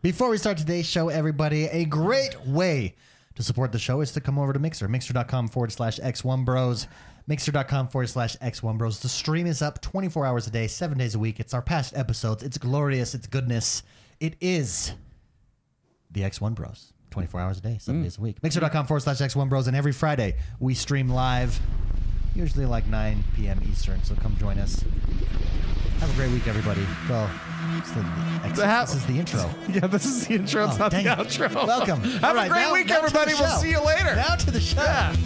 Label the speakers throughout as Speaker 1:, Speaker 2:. Speaker 1: Before we start today's show, everybody, a great way to support the show is to come over to Mixer, mixer.com forward slash X1 Bros. Mixer.com forward slash X1 Bros. The stream is up 24 hours a day, seven days a week. It's our past episodes. It's glorious. It's goodness. It is the X1 Bros. 24 hours a day, seven days a week. Mixer.com forward slash X1 Bros. And every Friday, we stream live, usually like 9 p.m. Eastern. So come join us. Have a great week, everybody. Well, it's the, X-
Speaker 2: The hap-
Speaker 1: this is the intro.
Speaker 2: Yeah, this is the intro. It's
Speaker 1: Oh,
Speaker 2: not the
Speaker 1: dang it.
Speaker 2: outro.
Speaker 1: Welcome.
Speaker 2: Have
Speaker 1: All
Speaker 2: a
Speaker 1: right,
Speaker 2: great
Speaker 1: now-
Speaker 2: week,
Speaker 1: now to the
Speaker 2: everybody. We'll
Speaker 1: show.
Speaker 2: see you later.
Speaker 1: Now to the show.
Speaker 2: Yeah.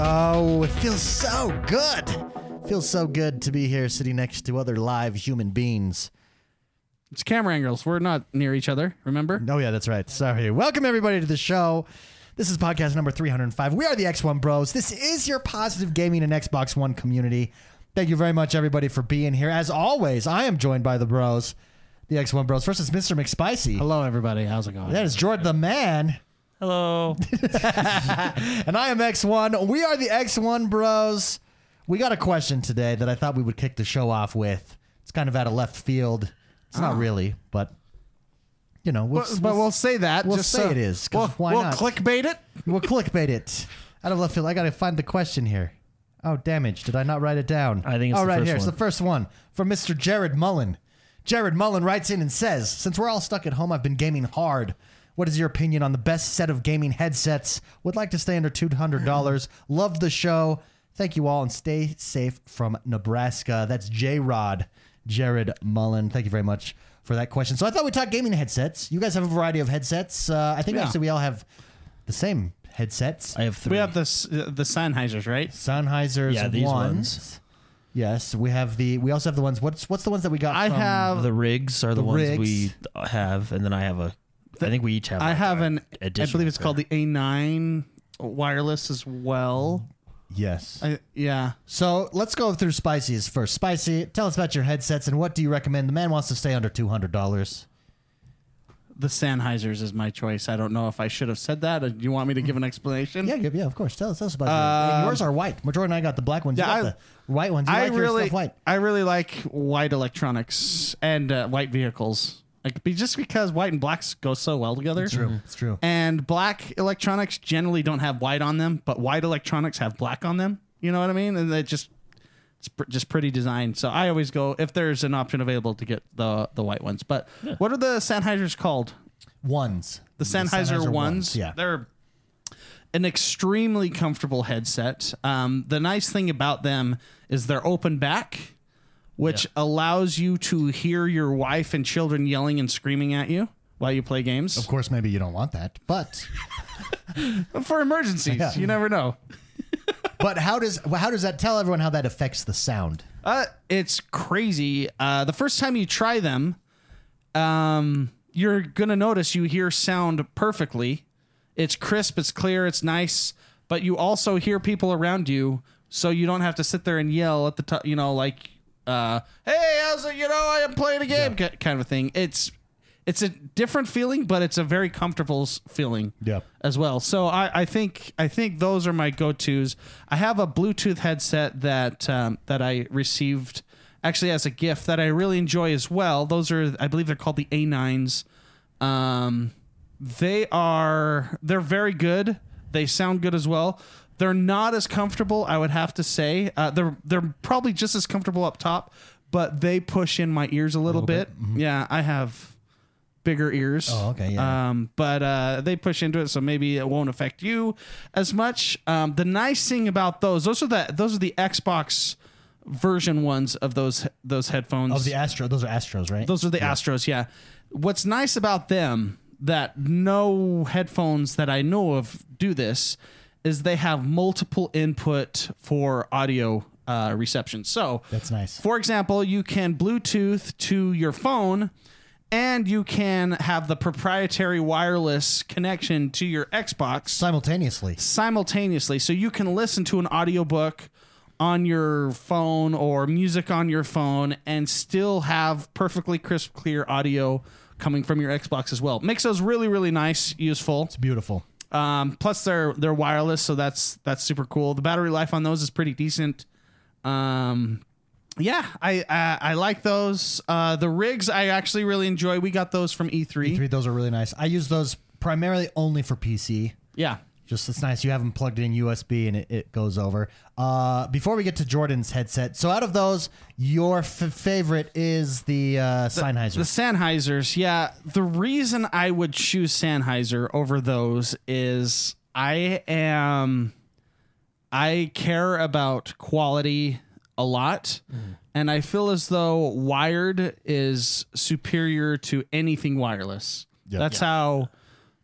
Speaker 1: Oh, it feels so good. Feels so good to be here sitting next to other live human beings.
Speaker 2: It's camera angles. We're not near each other. Remember?
Speaker 1: Oh, yeah, that's right. Sorry. Welcome, everybody, to the show. This is podcast number 305. We are the X1 Bros. This is your positive gaming and Xbox One community. Thank you very much, everybody, for being here. As always, I am joined by the bros, the X1 Bros. First is Mr. McSpicy.
Speaker 2: Hello, everybody. How's it going?
Speaker 1: That is Jordan the Man.
Speaker 3: Hello.
Speaker 1: And I am X1. We are the X1 Bros. We got a question today that I thought we would kick the show off with. It's kind of out of left field. It's not really, but you know, we'll,
Speaker 2: Ah. But, but we'll say that.
Speaker 1: we'll
Speaker 2: just
Speaker 1: say
Speaker 2: so-
Speaker 1: it is, 'cause
Speaker 2: We'll,
Speaker 1: why
Speaker 2: we'll
Speaker 1: not?
Speaker 2: clickbait it.
Speaker 1: we'll clickbait it. Out of left field, I got to find the question here. Oh, damage. Did I not write it down?
Speaker 3: I think it's
Speaker 1: Oh,
Speaker 3: the
Speaker 1: right
Speaker 3: first
Speaker 1: here. It's the
Speaker 3: one.
Speaker 1: first one from Mr. Jared Mullen. Jared Mullen writes in and says, Since we're all stuck at home, I've been gaming hard. What is your opinion on the best set of gaming headsets? Would like to stay under $200. Love the show. Thank you all and stay safe from Nebraska. That's J Rod, Jared Mullen. Thank you very much for that question. So I thought we talked gaming headsets. You guys have a variety of headsets. Uh, I think
Speaker 2: Yeah.
Speaker 1: actually we all have the same headsets.
Speaker 3: I have three.
Speaker 2: We have the s- uh, the Sennheisers, right?
Speaker 1: Sennheiser's
Speaker 3: Yeah, these
Speaker 1: ones.
Speaker 3: ones.
Speaker 1: Yes, we have the. We also have the ones. What's what's the ones that we got?
Speaker 2: I
Speaker 1: from-
Speaker 2: have
Speaker 3: the rigs are
Speaker 1: The
Speaker 3: the, ones
Speaker 1: rigs.
Speaker 3: we have, and then I have a. I think we each have.
Speaker 2: I
Speaker 3: like
Speaker 2: have
Speaker 3: a
Speaker 2: an. I
Speaker 3: additional
Speaker 2: believe it's
Speaker 3: pair.
Speaker 2: called the A9 wireless as well.
Speaker 1: Yes.
Speaker 2: I, yeah.
Speaker 1: so let's go through Spicy's first. Spicy, tell us about your headsets and what do you recommend? The man wants to stay under two hundred dollars.
Speaker 2: The Sennheisers is my choice. I don't know if I should have said that. Uh, Do you want me to give an explanation?
Speaker 1: Yeah, yeah, yeah, of course. Tell us, tell us about
Speaker 2: Uh,
Speaker 1: your, yours. Are white. Majority and Um, I got the black ones.
Speaker 2: Yeah,
Speaker 1: you got
Speaker 2: I-
Speaker 1: the white ones. You
Speaker 2: I
Speaker 1: like your
Speaker 2: really,
Speaker 1: stuff white.
Speaker 2: I really like white electronics and uh, white vehicles. Like, be- just because white and blacks go so well together.
Speaker 1: Mm, It's true.
Speaker 2: And black electronics generally don't have white on them, but white electronics have black on them. You know what I mean? And it just, it's pr- just pretty design. So I always go if there's an option available to get the the white ones. But what are the Sennheisers called?
Speaker 1: Ones.
Speaker 2: the Sennheiser, ones,
Speaker 1: Yeah.
Speaker 2: they're an extremely comfortable headset. Um, the nice thing about them is they're open back, which allows you to hear your wife and children yelling and screaming at you while you play games
Speaker 1: Of course, maybe you don't want that, but
Speaker 2: for emergencies.
Speaker 1: Yeah.
Speaker 2: You never know.
Speaker 1: but how does how does that tell everyone how that affects the sound?
Speaker 2: Uh, it's crazy. Uh, the first time you try them, um, you're gonna notice you hear sound perfectly. It's crisp, it's clear, it's nice, but you also hear people around you, so you don't have to sit there and yell at the top. You know, like, uh, "Hey, how's it? You know, I am playing a game," ki- kind of thing. It's it's a different feeling, but it's a very comfortable s- feeling
Speaker 1: Yep.
Speaker 2: as well. So I, I think I think those are my go tos. I have a Bluetooth headset that um, that I received actually as a gift that I really enjoy as well. Those are I believe they're called the A9s. Um, they are they're very good. They sound good as well. They're not as comfortable, I would have to say. Uh, they're they're probably just as comfortable up top, but they push in my ears a little, bit. Yeah, I have bigger ears.
Speaker 1: Mm-hmm. Oh, okay, yeah.
Speaker 2: Um, but uh, they push into it, so maybe it won't affect you as much. Um, the nice thing about those, those are the those are the Xbox version ones of those those headphones.
Speaker 1: Of the Astro, those are Astros, right?
Speaker 2: those are the Astros, yeah. What's nice about them that no headphones that I know of do this is they have multiple input for audio uh, reception. So
Speaker 1: That's nice.
Speaker 2: For example, you can Bluetooth to your phone. And you can have the proprietary wireless connection to your Xbox
Speaker 1: Simultaneously.
Speaker 2: simultaneously. So you can listen to an audiobook on your phone or music on your phone and still have perfectly crisp, clear audio coming from your Xbox as well. Makes those really, really nice, useful.
Speaker 1: It's beautiful.
Speaker 2: Um, plus they're they're wireless, so that's that's super cool. The battery life on those is pretty decent. Um, yeah, I, I I like those. Uh, the rigs I actually really enjoy. We got those from E E3.
Speaker 1: E Three of those are really nice. I use those primarily only for PC.
Speaker 2: Yeah.
Speaker 1: Just it's nice you have them plugged in USB and it, it goes over. Uh, before we get to Jordan's headset, so out of those, your f- favorite is the uh, Sennheiser.
Speaker 2: The Sennheisers, yeah. The reason I would choose Sennheiser over those is I am I care about quality a lot and I feel as though wired is superior to anything wireless.
Speaker 1: Yeah.
Speaker 2: That's how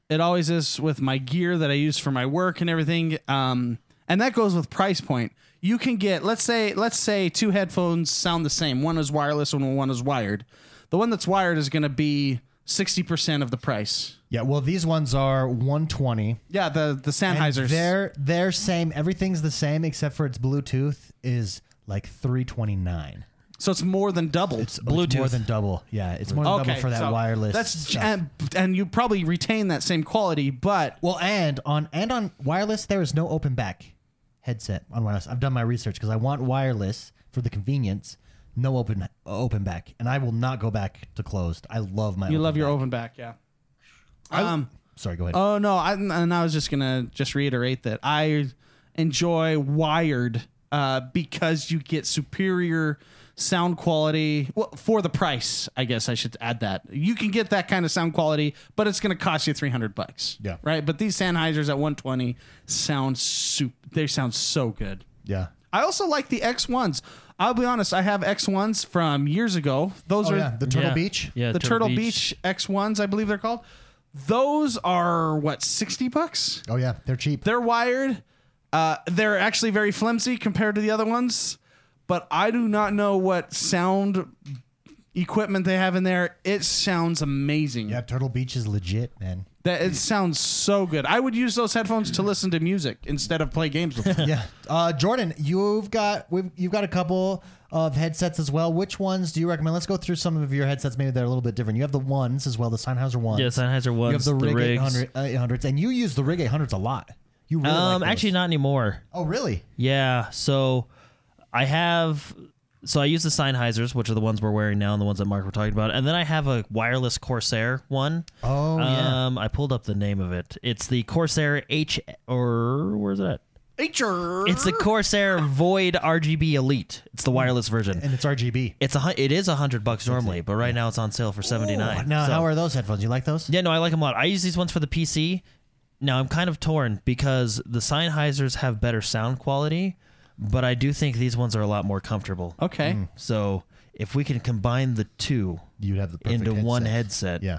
Speaker 2: it always is with my gear that I use for my work and everything. Um, and that goes with price point. You can get let's say let's say two headphones sound the same. One is wireless and one is wired. The one that's wired is going to be sixty percent of the price.
Speaker 1: yeah, well, these ones are 120.
Speaker 2: Yeah, the the Sennheisers.
Speaker 1: They're they're same. Everything's the same except for its Bluetooth is like 329.
Speaker 2: so it's more than doubled.
Speaker 1: It's more than double. Yeah, it's more than double for that
Speaker 2: so
Speaker 1: wireless.
Speaker 2: That's
Speaker 1: stuff.
Speaker 2: and, and you probably retain that same quality, but
Speaker 1: Well, and on and on wireless, there is no open back headset on wireless. I've done my research because I want wireless for the convenience. No open open back, and I will not go back to closed. I love my.
Speaker 2: you
Speaker 1: open
Speaker 2: love your
Speaker 1: back.
Speaker 2: open back. Yeah. Um.
Speaker 1: Sorry, go ahead.
Speaker 2: Oh no, I, and I was just gonna just reiterate that I enjoy wired uh, because you get superior sound quality well, for the price. I guess I should add that you can get that kind of sound quality, but it's gonna cost you three hundred bucks.
Speaker 1: Yeah.
Speaker 2: right. But these Sennheisers at one twenty sound soup. They sound so good.
Speaker 1: yeah.
Speaker 2: I also like the X ones. I'll be honest, I have X ones from years ago. Those
Speaker 1: Oh
Speaker 2: are
Speaker 1: yeah, the Turtle
Speaker 3: Yeah.
Speaker 1: Beach.
Speaker 3: Yeah,
Speaker 2: the Turtle, Beach. X1s, I believe they're called. Those are what, 60 bucks?
Speaker 1: Oh yeah, they're cheap.
Speaker 2: They're wired. Uh, they're actually very flimsy compared to the other ones, but I do not know what sound equipment they have in there. It sounds amazing.
Speaker 1: yeah, Turtle Beach is legit, man.
Speaker 2: That it sounds so good. I would use those headphones to listen to music instead of play games with them.
Speaker 1: yeah, uh, Jordan, you've got we've, you've got a couple of headsets as well. Which ones do you recommend? Let's go through some of your headsets. Maybe they're a little bit different. You have the ones as well, the Sennheiser ones.
Speaker 3: Yeah, Sennheiser
Speaker 1: You
Speaker 3: ones,
Speaker 1: have the, Rig
Speaker 3: the rigs.
Speaker 1: 800, uh, 800s, and you use the Rig 800s a lot. You really
Speaker 3: Um,
Speaker 1: like those.
Speaker 3: actually, not anymore.
Speaker 1: Oh, really?
Speaker 3: Yeah. So I have. So I use the Sennheisers, which are the ones we're wearing now, and the ones that Mark were talking about, and then I have a wireless Corsair one.
Speaker 1: Oh, yeah.
Speaker 3: um, I pulled up the name of it. It's the Corsair H or where's that?
Speaker 2: HR.
Speaker 3: It's the Corsair Void RGB Elite. It's the wireless version.
Speaker 1: And it's RGB.
Speaker 3: It's a hun- it is a hundred bucks normally, but right now it's on sale for seventy nine.
Speaker 1: Now, how are those headphones? You like those?
Speaker 3: Yeah, no, I like them a lot. I use these ones for the PC. Now I'm kind of torn because the Sennheisers have better sound quality, but I do think these ones are a lot more comfortable.
Speaker 1: Oh.
Speaker 2: Okay.
Speaker 3: So if we can combine the two
Speaker 1: You'd have the perfect
Speaker 3: into one
Speaker 1: headset.
Speaker 3: headset,
Speaker 1: Yeah.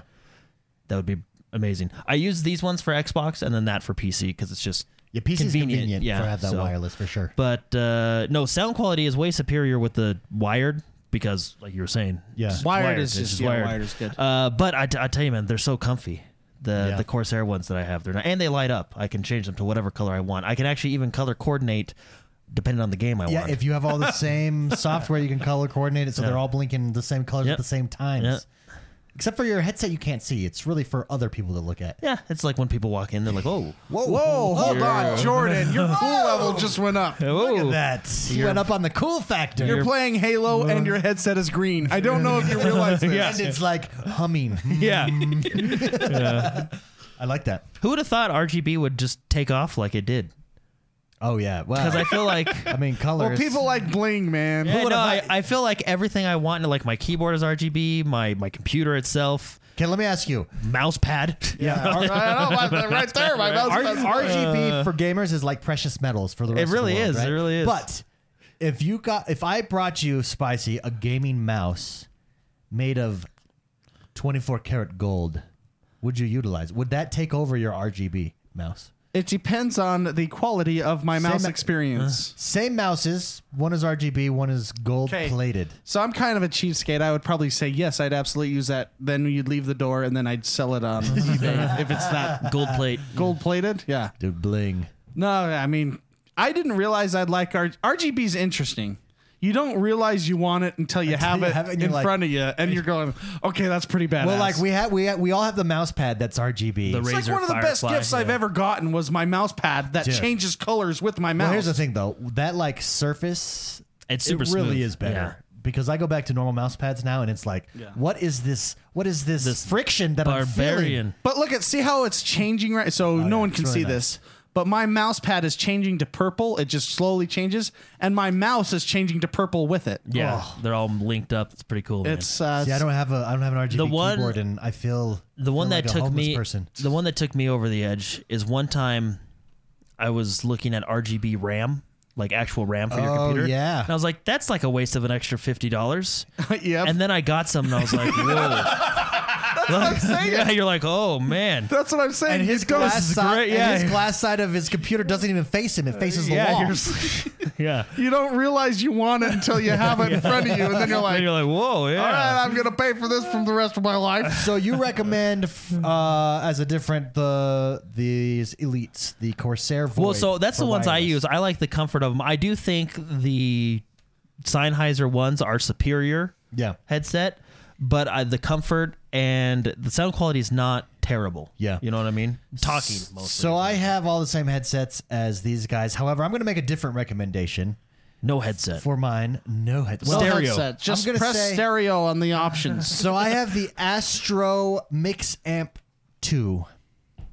Speaker 3: that would be amazing. I use these ones for Xbox and then that for PC because it's just
Speaker 1: Your PC is
Speaker 3: Convenient,
Speaker 1: convenient,
Speaker 3: yeah,
Speaker 1: for have that
Speaker 3: so-
Speaker 1: wireless for sure.
Speaker 3: But uh, no, sound quality is way superior with the wired because, like you were saying,
Speaker 1: Yeah.
Speaker 3: it's
Speaker 2: Wired is
Speaker 3: It's
Speaker 2: just- yeah, wired is good.
Speaker 3: Uh, but I, t- I tell you, man, they're so comfy. The
Speaker 1: Yeah.
Speaker 3: the Corsair ones that I have, they're not, and they light up. I can change them to whatever color I want. I can actually even color coordinate depending on the game I
Speaker 1: Yeah,
Speaker 3: want.
Speaker 1: if you have all the same software, you can color coordinate it so they're all blinking the same colors at
Speaker 3: Yep.
Speaker 1: the same times.
Speaker 3: Yep.
Speaker 1: Except for your headset, you can't see. It's really for other people to look at.
Speaker 3: yeah, it's like when people walk in, they're like, "Oh,
Speaker 1: Whoa,
Speaker 2: Whoa, hold on, Jordan. Your cool level just went up.
Speaker 1: Look
Speaker 3: oh,
Speaker 1: at that. You went up on the cool factor.
Speaker 2: You're playing Halo and your headset is green. I don't know if you realize this.
Speaker 1: and it's like humming.
Speaker 3: yeah."
Speaker 1: I like that.
Speaker 3: Who would have thought RGB would just take off like it did?
Speaker 1: Oh, yeah. Well,
Speaker 3: Because I feel like
Speaker 1: I mean, color.
Speaker 2: Well,
Speaker 1: is-
Speaker 2: people like bling, man.
Speaker 3: Yeah,
Speaker 1: would
Speaker 3: no, I,
Speaker 1: have
Speaker 3: I feel like everything I want, like my keyboard is RGB, my my computer itself,
Speaker 1: Okay, let me ask you.
Speaker 3: mouse pad.
Speaker 1: Yeah.
Speaker 2: I don't know, but right there, my mouse.
Speaker 1: R-
Speaker 2: is-
Speaker 1: RGB for gamers is like precious metals for the rest
Speaker 3: really
Speaker 1: of the world,
Speaker 3: is, it
Speaker 1: right?
Speaker 3: really is.
Speaker 1: But if you got, if I brought you spicy a gaming mouse made of twenty four karat gold, would you utilize? Would that take over your RGB mouse?
Speaker 2: It depends on the quality of my
Speaker 1: Same-
Speaker 2: mouse experience.
Speaker 1: Same mouses. One is RGB. One is gold
Speaker 2: 'Kay.
Speaker 1: plated.
Speaker 2: So I'm kind of a cheapskate. I would probably say yes. I'd absolutely use that. Then you'd leave the door, and then I'd sell it on eBay if it's that
Speaker 3: Gold plate.
Speaker 2: gold plated. Yeah.
Speaker 1: Dude, bling.
Speaker 2: No, I mean, I didn't realize I'd like R- RGB's interesting. You don't realize you want it until you have
Speaker 1: you
Speaker 2: it
Speaker 1: have it and
Speaker 2: in
Speaker 1: you're like-
Speaker 2: front of you, and you're going, "Okay, that's pretty bad."
Speaker 1: Well, like we have, we have, we all have the mouse pad that's RGB.
Speaker 3: The
Speaker 2: It's like
Speaker 3: Razer
Speaker 2: one of the best
Speaker 3: Firefly,
Speaker 2: gifts I've
Speaker 3: yeah.
Speaker 2: ever gotten was my mouse pad that
Speaker 1: Dude.
Speaker 2: changes colors with my mouse.
Speaker 1: well, here's the thing though. That like surface,
Speaker 3: It's super
Speaker 1: it really
Speaker 3: smooth.
Speaker 1: is better.
Speaker 3: Yeah.
Speaker 1: Because I go back to normal mouse pads now, and it's like, what is this? What is this, friction that I'm feeling?
Speaker 3: Barbarian.
Speaker 2: But look at see how it's changing right. So no one
Speaker 1: it's
Speaker 2: can
Speaker 1: really
Speaker 2: see
Speaker 1: nice.
Speaker 2: this. But my mouse pad is changing to purple. It just slowly changes, and my mouse is changing to purple with it.
Speaker 3: Yeah,
Speaker 1: Oh.
Speaker 3: they're all linked up. It's pretty cool. man.
Speaker 2: It's uh,
Speaker 1: See, I don't have a, I don't have an RGB
Speaker 3: The one-
Speaker 1: keyboard, and I feel
Speaker 3: the one
Speaker 1: feel
Speaker 3: that
Speaker 1: like a
Speaker 3: took
Speaker 1: homeless
Speaker 3: me
Speaker 1: person.
Speaker 3: the one that took me over the edge is one time I was looking at RGB RAM, like actual RAM for your
Speaker 1: Oh,
Speaker 3: computer.
Speaker 1: yeah.
Speaker 3: And I was like, that's like a waste of an extra fifty dollars.
Speaker 2: yep.
Speaker 3: And then I got some and I was like, whoa.
Speaker 2: saying.
Speaker 3: yeah, you're like, oh man.
Speaker 2: That's what I'm saying.
Speaker 1: And his
Speaker 2: It goes-
Speaker 1: glass side,
Speaker 2: great,
Speaker 1: and
Speaker 2: yeah.
Speaker 1: his glass side of his computer doesn't even face him; it faces the
Speaker 2: yeah,
Speaker 1: wall.
Speaker 2: you're s-
Speaker 3: Yeah.
Speaker 2: you don't realize you want it until you have it in front of you, and then you're like,
Speaker 3: and you're like, whoa, yeah.
Speaker 2: "All right, I'm gonna pay for this from the rest of my life."
Speaker 1: So you recommend f- uh, as a different the these elites, the Corsair Void.
Speaker 3: Well, so that's
Speaker 1: for
Speaker 3: the ones I
Speaker 1: wireless.
Speaker 3: use. I like the comfort of them. I do think the Sennheiser ones are superior
Speaker 1: Yeah,
Speaker 3: headset, but I, the comfort and the sound quality is not terrible.
Speaker 1: Yeah.
Speaker 3: you know what I mean. Talking mostly.
Speaker 1: so I have all the same headsets as these guys. However, I'm going to make a different recommendation
Speaker 3: no headset.
Speaker 1: for mine. No headset. Well,
Speaker 3: Stereo.
Speaker 2: Headset. Just
Speaker 1: I'm gonna
Speaker 2: press
Speaker 1: say-
Speaker 2: stereo on the options.
Speaker 1: so I have the Astro Mix Amp Two,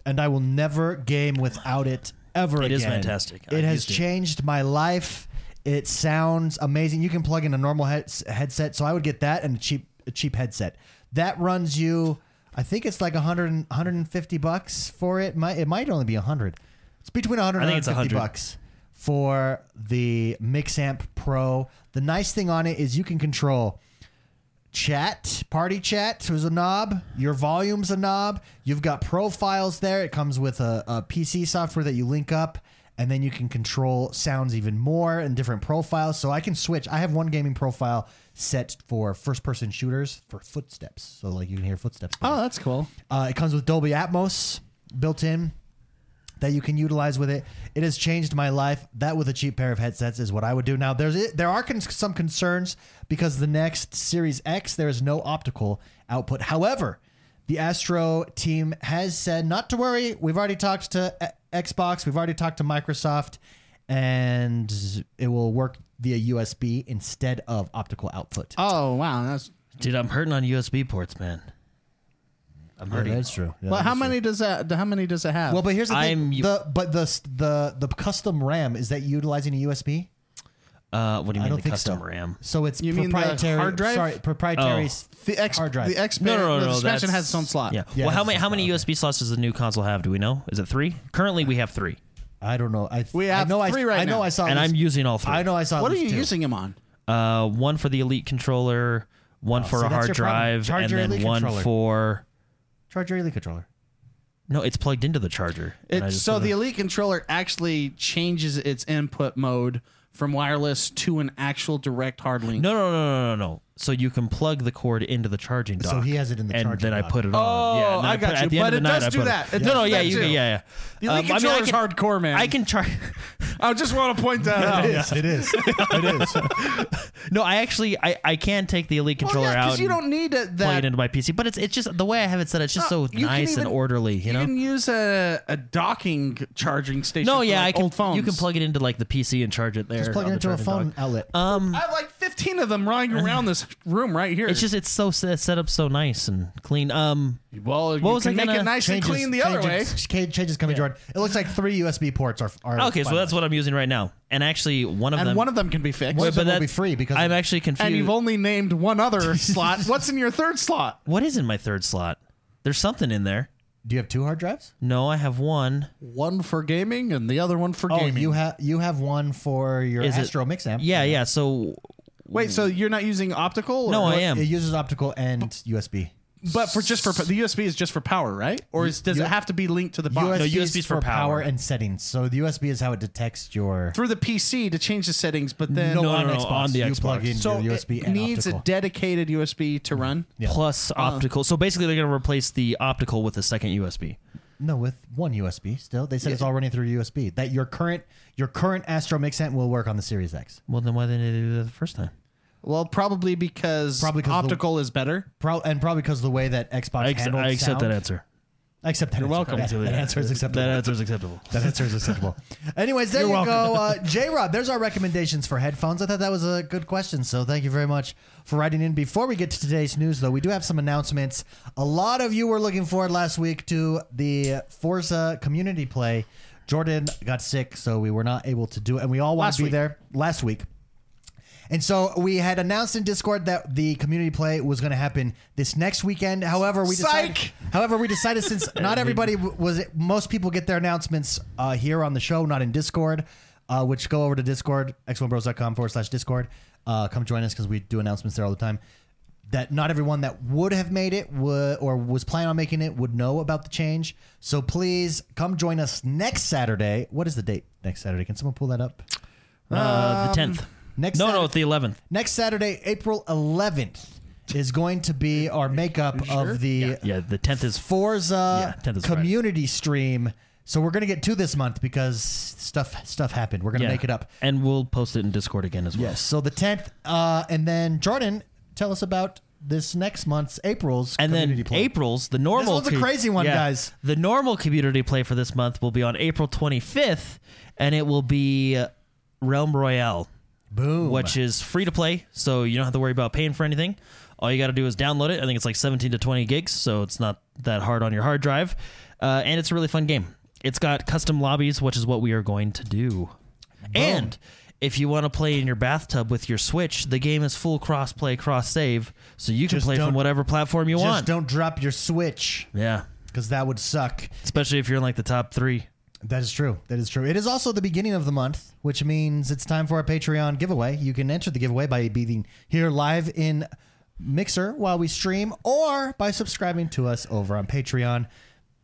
Speaker 1: and I will never game without it ever
Speaker 3: It
Speaker 1: again.
Speaker 3: is fantastic.
Speaker 1: It
Speaker 3: I've
Speaker 1: has
Speaker 3: used it.
Speaker 1: changed my life. It sounds amazing. You can plug in a normal head- headset, so I would get that and a cheap a cheap headset. That runs you, I think it's like 100, and- 150 bucks for it. Might it might only be 100. It's between 100 and
Speaker 3: I think it's
Speaker 1: 150
Speaker 3: 100.
Speaker 1: bucks for the Mixamp Pro. The nice thing on it is you can control chat, party chat was a knob. Your volume's a knob. You've got profiles there. It comes with a, a PC software that you link up, and then you can control sounds even more and different profiles. So I can switch. I have one gaming profile set for first person shooters for footsteps. So like you can hear footsteps.
Speaker 2: Oh, that's cool.
Speaker 1: Uh, it comes with Dolby Atmos built in that you can utilize with it. It has changed my life. That with a cheap pair of headsets is what I would do. Now there's there are con- some concerns because the next Series X there is no optical output. However, the Astro team has said not to worry. We've already talked to E- Xbox. We've already talked to Microsoft, and it will work via USB instead of optical output.
Speaker 2: Oh wow, that's
Speaker 3: Dude, I'm hurting on USB ports, man. I'm
Speaker 1: Yeah,
Speaker 3: hurting.
Speaker 1: Oh, that's true. Yeah,
Speaker 2: well.
Speaker 1: that
Speaker 2: How
Speaker 1: is true.
Speaker 2: many does that? How many does it have?
Speaker 1: Well, but here's the
Speaker 3: I'm-
Speaker 1: thing. The, but the the the custom RAM is that utilizing a USB?
Speaker 3: uh, what do you
Speaker 1: I
Speaker 3: mean
Speaker 1: don't
Speaker 3: the
Speaker 1: think
Speaker 3: custom
Speaker 1: so.
Speaker 3: RAM?
Speaker 1: So it's
Speaker 2: You mean the
Speaker 1: proprietary
Speaker 2: hard drive?
Speaker 1: Sorry, proprietary
Speaker 3: Oh.
Speaker 1: s-
Speaker 2: the X
Speaker 1: hard drive.
Speaker 2: The X
Speaker 3: No, no, no,
Speaker 2: the
Speaker 3: no.
Speaker 2: expansion
Speaker 3: that's-
Speaker 2: has its own slot.
Speaker 3: Yeah.
Speaker 1: Yeah,
Speaker 3: well, how
Speaker 1: that's
Speaker 3: many
Speaker 1: a
Speaker 3: how
Speaker 1: slot,
Speaker 3: many USB slots does the new console have? Do we know? Is it three? Currently, we have three,
Speaker 1: I don't know. I
Speaker 2: We have
Speaker 1: I know I,
Speaker 2: three right
Speaker 1: I know
Speaker 2: now.
Speaker 1: I saw.
Speaker 3: and
Speaker 1: Oh, this-
Speaker 3: I'm using all three.
Speaker 1: I know I saw.
Speaker 2: What are
Speaker 1: this
Speaker 2: you
Speaker 1: too.
Speaker 2: using them on?
Speaker 3: Uh, one for the Elite controller, one for
Speaker 1: Oh, see,
Speaker 3: a
Speaker 1: that's
Speaker 3: hard
Speaker 1: your problem.
Speaker 3: drive,
Speaker 1: Charge
Speaker 3: and
Speaker 1: your
Speaker 3: then
Speaker 1: Elite
Speaker 3: one
Speaker 1: controller.
Speaker 3: for.
Speaker 1: Charge your Elite controller.
Speaker 3: No, it's plugged into the charger. and I
Speaker 2: It's,
Speaker 3: just
Speaker 2: so
Speaker 3: put it-
Speaker 2: the Elite controller actually changes its input mode from wireless to an actual direct hard link.
Speaker 3: No, no, no, no, no, no. So you can plug the cord into the charging dock.
Speaker 1: So he has it in the
Speaker 3: and
Speaker 1: charging
Speaker 3: then I
Speaker 1: dock.
Speaker 3: put it on.
Speaker 2: Oh,
Speaker 3: yeah, and then
Speaker 2: I
Speaker 3: put-
Speaker 2: got you.
Speaker 3: At the end
Speaker 2: But
Speaker 3: of the
Speaker 2: it
Speaker 3: night,
Speaker 2: does
Speaker 3: I
Speaker 2: do
Speaker 3: put
Speaker 2: that. It
Speaker 3: no,
Speaker 2: does
Speaker 3: no,
Speaker 2: do
Speaker 3: yeah,
Speaker 2: that
Speaker 3: you
Speaker 2: too.
Speaker 3: can, yeah,
Speaker 2: The Elite
Speaker 3: yeah. Um, I mean, I
Speaker 2: controller's
Speaker 3: can,
Speaker 2: hardcore, man.
Speaker 3: I can charge.
Speaker 2: I just want to point that out.
Speaker 1: Yes, it is. It is.
Speaker 3: No, I actually, I, I can take the elite
Speaker 2: Well,
Speaker 3: controller
Speaker 2: yeah,
Speaker 3: out.
Speaker 2: because you
Speaker 3: and
Speaker 2: don't need it
Speaker 3: plug
Speaker 2: that.
Speaker 3: it into my PC, but it's it's just the way I have it set. It's just
Speaker 2: No,
Speaker 3: so
Speaker 2: you can
Speaker 3: nice
Speaker 2: even-
Speaker 3: and orderly, you
Speaker 2: You
Speaker 3: know.
Speaker 2: can use a, a docking charging station.
Speaker 3: no,
Speaker 2: for,
Speaker 3: yeah,
Speaker 2: like,
Speaker 3: I can.
Speaker 2: Old phones.
Speaker 3: You can plug it into like the PC and charge it there.
Speaker 1: Just plug
Speaker 3: on
Speaker 1: it into
Speaker 3: the
Speaker 1: a
Speaker 3: charging
Speaker 1: phone
Speaker 3: dock. Um,
Speaker 1: outlet.
Speaker 2: I have like fifteen of them lying around this room right here.
Speaker 3: It's just it's so set, set up so nice and clean. Um,
Speaker 2: well, you
Speaker 3: what was
Speaker 2: can
Speaker 3: I
Speaker 2: make it
Speaker 3: gonna-
Speaker 2: nice and clean the other way.
Speaker 1: changes, way. Changes coming, Jordan. It looks like three USB ports are. are
Speaker 3: okay, so that's what I'm using right now, and actually one of
Speaker 2: And
Speaker 3: them.
Speaker 2: one of them can be fixed.
Speaker 1: One of them
Speaker 3: but
Speaker 1: will
Speaker 3: that-
Speaker 1: be free because
Speaker 3: I'm actually confused.
Speaker 2: and you've only named one other slot. What's in your third slot?
Speaker 3: what is in my third slot? There's something in there.
Speaker 1: do you have two hard drives?
Speaker 3: No, I have one.
Speaker 2: One for gaming and the other one for
Speaker 1: Oh, you have you have one for your
Speaker 3: Is it-
Speaker 1: Astro Mix amp.
Speaker 3: Yeah, yeah. So
Speaker 2: Wait, so you're not using optical? or
Speaker 3: no, I
Speaker 2: what?
Speaker 3: am.
Speaker 1: It uses optical and USB.
Speaker 2: But for just for the USB is just for power, right? Or is, does it have to be linked to the box?
Speaker 3: USB
Speaker 1: USB's
Speaker 3: for power.
Speaker 1: and settings. So the USB is how it detects your.
Speaker 2: through the PC to change the settings, but then
Speaker 3: No, no, no, on the
Speaker 1: you
Speaker 3: Xbox.
Speaker 1: plug in
Speaker 2: so
Speaker 1: your USB
Speaker 2: it
Speaker 1: and
Speaker 2: needs
Speaker 1: optical.
Speaker 2: a dedicated USB to run.
Speaker 1: Yeah.
Speaker 3: plus optical. So basically, they're going to replace the optical with a second USB.
Speaker 1: No, with one USB still. They said it's all running through USB. That your current your current Astro Mixant will work on the Series X.
Speaker 3: Well, then why didn't they do that the first time?
Speaker 2: Well, probably because
Speaker 1: Probably 'cause the-
Speaker 2: optical is better.
Speaker 1: Pro- and probably because of the way that Xbox
Speaker 3: I, ex-
Speaker 1: handled
Speaker 3: I accept
Speaker 1: sound.
Speaker 3: that answer.
Speaker 1: I accept that.
Speaker 2: You're
Speaker 1: answer.
Speaker 2: welcome
Speaker 1: That,
Speaker 2: to
Speaker 1: that answer is acceptable.
Speaker 3: That answer is acceptable.
Speaker 1: That answer is acceptable. Anyways, there you go. Uh, J Rob, there's our recommendations for headphones. I thought that was a good question. So thank you very much for writing in. Before we get to today's news, though, we do have some announcements. A lot of you were looking forward last week to the Forza community play. Jordan got sick, so we were not able to do it. And we all want
Speaker 2: Last
Speaker 1: to be
Speaker 2: week.
Speaker 1: there last week. And so we had announced in Discord that the community play was going to happen this next weekend. However, we decided,
Speaker 2: Psych!
Speaker 1: however we decided since not everybody w- was most people get their announcements uh, here on the show, not in Discord. Uh, which go over to Discord x1bros.com forward slash Discord. Uh, come join us because we do announcements there all the time. That not everyone that would have made it would or was planning on making it would know about the change. So please come join us next Saturday. What is the date next Saturday? Can someone pull that up?
Speaker 3: Uh, the tenth.
Speaker 1: Um, Next
Speaker 3: No,
Speaker 1: Saturday-
Speaker 3: no, it's the eleventh.
Speaker 1: Next Saturday, April 11th, is going to be our makeup of the
Speaker 3: Yeah, the tenth is.
Speaker 1: Forza
Speaker 3: Yeah, 10th is Friday.
Speaker 1: community stream. So we're gonna get two this month because stuff stuff happened. We're gonna
Speaker 3: yeah.
Speaker 1: make it up.
Speaker 3: and we'll post it in Discord again as well.
Speaker 1: Yes. So the 10th, uh, and then Jordan, tell us about this next month's April's
Speaker 3: And
Speaker 1: community
Speaker 3: then
Speaker 1: play.
Speaker 3: April's the normal.
Speaker 1: one's a crazy one, guys.
Speaker 3: The normal community play for this month will be on April 25th, and it will be uh, Realm Royale,
Speaker 1: Boom.
Speaker 3: which is free to play, so you don't have to worry about paying for anything. All you got to do is download it. I think it's like 17 to 20 gigs, so it's not that hard on your hard drive, uh, and it's a really fun game. It's got custom lobbies, which is what we are going to do, and. If you want to play in your bathtub with your Switch, the game is full cross-play, cross-save, so you can
Speaker 1: Just
Speaker 3: play
Speaker 1: don't-
Speaker 3: from whatever platform you
Speaker 1: Just
Speaker 3: want.
Speaker 1: don't drop your Switch
Speaker 3: Yeah.
Speaker 1: because that would suck.
Speaker 3: Especially if you're in like the top three.
Speaker 1: That is true. That is true. It is also the beginning of the month, which means it's time for our Patreon giveaway. You can enter the giveaway by being here live in Mixer while we stream or by subscribing to us over on Patreon.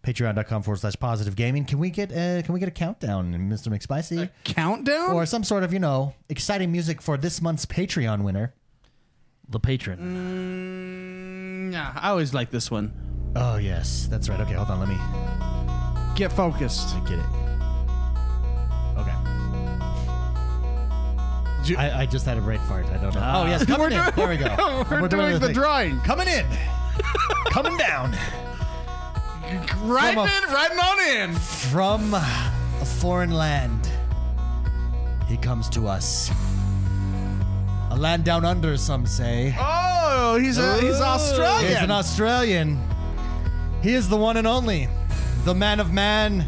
Speaker 1: Patreon.com forward slash positive gaming. Can we get a, can we get a countdown, Mr. McSpicy?
Speaker 2: Countdown.
Speaker 1: or some sort of, you know, exciting music for this month's Patreon winner.
Speaker 3: The patron.
Speaker 2: Mm, yeah, I always like this one.
Speaker 1: Oh yes. That's right. Okay, hold on, let me
Speaker 2: Get focused.
Speaker 1: I get it. Okay.
Speaker 2: Did you-
Speaker 1: I, I just had a brain fart. I don't know.
Speaker 3: Ah.
Speaker 1: oh yes, coming in. there we go.
Speaker 2: We're, doing the
Speaker 1: thing.
Speaker 2: drawing.
Speaker 1: coming in, coming down
Speaker 2: Riding,
Speaker 1: From a-
Speaker 2: it, riding on in.
Speaker 1: from a foreign land. He comes to us. A land down under, some say.
Speaker 2: Oh, he's a, he's Australian.
Speaker 1: He's an Australian. He is the one and only, the man of man,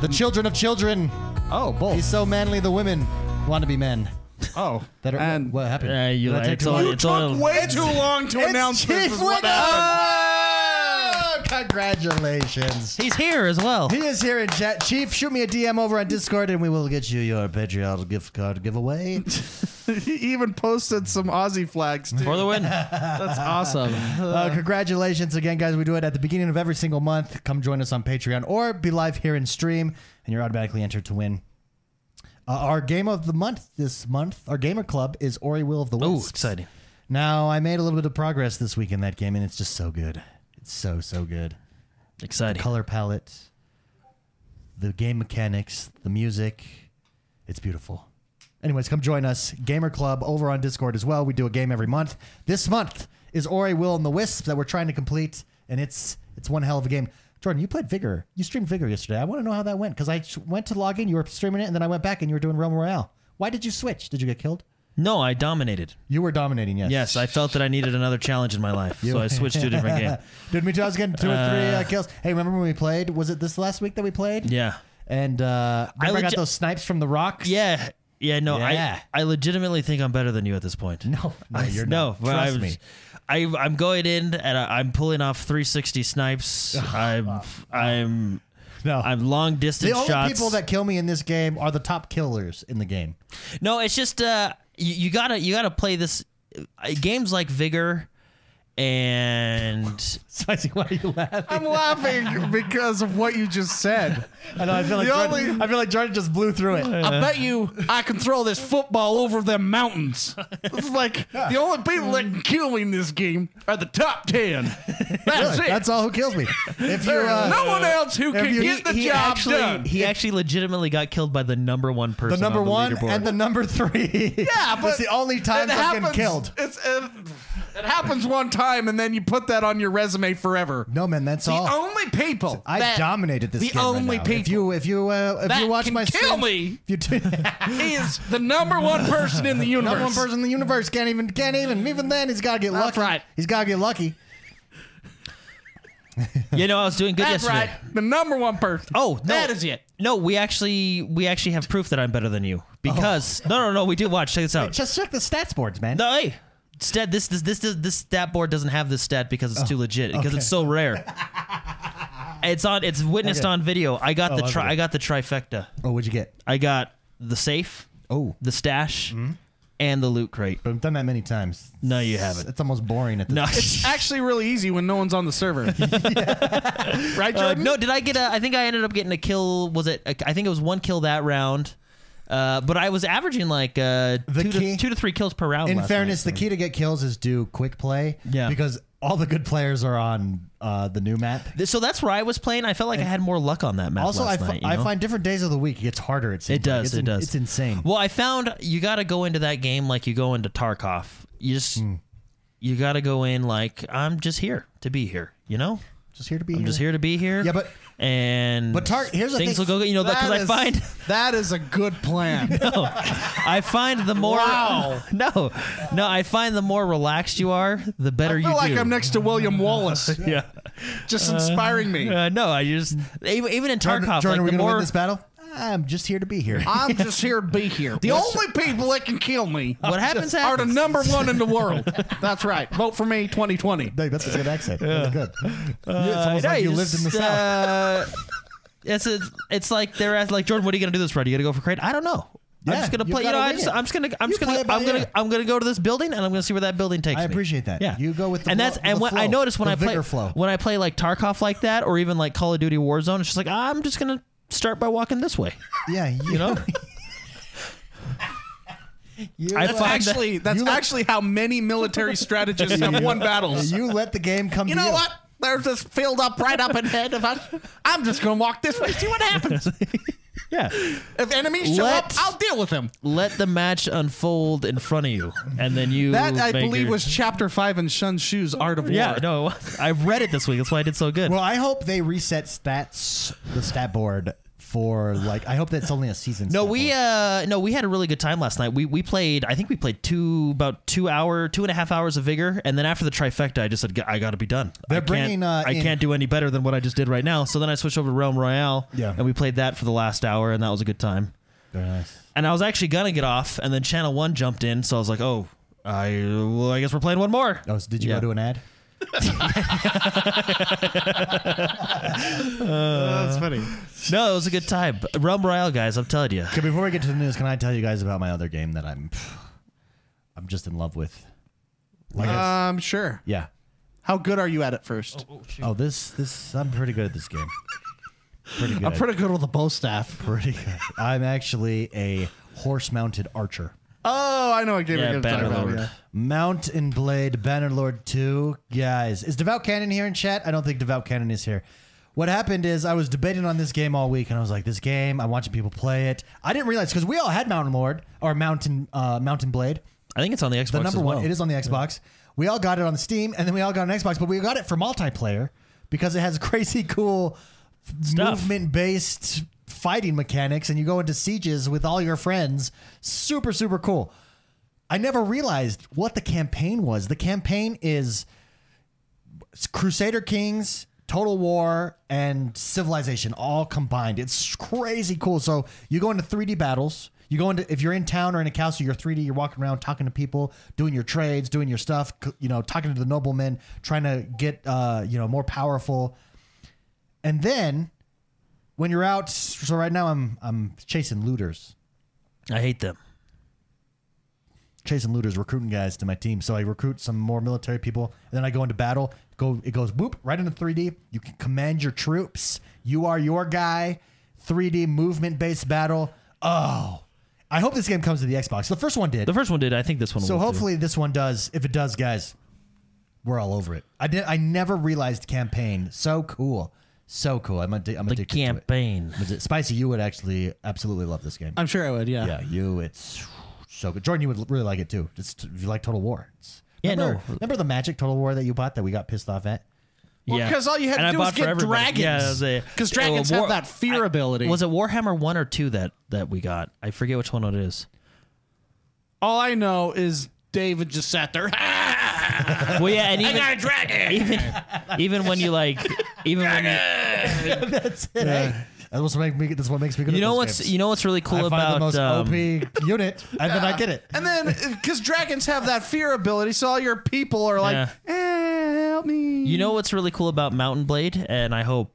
Speaker 1: the children of children.
Speaker 2: oh, both.
Speaker 1: He's so manly, the women want to be men.
Speaker 2: oh,
Speaker 1: That are,
Speaker 2: and
Speaker 1: what happened?
Speaker 3: Uh, you
Speaker 1: Did I
Speaker 3: like
Speaker 1: take
Speaker 3: it's
Speaker 1: too long?
Speaker 3: all, it's all
Speaker 2: way too long to announce this.
Speaker 1: Keith
Speaker 2: is what
Speaker 1: Wiggum!
Speaker 2: happened.
Speaker 1: Oh, congratulations.
Speaker 3: He's here as well.
Speaker 1: He is here in chat. Chief, shoot me a DM over on Discord and we will get you your Patreon gift card giveaway.
Speaker 2: he even posted some Aussie flags too.
Speaker 3: For the win.
Speaker 2: That's awesome.
Speaker 1: Uh, congratulations again, guys. We do it at the beginning of every single month. Come join us on Patreon or be live here in stream and you're automatically entered to win. Uh, our game of the month this month, our gamer club is Ori Will of the
Speaker 3: Ooh,
Speaker 1: Wisps.
Speaker 3: exciting.
Speaker 1: Now, I made a little bit of progress this week in that game and it's just so good. It's so, so good.
Speaker 3: Exciting.
Speaker 1: color palette, the game mechanics, the music. It's beautiful. Anyways, come join us. Gamer Club over on Discord as well. We do a game every month. This month is Ori Will and the Wisp that we're trying to complete, and it's it's one hell of a game. Jordan, you played Vigor. You streamed Vigor yesterday. I want to know how that went because I sh- went to log in, you were streaming it, and then I went back and you were doing Realm Royale. Why did you switch? Did you get killed?
Speaker 3: No, I dominated.
Speaker 1: You were dominating, yes.
Speaker 3: Yes, I felt that I needed another challenge in my life. So I switched to a different game.
Speaker 1: Dude, me too. I was getting two or three uh, kills. Hey, remember when we played? Was it this last week that we played?
Speaker 3: Yeah.
Speaker 1: And uh, remember I, got
Speaker 3: legit-
Speaker 1: those snipes from the rocks.
Speaker 3: Yeah. Yeah, no,
Speaker 1: Yeah.
Speaker 3: I I legitimately think I'm better than you at this point.
Speaker 1: No, no,
Speaker 3: I-
Speaker 1: you're
Speaker 3: no,
Speaker 1: not.
Speaker 3: but
Speaker 1: Trust
Speaker 3: I'm-
Speaker 1: me.
Speaker 3: I, I'm going in and I, I'm pulling off 360 snipes. I'm I'm
Speaker 1: No.
Speaker 3: I'm long
Speaker 1: the
Speaker 3: distance
Speaker 1: only
Speaker 3: shots.
Speaker 1: people that kill me in this game are the top killers in the game.
Speaker 3: No, it's just uh, you, you gotta you gotta play this uh, games like Vigor and
Speaker 1: Spicy, why are you laughing?
Speaker 2: I'm laughing because of what you just said.
Speaker 1: I know. I feel like
Speaker 2: The
Speaker 1: Jordan,
Speaker 2: only-
Speaker 1: I feel like Jordan just blew through it.
Speaker 2: I bet you I can throw this football over them mountains. It's like the only people that can kill me in this game are the top ten. That's
Speaker 1: Really,
Speaker 2: it.
Speaker 1: that's all who kills me. If you're
Speaker 2: There's
Speaker 1: uh,
Speaker 2: no one else who can
Speaker 1: you-
Speaker 2: get the
Speaker 3: he
Speaker 2: job
Speaker 3: actually
Speaker 2: done.
Speaker 3: he actually legitimately got killed by the number one person.
Speaker 1: the number
Speaker 3: on the
Speaker 1: one
Speaker 3: leaderboard.
Speaker 1: and the number three,
Speaker 2: yeah, but
Speaker 1: it's the only time
Speaker 2: it
Speaker 1: they're getting
Speaker 2: happens-
Speaker 1: killed.
Speaker 2: It's, it, it happens one time, and then you put that on your resume forever.
Speaker 1: No man, that's
Speaker 2: the
Speaker 1: all.
Speaker 2: only people
Speaker 1: I
Speaker 2: that
Speaker 1: dominated this
Speaker 2: the
Speaker 1: game. right
Speaker 2: only
Speaker 1: now. If
Speaker 2: people
Speaker 1: you if you uh, if
Speaker 2: that
Speaker 1: you watch
Speaker 2: can
Speaker 1: my
Speaker 2: kill
Speaker 1: streams-
Speaker 2: me
Speaker 1: if you do,
Speaker 2: is the number one person in the universe.
Speaker 1: number one person in the universe can't even can't even even then he's got to get
Speaker 2: That's
Speaker 1: lucky.
Speaker 2: right.
Speaker 1: He's got to get lucky.
Speaker 3: you know I was doing good
Speaker 2: That's
Speaker 3: yesterday.
Speaker 2: right. The number one person.
Speaker 3: Oh, no.
Speaker 2: that is it.
Speaker 3: No, we actually we actually have proof that I'm better than you because no no no we do watch check this out.
Speaker 1: Just Oh. check the stats boards, man.
Speaker 3: No, hey, stat. This this this this, this stat board doesn't have this stat because it's too legit because
Speaker 1: Oh, okay.
Speaker 3: it's so rare. it's on. It's witnessed
Speaker 1: Okay. Oh,
Speaker 3: on video. I got the
Speaker 1: I
Speaker 3: tri-
Speaker 1: see.
Speaker 3: I got the trifecta.
Speaker 1: Oh, what'd you get?
Speaker 3: I got the safe,
Speaker 1: Oh,
Speaker 3: the stash,
Speaker 2: Mm-hmm.
Speaker 3: and the loot crate.
Speaker 1: but I've done that many times.
Speaker 3: No, you haven't.
Speaker 1: It's almost boring at this.
Speaker 3: No.
Speaker 2: It's actually really easy when no one's on the server. right,
Speaker 3: Uh,
Speaker 2: Jordan?
Speaker 3: no, did I get a? I think I ended up getting a kill. Was it? I think it was one kill that round, uh, but I was averaging like uh,
Speaker 1: The
Speaker 3: two,
Speaker 1: key-
Speaker 3: to, two to three kills per round.
Speaker 1: In
Speaker 3: last
Speaker 1: fairness,
Speaker 3: night.
Speaker 1: the key to get kills is do quick play.
Speaker 3: Yeah.
Speaker 1: Because all the good players are on uh, the new map.
Speaker 3: Th- so that's where I was playing. I felt like I had more luck on that map.
Speaker 1: Also, I
Speaker 3: last
Speaker 1: fi-
Speaker 3: night, you
Speaker 1: I
Speaker 3: know?
Speaker 1: find different days of the week it gets harder. It seems
Speaker 3: It does.
Speaker 1: Like. It's
Speaker 3: it
Speaker 1: in-
Speaker 3: does.
Speaker 1: It's insane.
Speaker 3: Well, I found you got to go into that game like you go into Tarkov. You just
Speaker 1: Hmm.
Speaker 3: you got to go in like I'm just here to be here. You know,
Speaker 1: just here to be.
Speaker 3: I'm just here to be here.
Speaker 1: Yeah, but-
Speaker 3: and
Speaker 1: But Tar- here's the
Speaker 3: things
Speaker 1: thing.
Speaker 3: will go. You know, because I find
Speaker 2: that is a good plan.
Speaker 3: I find the more
Speaker 2: Wow.
Speaker 3: no no I find the more relaxed you are, the better
Speaker 2: I feel
Speaker 3: you
Speaker 2: like
Speaker 3: do.
Speaker 2: I'm next to William Wallace,
Speaker 3: yeah.
Speaker 2: just inspiring me.
Speaker 3: Uh, no, I just even, even in
Speaker 1: Jordan,
Speaker 3: Tarkov,
Speaker 1: Jordan, are we
Speaker 3: like the
Speaker 1: gonna
Speaker 3: more
Speaker 1: win this battle? I'm just here to be here.
Speaker 2: I'm just here to be here. The only people that can kill me
Speaker 3: what happens
Speaker 2: are the
Speaker 3: happens.
Speaker 2: number one in the world. That's right. Vote for me 2020.
Speaker 1: Dang, that's a good accent. Really good. it's almost
Speaker 3: Uh,
Speaker 1: like
Speaker 3: no,
Speaker 1: you lived in the
Speaker 3: just,
Speaker 1: south.
Speaker 3: uh, it's a, it's like they're at, like Jordan. What are you gonna do this Friday? You gonna go for crate? I don't know. I'm
Speaker 1: Yeah,
Speaker 3: just gonna
Speaker 1: you
Speaker 3: play. You
Speaker 1: gotta
Speaker 3: know, I
Speaker 1: wing
Speaker 3: just,
Speaker 1: it.
Speaker 3: I'm just gonna I'm
Speaker 1: You
Speaker 3: just gonna
Speaker 1: play by
Speaker 3: I'm gonna
Speaker 1: ear.
Speaker 3: I'm gonna go to this building and I'm gonna see where that building takes me.
Speaker 1: I appreciate that.
Speaker 3: Yeah,
Speaker 1: You go with the
Speaker 3: and
Speaker 1: flow-
Speaker 3: that's and
Speaker 1: the
Speaker 3: what I
Speaker 1: flow,
Speaker 3: notice when
Speaker 1: the
Speaker 3: I play
Speaker 1: vigor flow.
Speaker 3: when I play like Tarkov like that or even like Call of Duty Warzone. It's just like I'm just gonna start by walking this way.
Speaker 1: yeah, you,
Speaker 3: You know,
Speaker 1: you,
Speaker 3: I
Speaker 1: let-
Speaker 2: That's
Speaker 3: find that-
Speaker 2: actually that's
Speaker 1: You let-
Speaker 2: actually how many military strategists have won battles.
Speaker 1: you let the game come.
Speaker 2: You
Speaker 1: to
Speaker 2: know
Speaker 1: you.
Speaker 2: what? There's this field up right up ahead of us. I'm just gonna walk this way, see what happens.
Speaker 3: yeah.
Speaker 2: If enemies show up,
Speaker 3: Let-
Speaker 2: I'll deal with them.
Speaker 3: Let the match unfold in front of you, and then you.
Speaker 2: That I
Speaker 3: make
Speaker 2: believe
Speaker 3: your-
Speaker 2: was chapter five in Shun Shu's Art of War.
Speaker 3: Yeah, no, it was. I read it this week. That's why I did so good.
Speaker 1: Well, I hope they reset stats, the stat board for like. I hope that's only a season.
Speaker 3: No,
Speaker 1: stat
Speaker 3: we
Speaker 1: board.
Speaker 3: uh no, we had a really good time last night. We we played. I think we played two about two hour, two and a half hours of vigor, and then after the trifecta, I just said "G- I got to be done.
Speaker 1: They're
Speaker 3: I can't,
Speaker 1: bringing, uh,
Speaker 3: I
Speaker 1: in-
Speaker 3: can't do any better than what I just did right now. So then I switched over to Realm Royale.
Speaker 1: Yeah.
Speaker 3: and we played that for the last hour, and that was a good time.
Speaker 1: Very nice.
Speaker 3: And I was actually gonna get off, and then Channel One jumped in, so I was like, oh. I well, I guess we're playing one more.
Speaker 1: Oh, so did you
Speaker 3: Yeah.
Speaker 1: go to an ad?
Speaker 2: that's
Speaker 1: uh,
Speaker 2: funny.
Speaker 3: No, it was a good time. Realm Royale, guys, I'm telling you.
Speaker 1: Okay, before we get to the news, can I tell you guys about my other game that I'm, I'm just in love with? Like,
Speaker 3: Uh,
Speaker 1: it's-
Speaker 2: Um, sure.
Speaker 1: yeah.
Speaker 2: How good are you at it first?
Speaker 1: Oh, this this I'm pretty good at this game. Pretty good.
Speaker 2: I'm pretty good with the bow staff.
Speaker 1: pretty good. I'm actually a horse-mounted archer.
Speaker 2: Oh, I know what game
Speaker 3: Yeah,
Speaker 2: you're gonna talk about.
Speaker 3: Bannerlord.
Speaker 2: yeah.
Speaker 1: Mountain Blade Bannerlord 2. Guys, is Devout Cannon here in chat? I don't think Devout Cannon is here. What happened is I was debating on this game all week and I was like, this game, I'm watching people play it. I didn't realize because we all had Mountain Lord or Mountain uh, Mountain Blade,
Speaker 3: I think it's on the Xbox.
Speaker 1: the number
Speaker 3: as well.
Speaker 1: one. It is on the Xbox. We all got it on Steam and then we all got an Xbox, but we got it for multiplayer because it has crazy cool
Speaker 3: Stuff.
Speaker 1: movement based fighting mechanics and you go into sieges with all your friends. Super, super cool. I never realized what the campaign was. The campaign is Crusader Kings, Total War, and Civilization all combined. It's crazy cool. So you go into 3D battles. You go into if you're in town or in a castle, you're 3D. You're walking around, talking to people, doing your trades, doing your stuff. c- You know, talking to the noblemen, trying to get uh, you know more powerful. And then when you're out, so right now I'm I'm chasing looters.
Speaker 3: I hate them.
Speaker 1: chasing looters, recruiting guys to my team. So I recruit some more military people, and then I go into battle. Go, it goes whoop right into 3D. You can command your troops. You are your guy. 3D movement based battle. Oh, I hope this game comes to the Xbox. The first one did.
Speaker 3: The first one did. I think this one.
Speaker 1: So
Speaker 3: will too.
Speaker 1: hopefully this one does. If it does, guys, we're all over it. I did. I never realized campaign. So cool. So cool. I'm, addi- I'm
Speaker 3: the
Speaker 1: addicted to it.
Speaker 3: campaign.
Speaker 1: Was it. Spicy, you would actually absolutely love this game.
Speaker 2: I'm sure I would. Yeah.
Speaker 1: yeah, you. It's so good. Jordan, you would really like it too. Just if you like Total War. It's,
Speaker 3: Yeah, no.
Speaker 1: remember, Remember the Magic Total War that you bought that we got pissed off at?
Speaker 2: Well,
Speaker 3: Yeah.
Speaker 2: 'cause all you had
Speaker 3: And
Speaker 2: to
Speaker 3: I
Speaker 2: do was
Speaker 3: bought for
Speaker 2: get
Speaker 3: everybody.
Speaker 2: dragons.
Speaker 3: Yeah, it was a-
Speaker 2: 'Cause dragons
Speaker 3: uh,
Speaker 2: have that fear
Speaker 3: I-
Speaker 2: ability.
Speaker 3: Was it Warhammer one or two that that we got? I forget which one it is.
Speaker 2: All I know is David just sat there.
Speaker 3: Well, yeah, and even Even, even when you like, even when you,
Speaker 1: That's it. eh? That's what makes me. That's what makes me good.
Speaker 3: you
Speaker 1: at
Speaker 3: know
Speaker 1: those
Speaker 3: what's
Speaker 1: games.
Speaker 3: you know what's really
Speaker 1: I
Speaker 3: cool
Speaker 1: find
Speaker 3: about
Speaker 1: the most
Speaker 3: um,
Speaker 1: OP unit, and then I get it.
Speaker 2: And then, because dragons have that fear ability, so all your people are like, "Eh, help me.
Speaker 3: You know what's really cool about Mountain Blade, and I hope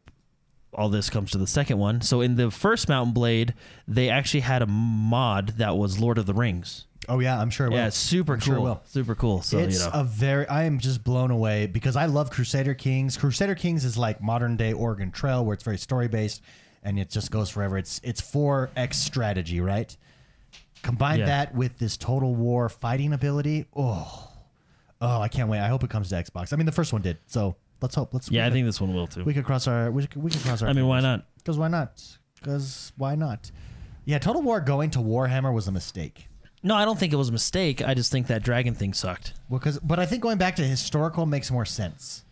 Speaker 3: all this comes to the second one. So in the first Mountain Blade, they actually had a mod that was Lord of the Rings.
Speaker 1: Oh yeah, I'm sure. It
Speaker 3: Yeah,
Speaker 1: will.
Speaker 3: it's super
Speaker 1: I'm
Speaker 3: cool.
Speaker 1: Sure it will.
Speaker 3: Super cool. So
Speaker 1: it's
Speaker 3: you know,
Speaker 1: a very. I am just blown away because I love Crusader Kings. Crusader Kings is like modern day Oregon Trail, where it's very story based, and it just goes forever. It's it's four X strategy, right? Combine
Speaker 3: Yeah.
Speaker 1: that with this Total War fighting ability. Oh, oh, I can't wait. I hope it comes to Xbox. I mean, the first one did, so let's hope. Let's.
Speaker 3: yeah, I
Speaker 1: we-
Speaker 3: think this one will too.
Speaker 1: we could cross our. We could, we could cross our.
Speaker 3: I mean, why not?
Speaker 1: Because why not? Because why not? Yeah, Total War going to Warhammer was a mistake.
Speaker 3: No, I don't think it was a mistake. I just think that dragon thing sucked.
Speaker 1: Well, 'cause- but I think going back to historical makes more sense.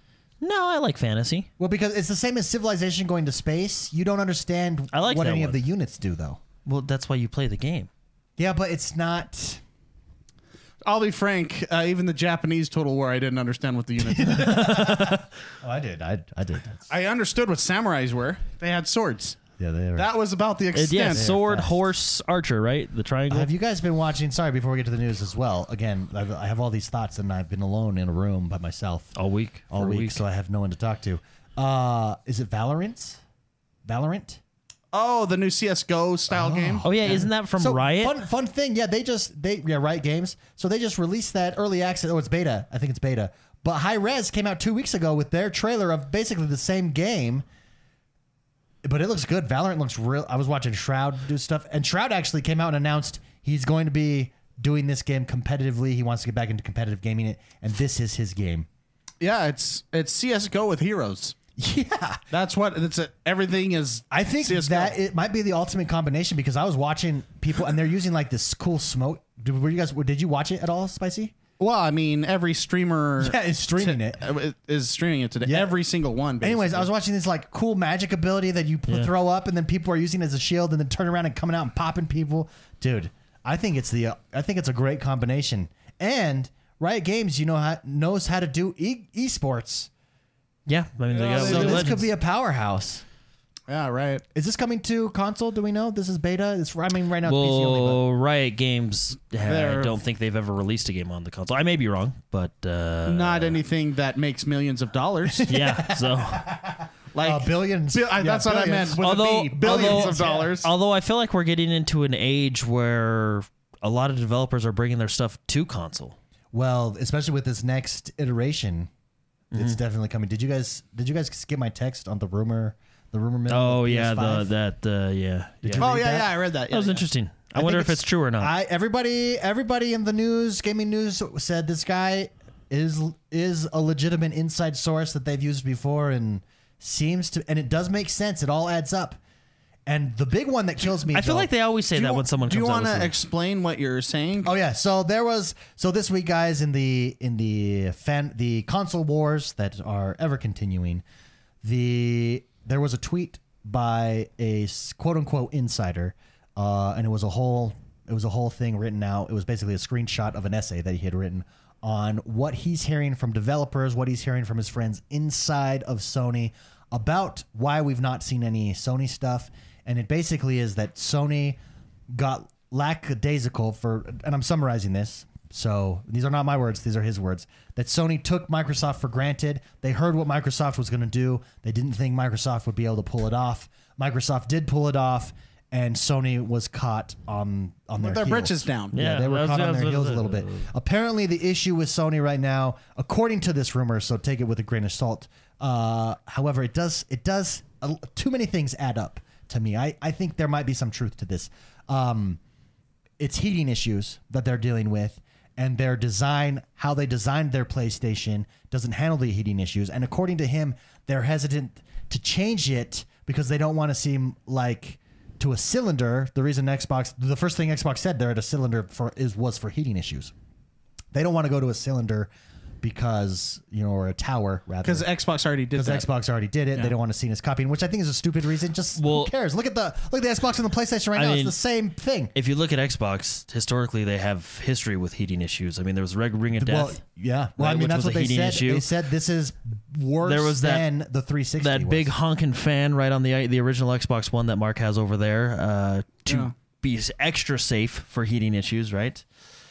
Speaker 3: No, I like fantasy.
Speaker 1: Well, because it's the same as civilization going to space. You don't understand
Speaker 3: I like
Speaker 1: what
Speaker 3: that
Speaker 1: any of
Speaker 3: one.
Speaker 1: the units do, though.
Speaker 3: Well, that's why you play the game.
Speaker 1: Yeah, but it's not.
Speaker 2: I'll be frank, uh, even the Japanese Total War, I didn't understand what the units were.
Speaker 1: Oh, I did. I, I did.
Speaker 2: I understood what samurais were. They had swords.
Speaker 1: yeah, they are.
Speaker 2: That was about the
Speaker 3: It,
Speaker 2: extent.
Speaker 3: yeah, sword,
Speaker 1: fast.
Speaker 3: horse, archer, right? The triangle.
Speaker 1: have you guys been watching? Sorry, before we get to the news as well. Again, I've, I have all these thoughts, and I've been alone in a room by myself
Speaker 3: all week.
Speaker 1: all
Speaker 3: for a
Speaker 1: week, so I have no one to talk to. Uh, is it Valorant? Valorant?
Speaker 2: Oh, the new CS:GO style game.
Speaker 3: Oh yeah, isn't that from
Speaker 1: So
Speaker 3: Riot?
Speaker 1: Fun, fun thing, yeah. They just they yeah Riot Games. So they just released that early access. Oh, it's beta. I think it's beta. But High Res came out two weeks ago with their trailer of basically the same game. But it looks good. Valorant looks real. I was watching Shroud do stuff, and Shroud actually came out and announced he's going to be doing this game competitively. He wants to get back into competitive gaming, and this is his game.
Speaker 2: Yeah, it's it's CS:GO with heroes.
Speaker 1: Yeah,
Speaker 2: That's what it's a, everything is.
Speaker 1: I think
Speaker 2: CS:GO.
Speaker 1: that it might be the ultimate combination because I was watching people and they're using like this cool smoke. Did, were you guys? Did you watch it at all, Spicy?
Speaker 2: well, I mean, every streamer
Speaker 1: Yeah, it's streaming
Speaker 2: t-
Speaker 1: it.
Speaker 2: is streaming it today.
Speaker 1: Yeah.
Speaker 2: Every single one. Basically.
Speaker 1: Anyways, I was watching this like cool magic ability that you pl- throw up, and then people are using it as a shield, and then turn around and coming out and popping people. Dude, I think it's the uh, I think it's a great combination. And Riot Games, you know, how, knows how to do e- esports,
Speaker 3: yeah, I mean they got
Speaker 1: Uh,
Speaker 2: they
Speaker 1: so
Speaker 3: League
Speaker 1: this could
Speaker 3: of Legends.
Speaker 1: be a powerhouse.
Speaker 2: yeah, right.
Speaker 1: Is this coming to console? Do we know? This is beta. It's I mean, right now it's PC only.
Speaker 3: Well, Riot Games, uh, I
Speaker 2: They're-
Speaker 3: don't think they've ever released a game on the console. I may be wrong, but uh,
Speaker 2: Not anything that makes millions of dollars.
Speaker 3: yeah. So
Speaker 2: like
Speaker 1: But, uh, billions.
Speaker 2: Bi- I-
Speaker 1: Yeah,
Speaker 2: that's what I
Speaker 1: billions.
Speaker 2: meant. With
Speaker 3: Although-
Speaker 2: a B, billions
Speaker 3: although-
Speaker 2: of dollars.
Speaker 3: although I feel like we're getting into an age where a lot of developers are bringing their stuff to console.
Speaker 1: Well, especially with this next iteration,
Speaker 3: Mm-hmm.
Speaker 1: it's definitely coming. Did you guys? Did you guys get my text on the rumor? The rumor mill.
Speaker 3: Oh
Speaker 1: of
Speaker 3: yeah, the
Speaker 1: PS5?
Speaker 3: that uh, yeah. yeah.
Speaker 1: you
Speaker 2: oh
Speaker 1: read
Speaker 2: yeah,
Speaker 1: that?
Speaker 2: yeah, I read that. Yeah,
Speaker 3: That was
Speaker 2: yeah.
Speaker 3: interesting. I,
Speaker 1: I think
Speaker 3: wonder if it's true or not.
Speaker 1: I everybody everybody in the news, gaming news said this guy is is a legitimate inside source that they've used before and seems to and it does make sense. It all adds up. And the big one that kills me
Speaker 3: I feel
Speaker 1: though-
Speaker 3: like they always say
Speaker 2: Do you
Speaker 3: that
Speaker 2: wa-
Speaker 3: when someone
Speaker 2: do
Speaker 3: comes
Speaker 2: you
Speaker 3: out
Speaker 2: want
Speaker 3: with
Speaker 2: to
Speaker 3: something.
Speaker 2: explain what you're saying?
Speaker 1: Oh yeah, so there was so this week, guys, in the in the fan the console wars that are ever continuing, the there was a tweet by a quote unquote insider, uh, and it was a whole it was a whole thing written out. It was basically a screenshot of an essay that he had written on what he's hearing from developers, what he's hearing from his friends inside of Sony about why we've not seen any Sony stuff, and it basically is that Sony got lackadaisical for, and I'm summarizing this. So these are not my words; these are his words. That Sony took Microsoft for granted. They heard what Microsoft was going to do. They didn't think Microsoft would be able to pull it off. Microsoft did pull it off, and Sony was caught on on their,
Speaker 2: their
Speaker 1: heels.
Speaker 2: britches down.
Speaker 1: Yeah,
Speaker 3: Yeah,
Speaker 1: they
Speaker 3: that
Speaker 1: were
Speaker 3: was-
Speaker 1: caught
Speaker 3: that
Speaker 1: on
Speaker 3: was
Speaker 1: their
Speaker 3: what it
Speaker 1: heels a
Speaker 3: said.
Speaker 1: little bit. Apparently, the issue with Sony right now, according to this rumor, so take it with a grain of salt. Uh, however, it does it does uh, too many things add up to me. I I think there might be some truth to this. Um, it's heating issues that they're dealing with and their design how they designed their playstation doesn't handle the heating issues and according to him they're hesitant to change it because they don't want to seem like to a cylinder the reason xbox the first thing xbox said they're at a cylinder for is was for heating issues they don't want to go to a cylinder because you know or a tower rather
Speaker 2: Because Xbox already did that.
Speaker 1: because Xbox already did it. They don't want to see us copying, which I think is a stupid reason. Just
Speaker 3: Well-
Speaker 1: who cares? Look at the look at the Xbox and the PlayStation right
Speaker 3: I
Speaker 1: now. it's
Speaker 3: mean-
Speaker 1: the same thing.
Speaker 3: If you look at Xbox, historically they have history with heating issues. I mean, there was Red Ring of Death.
Speaker 1: Well, yeah. Well, I
Speaker 3: right,
Speaker 1: mean,
Speaker 3: which
Speaker 1: that's
Speaker 3: was
Speaker 1: what
Speaker 3: a
Speaker 1: they
Speaker 3: heating
Speaker 1: said.
Speaker 3: issue.
Speaker 1: They said this is worse
Speaker 3: There was that-
Speaker 1: than the 360.
Speaker 3: that
Speaker 1: was.
Speaker 3: big honking fan right on the the original Xbox One that Mark has over there uh, to
Speaker 2: Yeah.
Speaker 3: be extra safe for heating issues, right?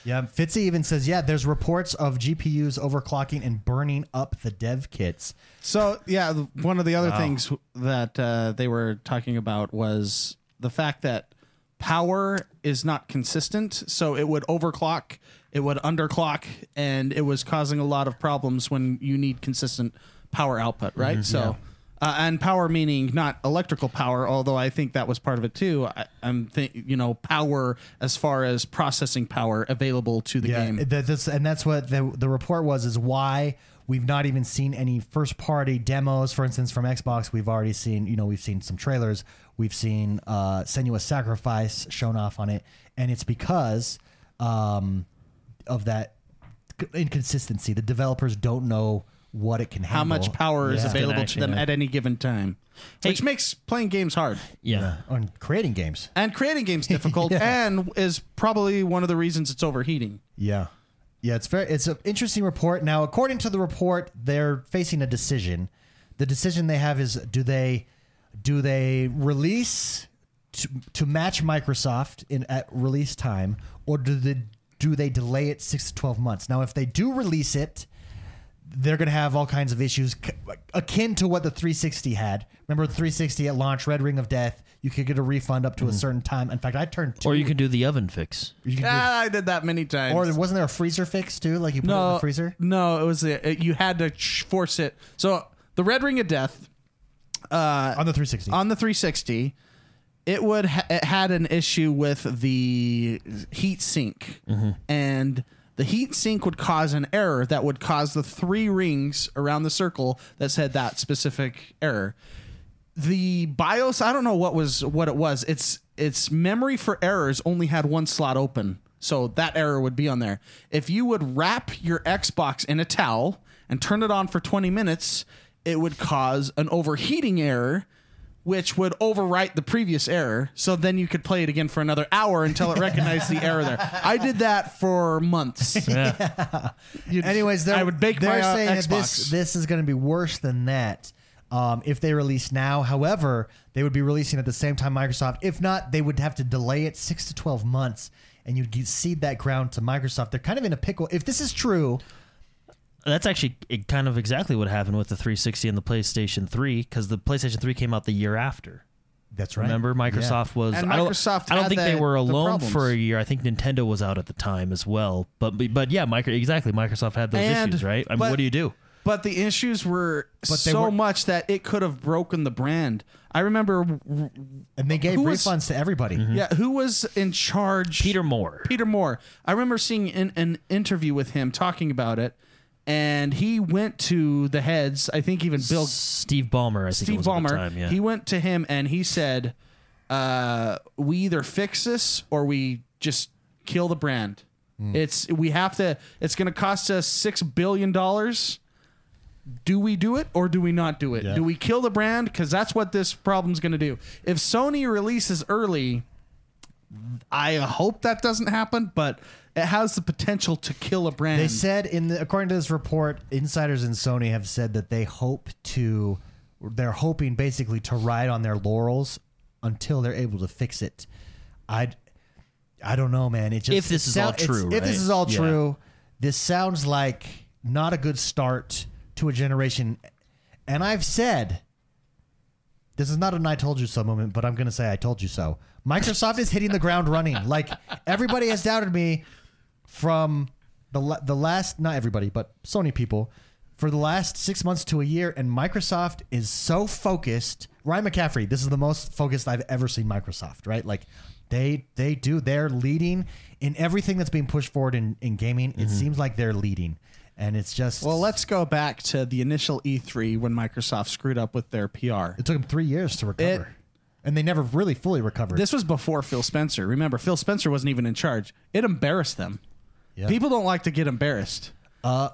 Speaker 1: Yeah. Fitzy even says, yeah, there's reports of GPUs overclocking and burning up the dev kits.
Speaker 2: So yeah, th- one of the other things that uh, they were talking about was the fact that power is not consistent, so it would overclock, it would underclock, and it was causing a lot of problems when you need consistent power output, right? so. Uh, and power meaning not electrical power, although I think that was part of it too. I, I'm think you know power as far as processing power available to the game.
Speaker 1: That, that's, and that's what the, the report was is why we've not even seen any first party demos, for instance, from Xbox. We've already seen, you know, we've seen some trailers. We've seen uh, Senua's Sacrifice shown off on it. And it's because um, of that inconsistency. The developers don't know what it can handle.
Speaker 2: how much power is
Speaker 1: Yeah.
Speaker 2: available to
Speaker 3: Action,
Speaker 2: them
Speaker 3: yeah.
Speaker 2: at any given time, which
Speaker 3: Hey-
Speaker 2: makes playing games hard
Speaker 3: Yeah.
Speaker 1: on creating games.
Speaker 2: and creating games difficult, and is probably one of the reasons it's overheating.
Speaker 1: Yeah. Yeah, it's very it's an interesting report. Now, according to the report, they're facing a decision. The decision they have is do they do they release to, to match Microsoft in at release time or do they do they delay it 6 to 12 months? Now, if they do release it, they're going to have all kinds of issues c- akin to what the 360 had. Remember the 360 at launch, Red Ring of Death, you could get a refund up to a certain time. In fact, I turned two.
Speaker 3: Mm-hmm. Or you can do the oven fix.
Speaker 1: you can do-
Speaker 2: Ah, I did that many times.
Speaker 1: or wasn't there a freezer fix too? Like you put it in the freezer?
Speaker 2: No, it was the it, you had to ch- force it. So the Red Ring of Death
Speaker 1: on the 360.
Speaker 2: on the 360, it would ha- it had an issue with the heat sink,
Speaker 1: Mm-hmm.
Speaker 2: and the heat sink would cause an error that would cause the three rings around the circle that said that specific error. The BIOS, I don't know what was what it was. It's its memory for errors only had one slot open, so that error would be on there. If you would wrap your Xbox in a towel and turn it on for 20 minutes, it would cause an overheating error which would overwrite the previous error. So then you could play it again for another hour until it recognized the error there. I did that for months.
Speaker 1: Anyways, they're,
Speaker 2: I would bake
Speaker 1: they're
Speaker 2: my, uh,
Speaker 1: saying that this
Speaker 2: Xbox.
Speaker 1: this is going to be worse than that. Um, if they release now, however, they would be releasing at the same time Microsoft. If not, they would have to delay it six to twelve months, and you'd get- cede that ground to Microsoft. They're kind of in a pickle. If this is true,
Speaker 3: That's actually it kind of exactly what happened with the 360 and the PlayStation 3 because the PlayStation 3 came out the year after.
Speaker 1: that's right.
Speaker 3: Remember, Microsoft was.
Speaker 2: And
Speaker 3: I don't,
Speaker 2: Microsoft
Speaker 3: I don't
Speaker 2: had
Speaker 3: think they
Speaker 2: the-
Speaker 3: were
Speaker 2: the
Speaker 3: alone
Speaker 2: problems.
Speaker 3: for a year. I think Nintendo was out at the time as well. But but yeah, micro exactly. Microsoft had those
Speaker 2: And-
Speaker 3: issues, right? I mean,
Speaker 2: but-
Speaker 3: what do you do?
Speaker 2: But the issues were
Speaker 1: they
Speaker 2: so
Speaker 1: were-
Speaker 2: much that it could have broken the brand. I remember,
Speaker 3: Mm-hmm.
Speaker 2: w-
Speaker 1: and they gave
Speaker 2: Who was- Mm-hmm.
Speaker 1: refunds to everybody.
Speaker 2: yeah, who was in charge?
Speaker 3: Peter Moore.
Speaker 2: Peter Moore. I remember seeing an, an interview with him talking about it, and he went to the heads. I think even Bill
Speaker 3: Steve Ballmer. I think it
Speaker 2: Steve
Speaker 3: was at the
Speaker 2: Ballmer.
Speaker 3: time, yeah.
Speaker 2: He went to him and he said, uh, "We either fix this or we just kill the brand.
Speaker 1: Hmm.
Speaker 2: It's we have to. It's going to cost us six billion dollars. Do we do it or do we not do it?
Speaker 1: Yeah.
Speaker 2: Do we kill the brand? Because that's what this problem's going to do. If Sony releases early." I hope that doesn't happen, but it has the potential to kill a brand.
Speaker 1: They said in the according to this report, insiders in Sony have said that they hope to they're hoping basically to ride on their laurels until they're able to fix it. I I don't know, man. It just
Speaker 3: If this
Speaker 1: it
Speaker 3: is all
Speaker 1: it's-
Speaker 3: true,
Speaker 1: if this
Speaker 3: right?
Speaker 1: is all
Speaker 3: Yeah.
Speaker 1: true, this sounds like not a good start to a generation. And I've said This is not an I told you so moment, but I'm going to say I told you so. Microsoft is hitting the ground running. Like everybody has doubted me from the la- the last not everybody, but Sony people for the last 6 months to a year and Microsoft is so focused. Ryan McCaffrey, this is the most focused I've ever seen Microsoft, right? Like they they do they're leading in everything that's being pushed forward in in gaming. It seems like they're leading and it's just
Speaker 2: Mm-hmm. Well, let's go back to the initial E3 when Microsoft screwed up with their PR.
Speaker 1: It took them three years to recover,
Speaker 2: It-
Speaker 1: and they never really fully recovered.
Speaker 2: This was before Phil Spencer. Remember, Phil Spencer wasn't even in charge. It embarrassed them.
Speaker 1: Yeah.
Speaker 2: People don't like to get embarrassed.
Speaker 1: uh,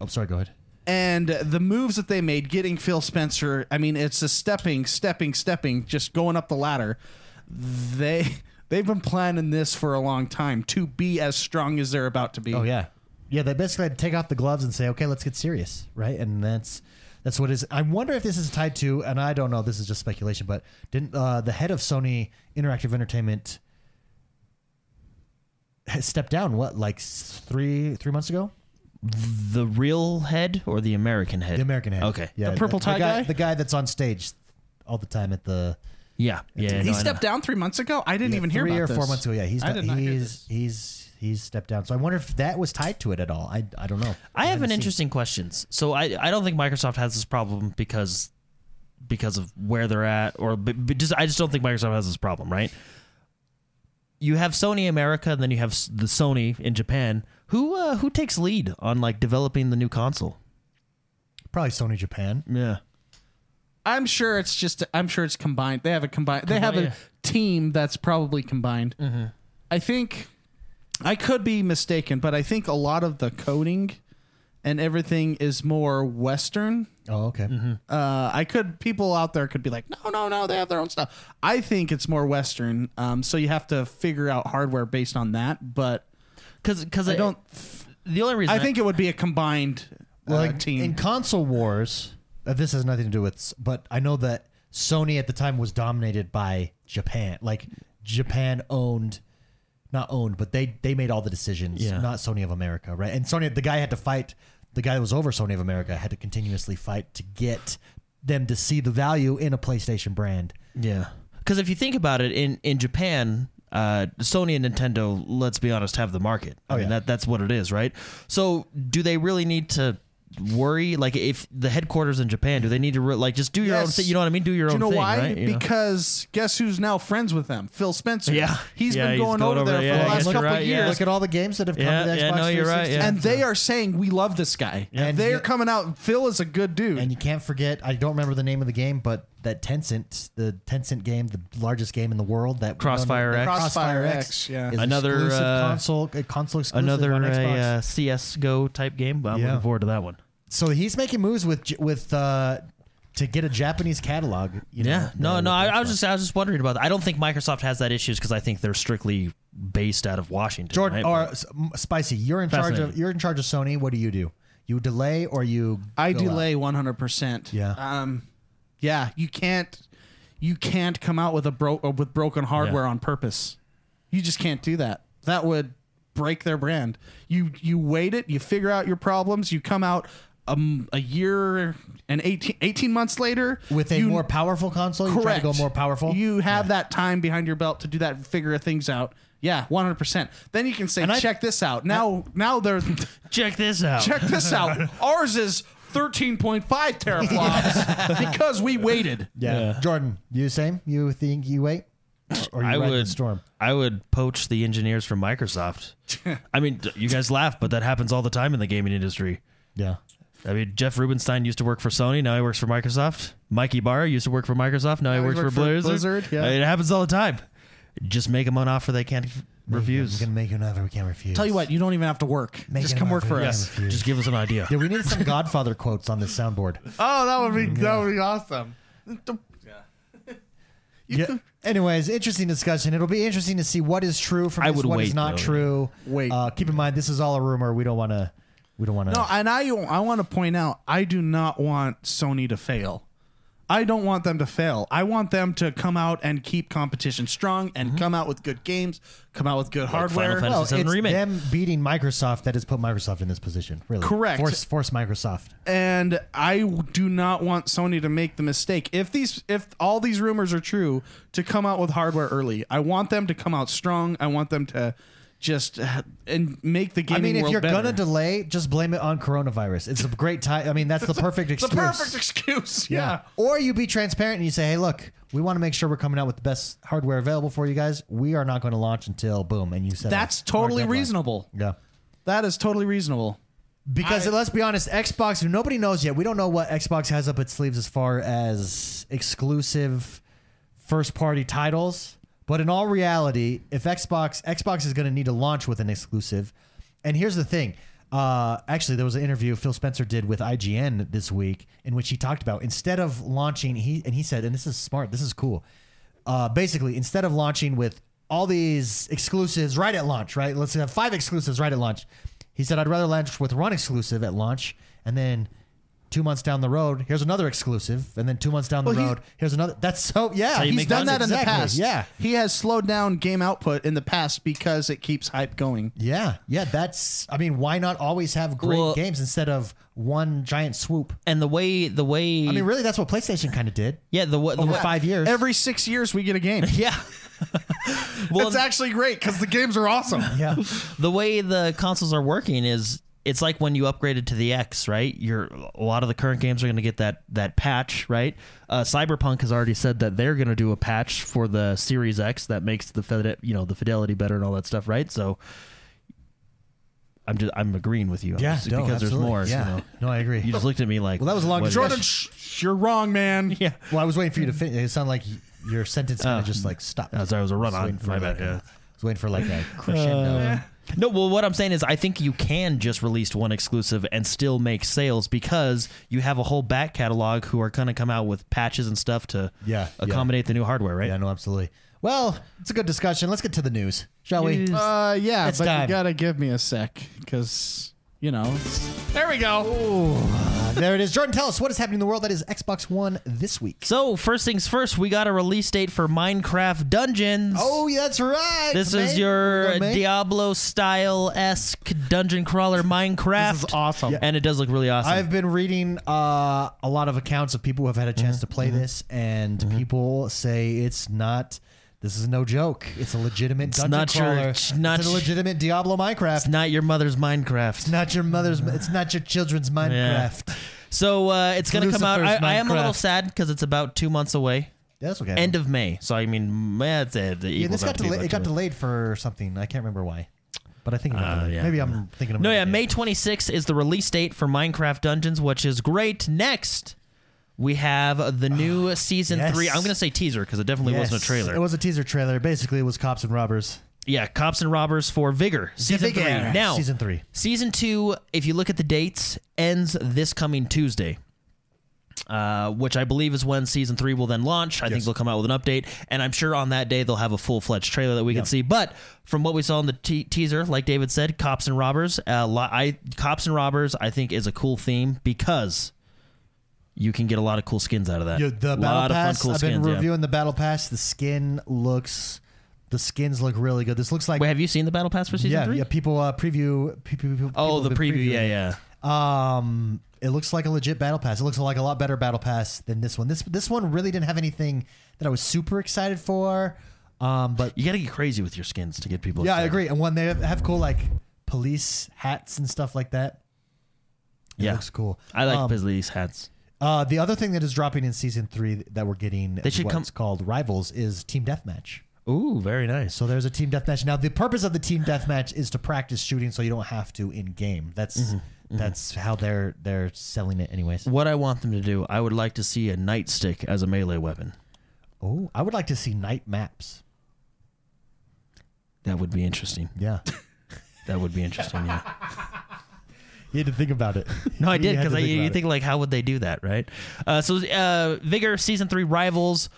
Speaker 1: I'm sorry. Go ahead.
Speaker 2: And the moves that they made getting Phil Spencer, I mean, it's a stepping, stepping, stepping, just going up the ladder. They they've been planning this for a long time to be as strong as they're about to be.
Speaker 1: Oh yeah, yeah. They basically had to take off the gloves and say, "Okay, let's get serious," right? And that's that's what it is. I wonder if this is tied to, and I don't know. This is just speculation, but didn't uh, the head of Sony Interactive Entertainment has stepped down? What like s- three three months ago?
Speaker 3: The real head or the American head?
Speaker 1: The American head.
Speaker 3: Okay.
Speaker 1: yeah,
Speaker 2: The purple tie guy?
Speaker 1: the guy that's on stage all the time at the
Speaker 3: Yeah. Yeah. no, I
Speaker 2: He
Speaker 3: know.
Speaker 2: stepped down three months ago. I didn't even hear
Speaker 1: three
Speaker 2: about
Speaker 1: or
Speaker 2: this.
Speaker 1: four months ago. Yeah, he's
Speaker 2: I
Speaker 1: not-
Speaker 2: did not hear
Speaker 1: he's
Speaker 2: this.
Speaker 1: he's he's stepped down. So I wonder if that was tied to it at all. I I don't know.
Speaker 3: I have
Speaker 1: haven't
Speaker 3: an
Speaker 1: seen-
Speaker 3: interesting question. So I I don't think Microsoft has this problem because because of where they're at or b- b- just I just don't think Microsoft has this problem, right? You have Sony America and then you have s- the Sony in Japan. Who uh, who takes lead on like developing the new console?
Speaker 1: Probably Sony Japan.
Speaker 3: Yeah.
Speaker 2: I'm sure it's just. I'm sure it's combined. They have a combined. They have
Speaker 3: Combined, yeah.
Speaker 2: a team that's probably combined. I think. I could be mistaken, but I think a lot of the coding and everything is more Western.
Speaker 1: Oh, okay.
Speaker 3: Mm-hmm.
Speaker 2: Uh, I could people out there could be like, no, no, no, they have their own stuff. I think it's more Western. Um, so you have to figure out hardware based on that. But
Speaker 3: Cuz cuz
Speaker 2: I don't.
Speaker 3: the only reason
Speaker 2: I think it would be a combined uh,
Speaker 1: Well, in,
Speaker 2: team.
Speaker 1: in console wars, uh, this has nothing to do with. s- But I know that Sony at the time was dominated by Japan. Like Japan owned, not owned, but they they made all the decisions.
Speaker 3: Yeah.
Speaker 1: Not Sony of America, right? And Sony, the guy had to fight. The guy that was over Sony of America had to continuously fight to get them to see the value in a PlayStation brand.
Speaker 3: Yeah. Because if you think about it, in in Japan, uh, Sony and Nintendo, let's be honest, have the market. I
Speaker 1: Oh,
Speaker 3: mean,
Speaker 1: yeah.
Speaker 3: that that's what it is, right? So, do they really need to worry? Like, if the headquarters in Japan, do they need to re- like just do your own
Speaker 2: Yes.
Speaker 3: thing? You know what I mean? Do your
Speaker 2: Do
Speaker 3: own
Speaker 2: you know
Speaker 3: thing,
Speaker 2: why?
Speaker 3: right? You know?
Speaker 2: Because guess who's now friends with them? Phil Spencer.
Speaker 3: Yeah.
Speaker 2: he's
Speaker 3: Yeah,
Speaker 2: been
Speaker 3: he's
Speaker 2: going,
Speaker 3: going
Speaker 2: over,
Speaker 3: over
Speaker 2: there
Speaker 3: there.
Speaker 2: for the
Speaker 3: Yeah, I
Speaker 2: last
Speaker 3: guess you're
Speaker 2: couple
Speaker 3: right,
Speaker 2: of
Speaker 3: yeah.
Speaker 2: years,
Speaker 1: Look at all the games that have come
Speaker 3: Yeah,
Speaker 1: to the Xbox
Speaker 3: yeah, no, you're right,
Speaker 1: 360.
Speaker 3: yeah.
Speaker 2: and they are saying we love this guy.
Speaker 1: And
Speaker 2: They're
Speaker 1: you-
Speaker 2: coming out. Phil is a good dude.
Speaker 1: And you can't forget, I don't remember the name of the game, but that Tencent, the Tencent game, the largest game in the world, that
Speaker 3: Crossfire
Speaker 1: that
Speaker 3: X.
Speaker 1: Crossfire X,
Speaker 2: X, yeah.
Speaker 1: is
Speaker 3: Another,
Speaker 1: another exclusive
Speaker 3: uh,
Speaker 1: console, a console exclusive
Speaker 3: Another
Speaker 1: on
Speaker 3: uh,
Speaker 1: Xbox.
Speaker 3: uh, CS:GO type game. but I'm
Speaker 1: Yeah.
Speaker 3: looking forward to that one.
Speaker 1: so he's making moves with J- with uh, to get a Japanese catalog. You
Speaker 3: Yeah.
Speaker 1: know,
Speaker 3: No,
Speaker 1: uh,
Speaker 3: no.
Speaker 1: with
Speaker 3: I, I was
Speaker 1: Xbox.
Speaker 3: just I was just wondering about that. I don't think Microsoft has that issues because I think they're strictly based out of Washington.
Speaker 1: Jordan
Speaker 3: right?
Speaker 1: or S- M- Spicy. You're in charge of
Speaker 3: Fascinating.
Speaker 1: you're in charge of Sony. What do you do? You delay or you?
Speaker 2: I
Speaker 1: go out?
Speaker 2: delay one hundred percent.
Speaker 1: Yeah.
Speaker 2: Um, yeah. You can't. You can't come out with a bro uh, with broken hardware
Speaker 3: Yeah.
Speaker 2: on purpose. You just can't do that. That would break their brand. You you wait it. You figure out your problems. You come out um, a year and 18, 18 months later
Speaker 1: with a
Speaker 2: you-
Speaker 1: more powerful console. You try to
Speaker 2: Correct.
Speaker 1: go more powerful.
Speaker 2: You have that time behind your belt to do that, figure things out. Yeah, one hundred percent. Then you can say,
Speaker 1: And I-
Speaker 2: check this out. Now, now they're
Speaker 3: check this out.
Speaker 2: check this out. Ours is thirteen point five teraflops because we waited.
Speaker 1: yeah. Jordan, you same? You think you wait? Or you
Speaker 3: I
Speaker 1: ride the
Speaker 3: would
Speaker 1: storm?
Speaker 3: I would poach the engineers from Microsoft. I mean, d- you guys laugh, but that happens all the time in the gaming industry.
Speaker 1: Yeah.
Speaker 3: I mean, Jeff Rubenstein used to work for Sony. Now he works for Microsoft. Mikey Barr used to work for Microsoft. Now, he works for
Speaker 2: works for
Speaker 3: Blizzard.
Speaker 2: Blizzard, yeah.
Speaker 3: I mean, it happens all the time. Just make them an offer they can't f- refuse.
Speaker 1: We're gonna make you an offer we can't refuse.
Speaker 2: Tell you what, you don't even have to work.
Speaker 1: Make
Speaker 2: Just
Speaker 1: an
Speaker 2: come work
Speaker 1: offer
Speaker 2: for
Speaker 1: you
Speaker 2: us.
Speaker 1: can't refuse.
Speaker 3: Just give us an idea.
Speaker 1: Yeah, we need some Godfather quotes on this soundboard.
Speaker 2: Oh, that would be that would be awesome.
Speaker 1: Yeah. Anyways, interesting discussion. It'll be interesting to see what is true from
Speaker 3: I
Speaker 1: this,
Speaker 3: would
Speaker 1: what is
Speaker 3: wait,
Speaker 1: not
Speaker 3: though.
Speaker 1: true.
Speaker 2: Wait.
Speaker 1: Uh, keep in mind, this is all a rumor. We don't want to. We don't want to.
Speaker 2: No, and I I want to point out, I do not want Sony to fail. I don't want them to fail. I want them to come out and keep competition strong and
Speaker 1: Mm-hmm.
Speaker 2: come out with good games, come out with good hardware.
Speaker 3: Fantasy
Speaker 1: Well,
Speaker 3: VII
Speaker 1: it's
Speaker 3: Remake.
Speaker 1: them beating Microsoft that has put Microsoft in this position. Really,
Speaker 2: Correct.
Speaker 1: Force, force Microsoft.
Speaker 2: and I do not want Sony to make the mistake. If these, if all these rumors are true, to come out with hardware early. I want them to come out strong. I want them to just uh, and make
Speaker 1: I
Speaker 2: the gaming
Speaker 1: mean, if
Speaker 2: world
Speaker 1: you're
Speaker 2: better.
Speaker 1: gonna delay, just blame it on coronavirus. It's a great time. I mean, that's the perfect
Speaker 2: it's a
Speaker 1: excuse.
Speaker 2: perfect excuse. Yeah.
Speaker 1: Or you be transparent and you say, hey, look, we want to make sure we're coming out with the best hardware available for you guys. We are not going to launch until boom. And you said
Speaker 2: that's totally reasonable.
Speaker 1: Yeah.
Speaker 2: That is totally reasonable.
Speaker 1: Because let's be honest, Xbox, nobody knows yet. We don't know what Xbox has up its sleeves as far as exclusive first party titles. But in all reality, if Xbox Xbox is going to need to launch with an exclusive, and here's the thing. Uh, actually, there was an interview Phil Spencer did with IGN this week in which he talked about instead of launching, he and he said, and this is smart, this is cool. Uh, basically, instead of launching with all these exclusives right at launch, right? Let's have five exclusives right at launch. He said, I'd rather launch with one exclusive at launch, and then two months down the road, here's another exclusive, and then two months down the
Speaker 2: Well, he-
Speaker 1: road, here's another. That's so yeah.
Speaker 3: how you
Speaker 1: he's
Speaker 3: make
Speaker 1: done
Speaker 3: money.
Speaker 1: that in the past. Yeah.
Speaker 2: He has slowed down game output in the past because it keeps hype going.
Speaker 1: Yeah. Yeah. That's, I mean, why not always have great
Speaker 3: Well-
Speaker 1: games instead of one giant swoop?
Speaker 3: And the way the way
Speaker 1: I mean, really, that's what PlayStation kind of did
Speaker 3: yeah the, wa- the
Speaker 1: over
Speaker 3: wa-
Speaker 1: five years.
Speaker 2: Every six years, we get a game.
Speaker 3: yeah. well,
Speaker 2: it's actually great because the games are awesome.
Speaker 1: yeah.
Speaker 3: the way the consoles are working is it's like when you upgraded to the X, right? You're a lot of the current games are going to get that that patch, right? Uh, Cyberpunk has already said that they're going to do a patch for the Series X that makes the fide- you know the fidelity better and all that stuff, right? So I'm just I'm agreeing with you,
Speaker 1: Yeah.
Speaker 3: Just
Speaker 1: no,
Speaker 3: because
Speaker 1: absolutely.
Speaker 3: there's more.
Speaker 1: Yeah.
Speaker 3: You, know?
Speaker 1: No, I agree.
Speaker 3: you just looked at me like,
Speaker 1: Well, that was a long
Speaker 3: what-
Speaker 1: discussion.
Speaker 2: Jordan, shh, you're wrong, man.
Speaker 3: Yeah,
Speaker 1: Well, I was waiting for you to finish. It sounded like your sentence kind of just like stopped.
Speaker 3: Oh, sorry, it was a run
Speaker 1: I
Speaker 3: on.
Speaker 1: waiting for
Speaker 3: My
Speaker 1: like
Speaker 3: bad, yeah.
Speaker 1: a- I was waiting for like a crescendo.
Speaker 3: No, well, what I'm saying is, I think you can just release one exclusive and still make sales because you have a whole back catalog who are going to come out with patches and stuff to
Speaker 1: Yeah, yeah.
Speaker 3: accommodate the new hardware, right?
Speaker 1: yeah, no, absolutely. Well, it's a good discussion. Let's get to the news, shall we?
Speaker 2: Uh, yeah,
Speaker 1: It's
Speaker 2: but
Speaker 1: time.
Speaker 2: you gotta give me a sec because you know. it's- There we go.
Speaker 1: Uh, there it is. Jordan, tell us what is happening in the world that is Xbox One this week.
Speaker 3: So, first things first, we got a release date for Minecraft Dungeons.
Speaker 1: Oh, yeah, that's right.
Speaker 3: This is
Speaker 1: mate. Here
Speaker 3: your
Speaker 1: we go, mate.
Speaker 3: Diablo style esque dungeon crawler Minecraft.
Speaker 2: This is awesome. Yeah.
Speaker 3: And it does look really awesome.
Speaker 1: I've been reading uh, a lot of accounts of people who have had a chance to play this, and people say it's not. This is no joke. It's a legitimate dungeon
Speaker 3: not your-
Speaker 1: crawler.
Speaker 3: it's not
Speaker 1: it's a
Speaker 3: your-
Speaker 1: legitimate Diablo Minecraft.
Speaker 3: it's not your mother's Minecraft.
Speaker 1: not your mother's. It's not your children's Minecraft.
Speaker 3: So, uh, it's going to come out. I,
Speaker 1: Lucifer's
Speaker 3: I am a little
Speaker 1: Minecraft.
Speaker 3: sad because it's about two months away.
Speaker 1: That's okay.
Speaker 3: End of May. So I mean, that's it. The
Speaker 1: yeah, this
Speaker 3: Eagles have
Speaker 1: got
Speaker 3: to be
Speaker 1: delayed. It
Speaker 3: about
Speaker 1: got
Speaker 3: two-
Speaker 1: delayed for something. I can't remember why, but I think it got
Speaker 3: Uh,
Speaker 1: delayed.
Speaker 3: yeah.
Speaker 1: maybe I'm thinking. of
Speaker 3: No,
Speaker 1: another
Speaker 3: yeah,
Speaker 1: date.
Speaker 3: May 26th is the release date for Minecraft Dungeons, which is great. Next, we have the new season
Speaker 1: Ah, yes.
Speaker 3: three. I'm gonna say teaser because it definitely wasn't a
Speaker 1: Yes.
Speaker 3: trailer.
Speaker 1: It was a teaser trailer. Basically, it was cops and robbers.
Speaker 3: yeah, cops and robbers for Vigor season
Speaker 1: Vigor.
Speaker 3: three. Now
Speaker 1: Season three.
Speaker 3: Season two, if you look at the dates, ends this coming Tuesday. Uh, which I believe is when season three will then launch. I think they'll come out with an update, and I'm sure on that day they'll have a full fledged trailer that we can see. But from what we saw in the te- teaser, like David said, cops and robbers. Uh, lo- I cops and robbers, I think, is a cool theme because you can get a lot of cool skins out of that.
Speaker 1: Yo, the
Speaker 3: a
Speaker 1: battle
Speaker 3: lot
Speaker 1: pass.
Speaker 3: of fun, cool
Speaker 1: I've
Speaker 3: skins.
Speaker 1: been
Speaker 3: yeah.
Speaker 1: reviewing the battle pass. The skin looks. The skins look really good. This looks like.
Speaker 3: Wait, have you seen the battle pass for season
Speaker 1: yeah,
Speaker 3: three?
Speaker 1: yeah. People uh, preview. pe- pe- pe- People,
Speaker 3: Oh, the
Speaker 1: have been
Speaker 3: preview.
Speaker 1: previewing
Speaker 3: Yeah,
Speaker 1: it.
Speaker 3: yeah.
Speaker 1: Um, it looks like a legit battle pass. It looks like a lot better battle pass than this one. This this one really didn't have anything that I was super excited for. Um, but
Speaker 3: You got to get crazy with your skins to get people.
Speaker 1: yeah, I
Speaker 3: excited.
Speaker 1: agree. And when they have, have cool like police hats and stuff like that, it
Speaker 3: Yeah.
Speaker 1: looks cool.
Speaker 3: I like
Speaker 1: Um,
Speaker 3: Bisley's hats.
Speaker 1: uh, the other thing that is dropping in season three that we're getting they
Speaker 3: should
Speaker 1: what's
Speaker 3: come-
Speaker 1: called Rivals is team deathmatch.
Speaker 3: Ooh, very nice.
Speaker 1: So there's a team deathmatch. Now the purpose of the team deathmatch is to practice shooting, so you don't have to in game. That's
Speaker 3: Mm-hmm.
Speaker 1: that's how they're they're selling it, anyways.
Speaker 3: What I want them to do, I would like to see a nightstick as a melee weapon.
Speaker 1: Oh, I would like to see night maps.
Speaker 3: That would be interesting.
Speaker 1: Yeah.
Speaker 3: That would be interesting. Yeah.
Speaker 1: You had to think about it.
Speaker 3: No, I did
Speaker 1: had
Speaker 3: because
Speaker 1: to
Speaker 3: you
Speaker 1: about
Speaker 3: you
Speaker 1: it.
Speaker 3: think like, how would they do that, right? Uh, so, uh, Vigor season three rivals.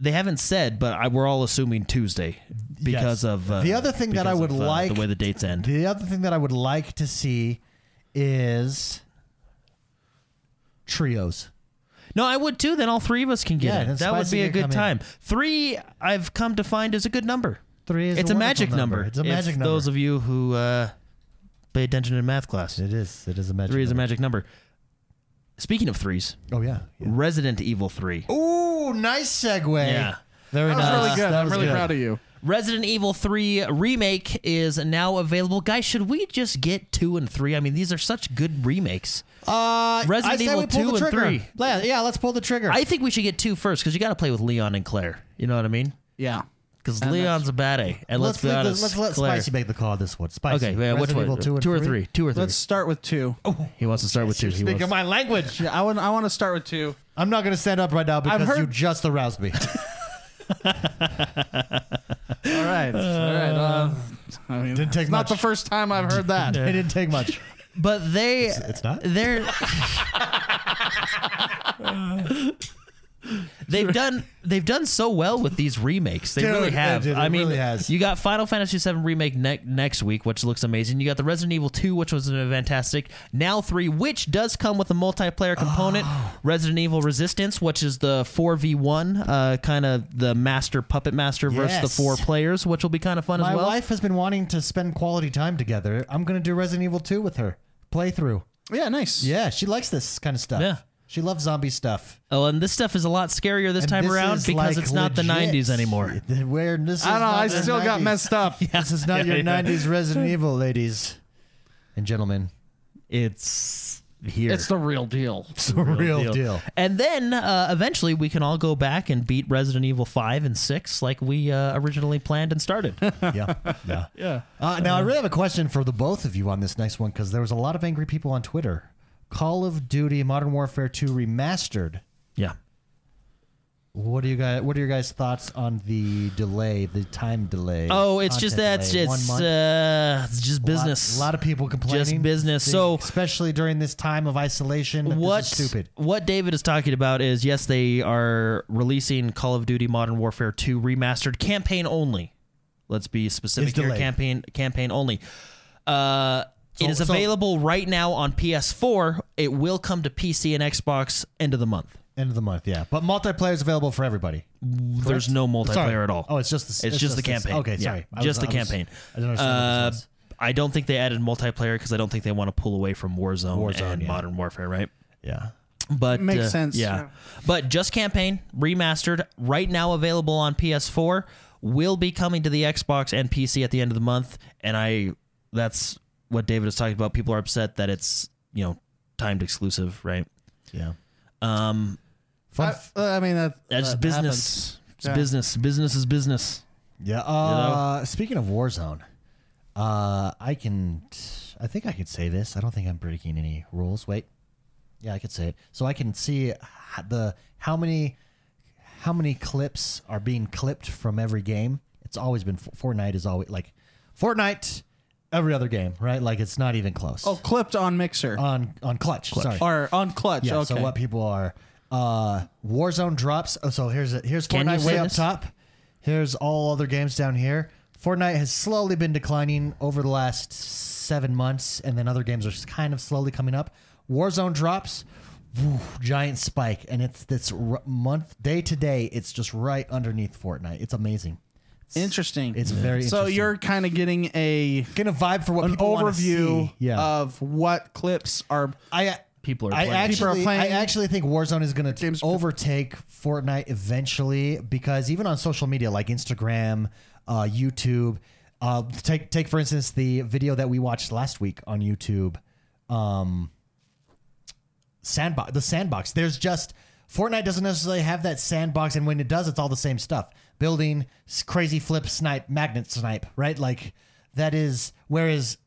Speaker 3: They haven't said, but I, we're all assuming Tuesday because
Speaker 1: Yes.
Speaker 3: of uh,
Speaker 1: The other thing that I
Speaker 3: because
Speaker 1: would
Speaker 3: of, uh,
Speaker 1: like-
Speaker 3: the way the dates end.
Speaker 1: the other thing that I would like to see is trios.
Speaker 3: No, I would too. Then all three of us can get
Speaker 1: Yeah, then
Speaker 3: it. That would
Speaker 1: Spicy
Speaker 3: be a
Speaker 1: can
Speaker 3: good
Speaker 1: come in.
Speaker 3: time. Three, I've come to find, is a good number.
Speaker 1: Three is
Speaker 3: It's a,
Speaker 1: wonderful
Speaker 3: magic number.
Speaker 1: It's a
Speaker 3: if
Speaker 1: magic number.
Speaker 3: Those of you who uh, pay attention in math class,
Speaker 1: it is. It is a magic.
Speaker 3: three is a
Speaker 1: number.
Speaker 3: magic number. Speaking of threes,
Speaker 1: Oh yeah. yeah.
Speaker 3: Resident Evil Three.
Speaker 1: Ooh, nice segue.
Speaker 3: Yeah.
Speaker 1: Very
Speaker 4: That was
Speaker 1: nice.
Speaker 4: really good.
Speaker 1: That
Speaker 4: I'm
Speaker 1: was
Speaker 4: really
Speaker 1: good.
Speaker 4: proud of you.
Speaker 3: Resident Evil 3 remake is now available. Guys, should we just get 2 and 3? I mean, these are such good remakes.
Speaker 1: Uh,
Speaker 3: Resident
Speaker 1: I say
Speaker 3: Evil
Speaker 1: we pull
Speaker 3: 2
Speaker 1: the
Speaker 3: and
Speaker 1: trigger.
Speaker 3: 3.
Speaker 1: Yeah, yeah, let's pull the trigger.
Speaker 3: I think we should get 2 first cuz you got to play with Leon and Claire. You know what I mean?
Speaker 2: Yeah.
Speaker 3: Cuz Leon's a baddie. And let's, be
Speaker 1: leave the-
Speaker 3: honest.
Speaker 1: let's let
Speaker 3: Claire.
Speaker 1: Spicy make the call on this one. Spicy.
Speaker 3: Okay, yeah, which
Speaker 1: Resident Evil
Speaker 3: one?
Speaker 1: 2 and
Speaker 3: 2 or 3? 2 or 3.
Speaker 2: Let's start with two.
Speaker 1: Oh.
Speaker 3: he wants to start with 2. He wants-
Speaker 1: my language.
Speaker 2: Yeah, I want I want to start with two.
Speaker 1: I'm not going to stand up right now because you
Speaker 2: heard-
Speaker 1: just aroused me.
Speaker 2: All right. All right. Uh, I mean,
Speaker 1: Didn't take
Speaker 2: it's
Speaker 1: much.
Speaker 2: not the first time I've heard that.
Speaker 1: it didn't take much.
Speaker 3: but they
Speaker 1: It's not.
Speaker 3: they're They've done they've done so well with these remakes. They
Speaker 1: Dude,
Speaker 3: really have.
Speaker 1: they did. It
Speaker 3: I mean,
Speaker 1: really has.
Speaker 3: you got Final Fantasy VII remake ne- next week, which looks amazing. You got the Resident Evil 2, which was fantastic. Now three, which does come with a multiplayer component.
Speaker 1: Oh.
Speaker 3: Resident Evil Resistance, which is the four v one, uh, kind of the master puppet master versus the
Speaker 1: Yes.
Speaker 3: four players, which will be kind of fun
Speaker 1: My
Speaker 3: as well.
Speaker 1: wife has been wanting to spend quality time together. I'm going to do Resident Evil 2 with her. Playthrough.
Speaker 2: Yeah, nice.
Speaker 1: Yeah, she likes this kind of stuff.
Speaker 3: Yeah.
Speaker 1: She loves zombie stuff.
Speaker 3: Oh, and this stuff is a lot scarier this
Speaker 1: And
Speaker 3: time
Speaker 1: this
Speaker 3: around
Speaker 1: is,
Speaker 3: because
Speaker 1: like,
Speaker 3: it's not the
Speaker 1: legit.
Speaker 3: 90s anymore.
Speaker 1: Where this is
Speaker 2: I don't know.
Speaker 1: not
Speaker 2: I
Speaker 1: the
Speaker 2: still got
Speaker 1: 90s.
Speaker 2: messed up.
Speaker 1: This is not your
Speaker 3: Yeah, yeah.
Speaker 1: 90s Resident Evil, ladies and gentlemen.
Speaker 3: It's here.
Speaker 2: It's the real deal.
Speaker 1: It's a real, deal.
Speaker 3: And then uh, eventually we can all go back and beat Resident Evil 5 and 6 like we uh, originally planned and started.
Speaker 1: yeah. Yeah.
Speaker 2: Yeah.
Speaker 1: Uh, now, I really have a question for the both of you on this next one because there was a lot of angry people on Twitter. Call of Duty Modern Warfare 2 Remastered.
Speaker 3: yeah.
Speaker 1: What do you guys? What are your guys' thoughts on the delay, the time delay?
Speaker 3: Oh, it's
Speaker 1: content
Speaker 3: just that's
Speaker 1: delay?
Speaker 3: it's
Speaker 1: One month?
Speaker 3: uh, it's just
Speaker 1: A lot-
Speaker 3: business.
Speaker 1: A lot, of people complaining.
Speaker 3: business.
Speaker 1: They-
Speaker 3: So-
Speaker 1: especially during this time of isolation, that
Speaker 3: what
Speaker 1: this is stupid?
Speaker 3: What David is talking about is yes, they are releasing Call of Duty Modern Warfare 2 remastered campaign only. Let's be specific
Speaker 1: It's
Speaker 3: here.
Speaker 1: delayed.
Speaker 3: Campaign campaign only. Uh,
Speaker 1: So-
Speaker 3: it is
Speaker 1: so-
Speaker 3: available right now on PS4. It will come to PC and Xbox end of the month.
Speaker 1: End of the month, yeah. But multiplayer is available for everybody.
Speaker 3: There's no multiplayer
Speaker 1: Sorry.
Speaker 3: at all.
Speaker 1: Oh, it's just the.
Speaker 3: It's, just the campaign.
Speaker 1: Okay,
Speaker 3: Yeah,
Speaker 1: sorry. I
Speaker 3: just
Speaker 1: was-
Speaker 3: the
Speaker 1: I was-
Speaker 3: campaign.
Speaker 1: I don't understand what
Speaker 3: Uh,
Speaker 1: this was.
Speaker 3: I don't think they added multiplayer because I don't think they want to pull away from Warzone,
Speaker 1: Warzone,
Speaker 3: and
Speaker 1: yeah.
Speaker 3: Modern Warfare, right? Uh,
Speaker 1: Yeah.
Speaker 3: But uh,
Speaker 2: Makes sense,
Speaker 3: Yeah.
Speaker 2: yeah.
Speaker 3: but just campaign remastered right now available on PS4 will be coming to the Xbox and PC at the end of the month, and I that's what David is talking about. People are upset that it's you know timed exclusive, right?
Speaker 1: Yeah.
Speaker 3: Um,
Speaker 1: Fun.
Speaker 2: I,
Speaker 1: f-
Speaker 2: uh, I mean, that,
Speaker 3: that's
Speaker 2: that happens.
Speaker 3: business. It's
Speaker 2: Yeah.
Speaker 3: business. Business is business.
Speaker 1: yeah. Uh, Speaking of Warzone, uh, I can. I think I could say this. I don't think I'm breaking any rules. Wait. Yeah, I could say it. So I can see h- the how many how many clips are being clipped from every game. It's always been Fortnite is always like Fortnite every other game, right? Like it's not even close.
Speaker 2: Oh, clipped on Mixer
Speaker 1: on on clutch. Sorry.
Speaker 2: or on Clutch.
Speaker 1: Yeah.
Speaker 2: okay.
Speaker 1: So what people are uh Warzone drops. Oh, so here's it. Here's
Speaker 3: Can you
Speaker 1: Fortnite
Speaker 3: say
Speaker 1: way up
Speaker 3: this?
Speaker 1: top. Here's all other games down here. Fortnite has slowly been declining over the last seven months, and then other games are just kind of slowly coming up. Warzone drops, woo, giant spike, and it's this r- month day to day. It's just right underneath Fortnite. It's amazing.
Speaker 2: Interesting.
Speaker 1: It's very
Speaker 2: So
Speaker 1: interesting.
Speaker 2: you're kind of getting a
Speaker 1: Gonna vibe for what
Speaker 2: an
Speaker 1: people wanna
Speaker 2: overview
Speaker 1: see. Yeah,
Speaker 2: of what clips are.
Speaker 1: I
Speaker 3: People are
Speaker 1: I
Speaker 3: playing.
Speaker 1: actually,
Speaker 2: People are playing.
Speaker 1: I actually think Warzone is going to
Speaker 2: Games-
Speaker 1: overtake Fortnite eventually because even on social media like Instagram, uh, YouTube, uh, take take for instance the video that we watched last week on YouTube, um, sandbox the sandbox. There's just Fortnite doesn't necessarily have that sandbox, and when it does, it's all the same stuff: building, s- crazy flip, snipe, magnet snipe, right? Like that is whereas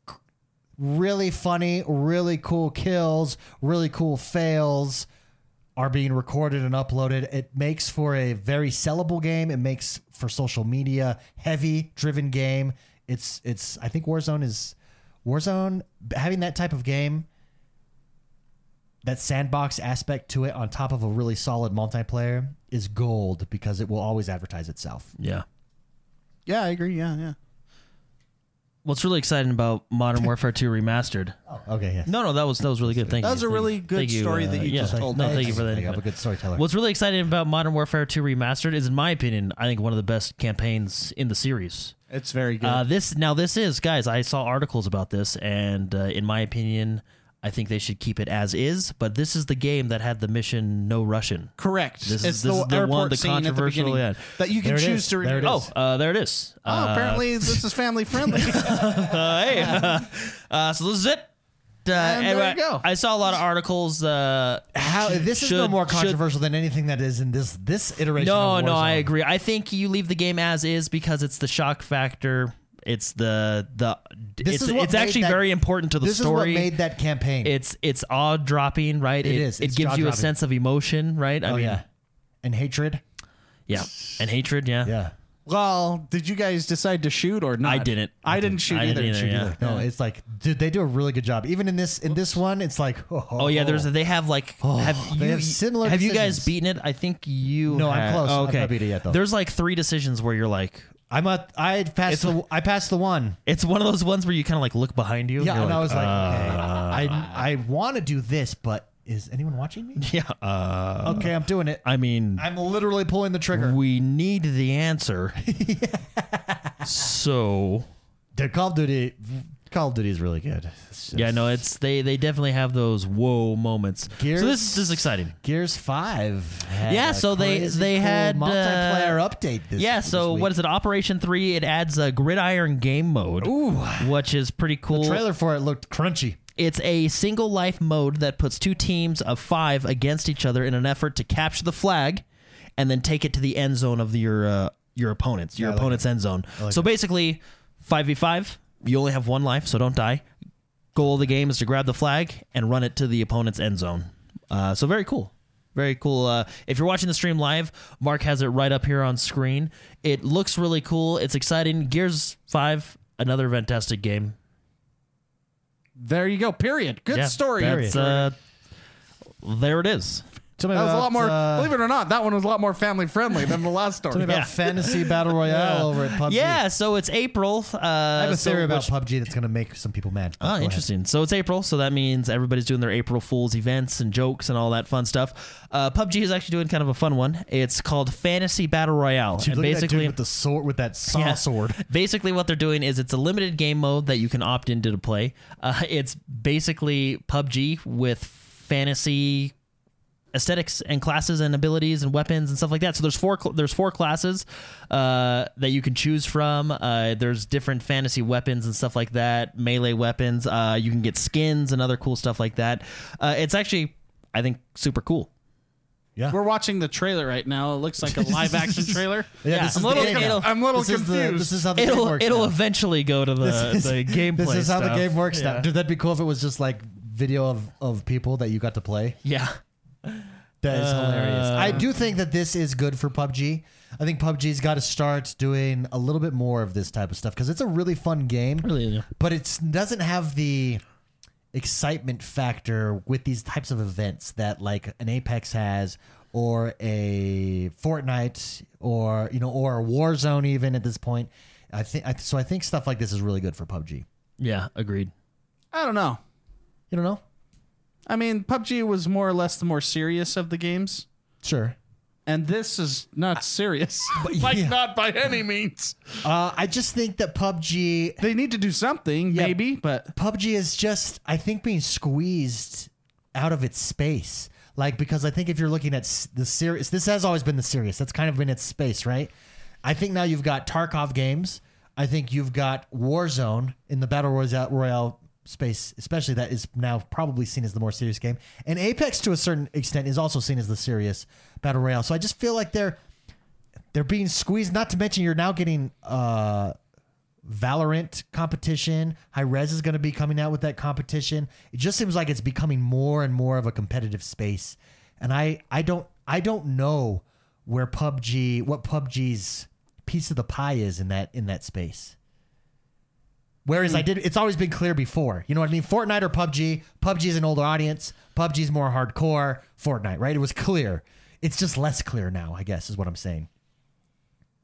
Speaker 1: really funny, really cool kills, really cool fails are being recorded and uploaded. It makes for a very sellable game. It makes for social media heavy driven game. It's it's I think Warzone is Warzone having that type of game that sandbox aspect to it on top of a really solid multiplayer is gold because it will always advertise itself.
Speaker 3: Yeah.
Speaker 2: Yeah, I agree. Yeah, yeah.
Speaker 3: What's really exciting about Modern Warfare 2 Remastered?
Speaker 1: Oh, okay, yeah.
Speaker 3: No, no, that was that was really good. Thank
Speaker 2: That
Speaker 3: you.
Speaker 2: was a
Speaker 3: Thank
Speaker 2: really
Speaker 3: you.
Speaker 2: good
Speaker 3: Thank you, uh,
Speaker 2: story that you
Speaker 3: yeah.
Speaker 2: just told
Speaker 3: No,
Speaker 2: me.
Speaker 3: thank you for that.
Speaker 1: I'm a good storyteller.
Speaker 3: What's really exciting about Modern Warfare 2 Remastered is, in my opinion, I think one of the best campaigns in the series.
Speaker 2: It's very good.
Speaker 3: Uh, this now this is guys. I saw articles about this, and uh, in my opinion, I think they should keep it as is. But this is the game that had the mission no Russian.
Speaker 2: Correct.
Speaker 3: This is-
Speaker 2: it's
Speaker 3: this
Speaker 2: the,
Speaker 3: is the
Speaker 2: airport
Speaker 3: one, the
Speaker 2: scene at the
Speaker 3: controversial
Speaker 2: beginning
Speaker 3: ad.
Speaker 2: that you can
Speaker 1: There it
Speaker 2: choose
Speaker 1: is.
Speaker 2: to. Re-
Speaker 1: There it is.
Speaker 2: oh,
Speaker 3: Oh, uh, there it is.
Speaker 2: oh,
Speaker 3: Uh,
Speaker 2: apparently this is family friendly.
Speaker 3: uh, hey, uh, so this is it. Uh,
Speaker 2: And there
Speaker 3: anyway,
Speaker 2: you go.
Speaker 3: I saw a lot of articles. Uh,
Speaker 1: How this is no
Speaker 3: should-
Speaker 1: more
Speaker 3: should-
Speaker 1: controversial than anything that is in this this iteration.
Speaker 3: No,
Speaker 1: of
Speaker 3: no, I
Speaker 1: Warzone.
Speaker 3: agree. I think you leave the game as is because it's the shock factor. It's the the.
Speaker 1: This
Speaker 3: it's
Speaker 1: is what
Speaker 3: it's
Speaker 1: made
Speaker 3: actually
Speaker 1: that-
Speaker 3: very important to the
Speaker 1: This
Speaker 3: story.
Speaker 1: is what made that campaign.
Speaker 3: it's it's awe dropping, right?
Speaker 1: It is.
Speaker 3: It
Speaker 1: It's
Speaker 3: gives you a
Speaker 1: jaw-dropping.
Speaker 3: sense of emotion, right? I
Speaker 1: oh
Speaker 3: mean,
Speaker 1: yeah, and hatred.
Speaker 3: yeah, and hatred. Yeah,
Speaker 1: Yeah.
Speaker 2: well, did you guys decide to shoot or not?
Speaker 3: I didn't.
Speaker 2: I didn't shoot
Speaker 3: I didn't
Speaker 2: either.
Speaker 3: either, yeah.
Speaker 1: Like, No, it's like, dude, they do a really good job. Even in this, in this one, it's like, oh,
Speaker 3: Oh yeah, there's a, they have like have you
Speaker 1: they have similar
Speaker 3: have you guys
Speaker 1: decisions.
Speaker 3: beaten it? I think you
Speaker 1: No, I'm
Speaker 3: had-
Speaker 1: close.
Speaker 3: oh,
Speaker 1: I've
Speaker 3: okay,
Speaker 1: not beat it yet, though.
Speaker 3: There's like three decisions where you're like,
Speaker 1: I'm a, I had passed the, I passed the one.
Speaker 3: it's one of those ones where you kind of like look behind you.
Speaker 1: Yeah,
Speaker 3: and,
Speaker 1: and
Speaker 3: you're
Speaker 1: I was like,
Speaker 3: uh,
Speaker 1: okay, I, I want to do this, but is anyone watching me?
Speaker 3: yeah, uh,
Speaker 1: Okay, I'm doing it.
Speaker 3: I mean,
Speaker 1: I'm literally pulling the trigger.
Speaker 3: we need the answer. so
Speaker 1: Dude, Call of Duty, Call of Duty is really good. It's just-
Speaker 3: yeah, no, it's they they definitely have those whoa moments.
Speaker 1: Gears-
Speaker 3: So this is exciting.
Speaker 1: Gears Five. had
Speaker 3: Yeah,
Speaker 1: a
Speaker 3: so they-
Speaker 1: crazy
Speaker 3: they
Speaker 1: cool
Speaker 3: had, uh,
Speaker 1: multiplayer update. This
Speaker 3: Yeah, so what is it? Operation Three. It adds a gridiron game mode, which is pretty cool.
Speaker 1: The trailer for it looked crunchy.
Speaker 3: It's a single life mode that puts two teams of five against each other in an effort to capture the flag, and then take it to the end zone of your uh, your opponents, your
Speaker 1: Yeah, I like
Speaker 3: opponent's end zone. so basically, five v five. You only have one life, so don't die. Goal of the game is to grab the flag and run it to the opponent's end zone. Uh, so very cool. Very cool. Uh, if you're watching the stream live, Mark has it right up here on screen. It looks really cool. It's exciting. Gears 5, another fantastic game.
Speaker 2: There you go. Period. Good
Speaker 3: Yeah,
Speaker 2: story.
Speaker 3: That's, uh, there it is.
Speaker 1: Tell me
Speaker 2: that was a
Speaker 1: about,
Speaker 2: lot more.
Speaker 1: uh,
Speaker 2: believe it or not, that one was a lot more family friendly than the last
Speaker 1: Tell me
Speaker 2: story.
Speaker 1: about
Speaker 3: Yeah.
Speaker 1: fantasy battle royale over at PUBG.
Speaker 3: Uh, Yeah, so it's April. Uh,
Speaker 1: I have a theory about PUBG that's going to make some people mad. Go
Speaker 3: Oh,
Speaker 1: ahead.
Speaker 3: interesting. So it's April, so that means everybody's doing their April Fools events and jokes and all that fun stuff. Uh, PUBG is actually doing kind of a fun one. It's called Fantasy Battle Royale,
Speaker 1: Dude,
Speaker 3: and
Speaker 1: look at that dude
Speaker 3: basically,
Speaker 1: with the sword with that saw
Speaker 3: Yeah.
Speaker 1: sword.
Speaker 3: Basically, what they're doing is it's a limited game mode that you can opt into to play. Uh, it's basically PUBG with fantasy aesthetics and classes and abilities and weapons and stuff like that. So there's four cl- there's four classes uh, that you can choose from. Uh, there's different fantasy weapons and stuff like that, melee weapons. Uh, you can get skins and other cool stuff like that. Uh, it's actually, I think, super cool.
Speaker 2: We're watching the trailer right now. It looks like a live action trailer.
Speaker 1: this
Speaker 3: Yeah, I'm
Speaker 1: is
Speaker 3: a little
Speaker 1: the game.
Speaker 3: confused.
Speaker 2: I'm a little
Speaker 1: This is the-
Speaker 2: confused.
Speaker 1: this is how the game
Speaker 3: It'll
Speaker 1: works.
Speaker 3: it'll
Speaker 1: now.
Speaker 3: eventually go to the Uh, the gameplay.
Speaker 1: This is how the
Speaker 3: stuff.
Speaker 1: game works now.
Speaker 3: Yeah.
Speaker 1: Dude, that'd be cool if it was just like video of, of people that you got to play.
Speaker 3: Yeah.
Speaker 1: That is hilarious. I do think that this is good for PUBG. I think PUBG's got to start doing a little bit more of this type of stuff because it's a really fun game.
Speaker 3: Really, yeah.
Speaker 1: But it doesn't have the excitement factor with these types of events that like an Apex has or a Fortnite or you know or a Warzone even at this point. I think I, so. I think stuff like this is really good for PUBG.
Speaker 3: Yeah, agreed.
Speaker 2: I don't know.
Speaker 1: You don't know?
Speaker 2: I mean, PUBG was more or less the more serious of the games,
Speaker 1: Sure.
Speaker 2: and this is not serious. like
Speaker 1: yeah.
Speaker 2: not by any means.
Speaker 1: Uh, I just think that PUBG
Speaker 2: They need to do something,
Speaker 1: Yeah.
Speaker 2: maybe, but
Speaker 1: PUBG is just, I think, being squeezed out of its space. Like, because I think if you're looking at s- the serious, this has always been the serious. That's kind of been its space, right? I think now you've got Tarkov games. I think you've got Warzone in the Battle Royale, Royale space, especially that is now probably seen as the more serious game. And Apex, to a certain extent, is also seen as the serious Battle Royale. So I just feel like they're they're being squeezed. Not to mention, you're now getting uh, Valorant competition. High Res is going to be coming out with that competition. It just seems like it's becoming more and more of a competitive space, and I I don't I don't know where PUBG what PUBG's piece of the pie is in that in that space. Whereas I did, it's always been clear before. You know what I mean? Fortnite or PUBG. PUBG is an older audience. PUBG's more hardcore. Fortnite, right? It was clear. It's just less clear now, I guess, is what I'm saying.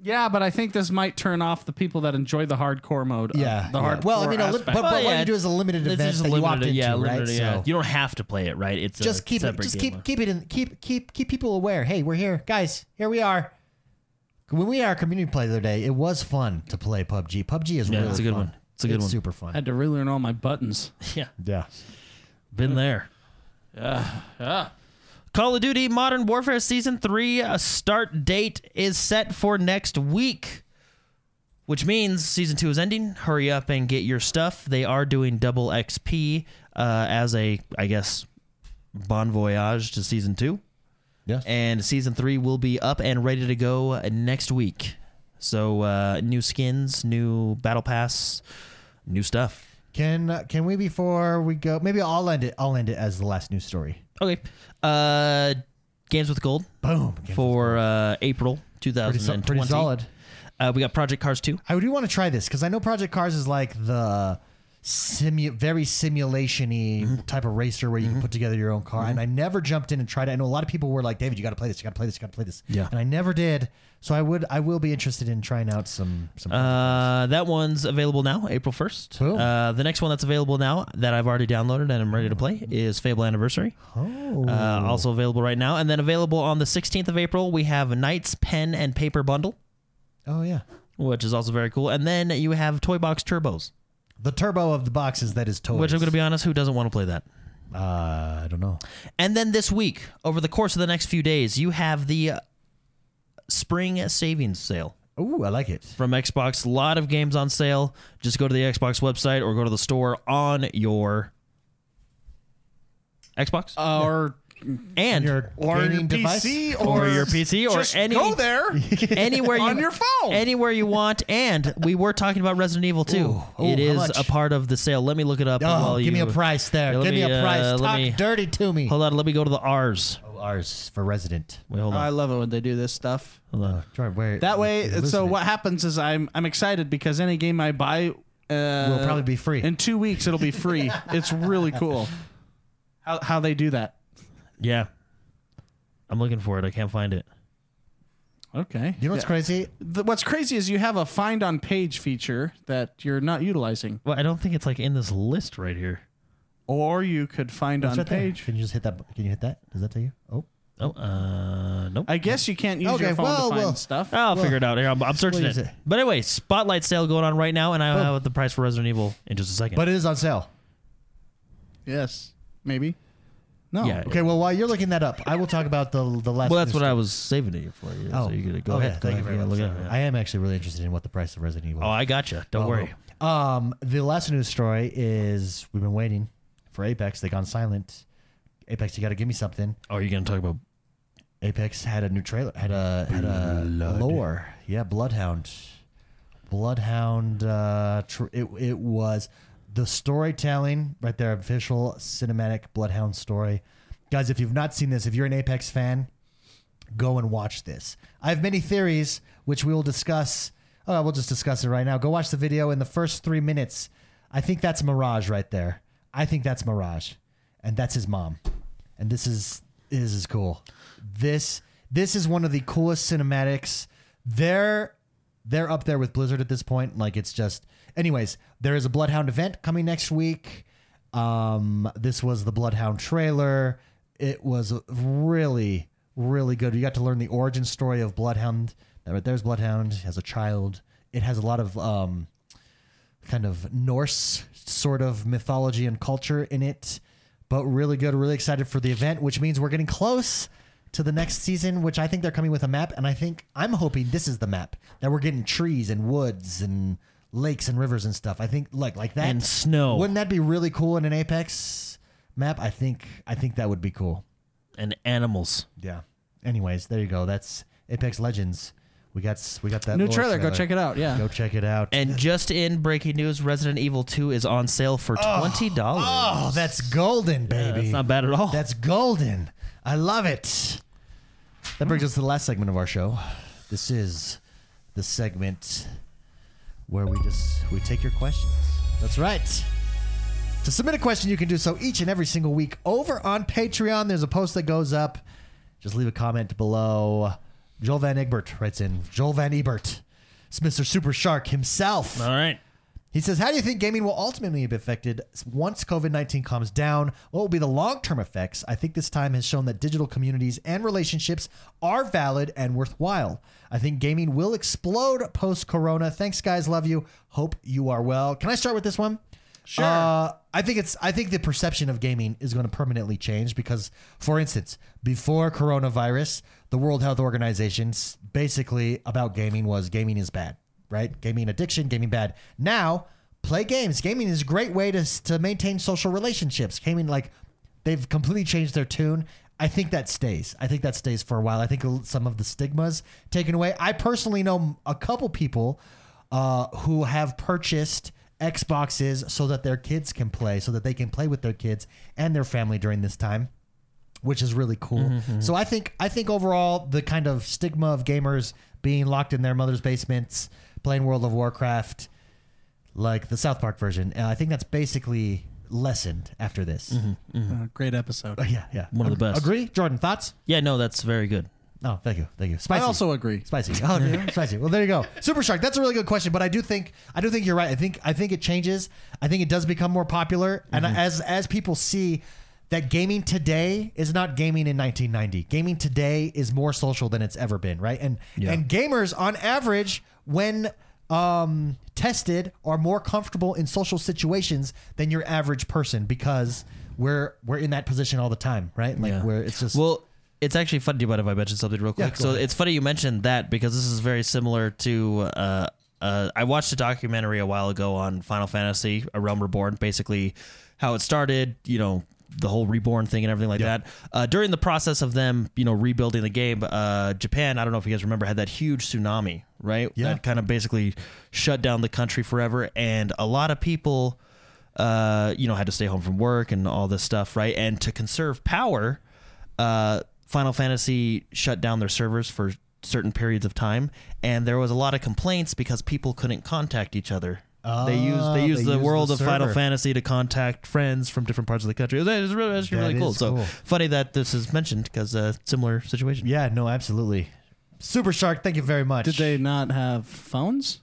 Speaker 2: Yeah, but I think this might turn off the people that enjoy the hardcore mode. of
Speaker 1: Yeah.
Speaker 2: the
Speaker 1: yeah.
Speaker 2: hardcore.
Speaker 1: Well, I mean, a li- but,
Speaker 2: aspect.
Speaker 1: but
Speaker 3: Well,
Speaker 1: what
Speaker 3: yeah,
Speaker 1: you do is a limited
Speaker 3: This
Speaker 1: event
Speaker 3: is
Speaker 1: that you opt
Speaker 3: limited,
Speaker 1: into,
Speaker 3: yeah,
Speaker 1: right?
Speaker 3: limited, yeah.
Speaker 1: So
Speaker 3: You don't have to play it, right? It's a
Speaker 1: just keep it,
Speaker 3: separate
Speaker 1: just
Speaker 3: game
Speaker 1: keep
Speaker 3: mode.
Speaker 1: keep it in keep keep keep people aware. Hey, we're here, guys. Here we are. When we had our community play the other day, it was fun to play PUBG. PUBG is
Speaker 3: Yeah,
Speaker 1: really
Speaker 3: it's a good
Speaker 1: fun.
Speaker 3: one. It's a good one.
Speaker 1: Super
Speaker 2: I
Speaker 1: fun.
Speaker 2: had to relearn all my buttons.
Speaker 3: Yeah,
Speaker 1: Yeah.
Speaker 3: been there. Call of Duty Modern Warfare Season 3 a start date is set for next week. Which means season two is ending. Hurry up and get your stuff. They are doing double XP uh, as a, I guess, bon voyage to season two.
Speaker 1: Yes.
Speaker 3: And season three will be up and ready to go uh, next week. So uh, new skins, new battle pass, new stuff.
Speaker 1: Can can we before we go? Maybe I'll end it. I'll end it as the last news story.
Speaker 3: Okay. Uh, Games with Gold
Speaker 1: Boom.
Speaker 3: for uh, April
Speaker 1: pretty, so-
Speaker 3: 2020.
Speaker 1: pretty solid.
Speaker 3: Uh, we got Project Cars 2.
Speaker 1: I do want to try this because I know Project Cars is like the simu- very simulation-y
Speaker 3: Mm-hmm.
Speaker 1: type of racer where you can put together your own car. And I never jumped in and tried it. I know a lot of people were like, "David, you got to play this. You got to play this. You got to play this."
Speaker 3: Yeah.
Speaker 1: And I never did. So I would. I will be interested in trying out some. Some.
Speaker 3: Uh, that one's available now, April 1st.
Speaker 1: Cool.
Speaker 3: Uh, the next one that's available now that I've already downloaded and I'm ready to play is Fable Anniversary.
Speaker 1: oh.
Speaker 3: Uh, also available right now. And then available on the 16th of April, we have Knights Pen and Paper Bundle,
Speaker 1: oh yeah.
Speaker 3: which is also very cool. And then you have Toy Box Turbos,
Speaker 1: The turbo of the boxes that is toys.
Speaker 3: which I'm going to be honest, who doesn't want to play that?
Speaker 1: Uh, I don't know.
Speaker 3: And then this week, over the course of the next few days, you have the uh, spring savings sale
Speaker 1: Ooh, I like it.
Speaker 3: from Xbox. A lot of games on sale. Just go to the Xbox website or go to the store on your Xbox
Speaker 2: Or
Speaker 3: and
Speaker 1: Uh, Your gaming device.
Speaker 3: or your PC or
Speaker 2: just
Speaker 3: any
Speaker 2: go there
Speaker 3: anywhere you,
Speaker 2: on your phone.
Speaker 3: anywhere you want. And we were talking about Resident Evil 2.
Speaker 1: Ooh, ooh,
Speaker 3: it
Speaker 1: how
Speaker 3: is
Speaker 1: much?
Speaker 3: a part of the sale. Let me look it up.
Speaker 1: Oh,
Speaker 3: while
Speaker 1: give me
Speaker 3: you-
Speaker 1: a price there.
Speaker 3: Yeah, let
Speaker 1: give me,
Speaker 3: me,
Speaker 1: a price.
Speaker 3: uh, let
Speaker 1: Talk
Speaker 3: me-
Speaker 1: dirty to me.
Speaker 3: Hold on, let me go to the R's.
Speaker 1: Oh, ours for resident.
Speaker 3: Wait, hold on.
Speaker 2: I love it when they do this stuff.
Speaker 3: Hold on.
Speaker 1: Sorry, where-
Speaker 2: That way,
Speaker 1: you're
Speaker 2: so
Speaker 1: listening.
Speaker 2: what happens is I'm I'm excited because any game I buy uh, will
Speaker 1: probably be free.
Speaker 2: in two weeks. It'll be free. it's really cool how how they do that.
Speaker 3: Yeah. I'm looking for it. I can't find it.
Speaker 2: Okay.
Speaker 1: You know what's crazy?
Speaker 2: The, what's crazy is you have a find on page feature that you're not utilizing,
Speaker 3: Well, I don't think it's like in this list right here.
Speaker 2: or you could find
Speaker 1: It's
Speaker 2: on
Speaker 1: right there.
Speaker 2: page.
Speaker 1: Can you just hit that? bu- Can you hit that? Does that tell you? Oh,
Speaker 3: Oh, uh, nope.
Speaker 2: I guess you can't use
Speaker 1: Okay,
Speaker 2: your phone
Speaker 1: well,
Speaker 2: to find
Speaker 1: well. Uh,
Speaker 2: stuff.
Speaker 3: I'll figure it out here. I'm, I'm searching
Speaker 1: what is
Speaker 3: it.
Speaker 1: it?
Speaker 3: But anyway, spotlight sale going on right now, and I have the price for Resident Evil in just a second.
Speaker 1: but it is on sale.
Speaker 2: yes, maybe. No.
Speaker 3: Yeah.
Speaker 1: Okay, well, while you're looking that up, I will talk about the the last.
Speaker 3: well, that's
Speaker 1: news
Speaker 3: what I
Speaker 1: story.
Speaker 3: was saving it for. Yeah,
Speaker 1: Oh,
Speaker 3: so you could go
Speaker 1: okay,
Speaker 3: ahead. Go
Speaker 1: Thank you
Speaker 3: ahead.
Speaker 1: very
Speaker 3: Yeah,
Speaker 1: much.
Speaker 3: look
Speaker 1: Sorry.
Speaker 3: at it.
Speaker 1: I am actually really interested in what the price of Resident Evil.
Speaker 3: Oh, I gotcha. Don't worry.
Speaker 1: Um, the last news story is we've been waiting for Apex. They gone silent. Apex, you got to give me something.
Speaker 3: Oh, you're gonna talk about?
Speaker 1: Apex had a new trailer. Had a had a lore. Yeah, Bloodhound. Bloodhound. Uh, tr- it it was the storytelling right there. Official cinematic Bloodhound story. Guys, if you've not seen this, if you're an Apex fan, go and watch this. I have many theories, which we will discuss. Uh, we'll just discuss it right now. Go watch the video in the first three minutes. I think that's Mirage right there. I think that's Mirage, and that's his mom. And this is this is cool. This this is one of the coolest cinematics. They're they're up there with Blizzard at this point. Like it's just. Anyways, there is a Bloodhound event coming next week. Um, this was the Bloodhound trailer. It was really, really good. You got to learn the origin story of Bloodhound. That right there's Bloodhound as a child. It has a lot of um, kind of Norse sort of mythology and culture in it, but really good. Really excited for the event, which means we're getting close to the next season, which I think they're coming with a map. And I think I'm hoping this is the map that we're getting trees and woods and lakes and rivers and stuff. I think like like that
Speaker 3: And snow.
Speaker 1: Wouldn't that be really cool in an Apex map? I think I think that would be cool.
Speaker 3: And animals.
Speaker 1: Yeah. Anyways, there you go. That's Apex Legends. We got s- we got that
Speaker 2: New
Speaker 1: lore
Speaker 2: trailer. Go check it out. Yeah.
Speaker 1: Go check it out.
Speaker 3: And just in breaking news, Resident Evil 2 is on sale for twenty dollars.
Speaker 1: Oh, that's golden, baby.
Speaker 3: that's not bad at all.
Speaker 1: That's golden. I love it. That brings us to the last segment of our show. This is the segment where we just we take your questions. That's right. To submit a question, you can do so each and every single week over on Patreon. There's a post that goes up. Just leave a comment below Joel Van Egbert writes in. Joel Van Ebert. It's Mr. Super Shark himself.
Speaker 3: All right.
Speaker 1: He says, How do you think gaming will ultimately be affected once COVID 19 calms down? What will be the long term effects? I think this time has shown that digital communities and relationships are valid and worthwhile. I think gaming will explode post corona. Thanks, guys. Love you. Hope you are well. Can I start with this one?
Speaker 2: Sure.
Speaker 1: Uh, I think it's. I think the perception of gaming is going to permanently change because, for instance, before coronavirus, the World Health Organization's basically about gaming was gaming is bad, right? Gaming addiction, gaming bad. Now, play games. Gaming is a great way to to maintain social relationships. Gaming like they've completely changed their tune. I think that stays. I think that stays for a while. I think some of the stigmas taken away. I personally know a couple people uh, who have purchased Xboxes so that their kids can play, so that they can play with their kids and their family during this time, which is really cool. So I think I think overall the kind of stigma of gamers being locked in their mother's basements playing World of Warcraft, like the South Park version, uh, I think that's basically lessened after this.
Speaker 2: Uh, great episode.
Speaker 1: Yeah, yeah.
Speaker 3: One of the best.
Speaker 1: Agree, Jordan. Thoughts?
Speaker 3: Yeah, no, that's very good.
Speaker 1: Oh, thank you, thank you.
Speaker 2: I
Speaker 1: Spicy.
Speaker 2: also agree.
Speaker 1: Spicy. Oh, yeah. spicy. Well, there you go. Super Shark. That's a really good question, but I do think I do think you're right. I think I think it changes. I think it does become more popular, and as as people see that gaming today is not gaming in 1990. Gaming today is more social than it's ever been, right? And and gamers on average when um tested are more comfortable in social situations than your average person because we're we're in that position all the time, right? Like
Speaker 3: Yeah.
Speaker 1: where it's just
Speaker 3: Well, it's actually funny, but if I mention something real
Speaker 1: Yeah,
Speaker 3: quick,
Speaker 1: go
Speaker 3: so
Speaker 1: ahead.
Speaker 3: it's funny you mentioned that because this is very similar to. Uh, uh, I watched a documentary a while ago on Final Fantasy: A Realm Reborn, basically how it started. You know. The whole reborn thing and everything like that. Uh, during the process of them, you know, rebuilding the game, uh, Japan. I don't know if you guys remember had that huge tsunami, right?
Speaker 1: Yeah.
Speaker 3: That kind of basically shut down the country forever, and a lot of people, uh, you know, had to stay home from work and all this stuff, right? And to conserve power, uh, Final Fantasy shut down their servers for certain periods of time, and there was a lot of complaints because people couldn't contact each other. they use
Speaker 1: Ah,
Speaker 3: they use
Speaker 1: they
Speaker 3: the
Speaker 1: use
Speaker 3: world
Speaker 1: the
Speaker 3: of Final
Speaker 1: server.
Speaker 3: Fantasy to contact friends from different parts of the country. It was, it was really, actually
Speaker 1: That
Speaker 3: really cool.
Speaker 1: is
Speaker 3: So
Speaker 1: cool.
Speaker 3: funny that this is mentioned because uh, similar situation.
Speaker 1: yeah, no, absolutely. Super Shark, thank you very much.
Speaker 2: Did they not have phones?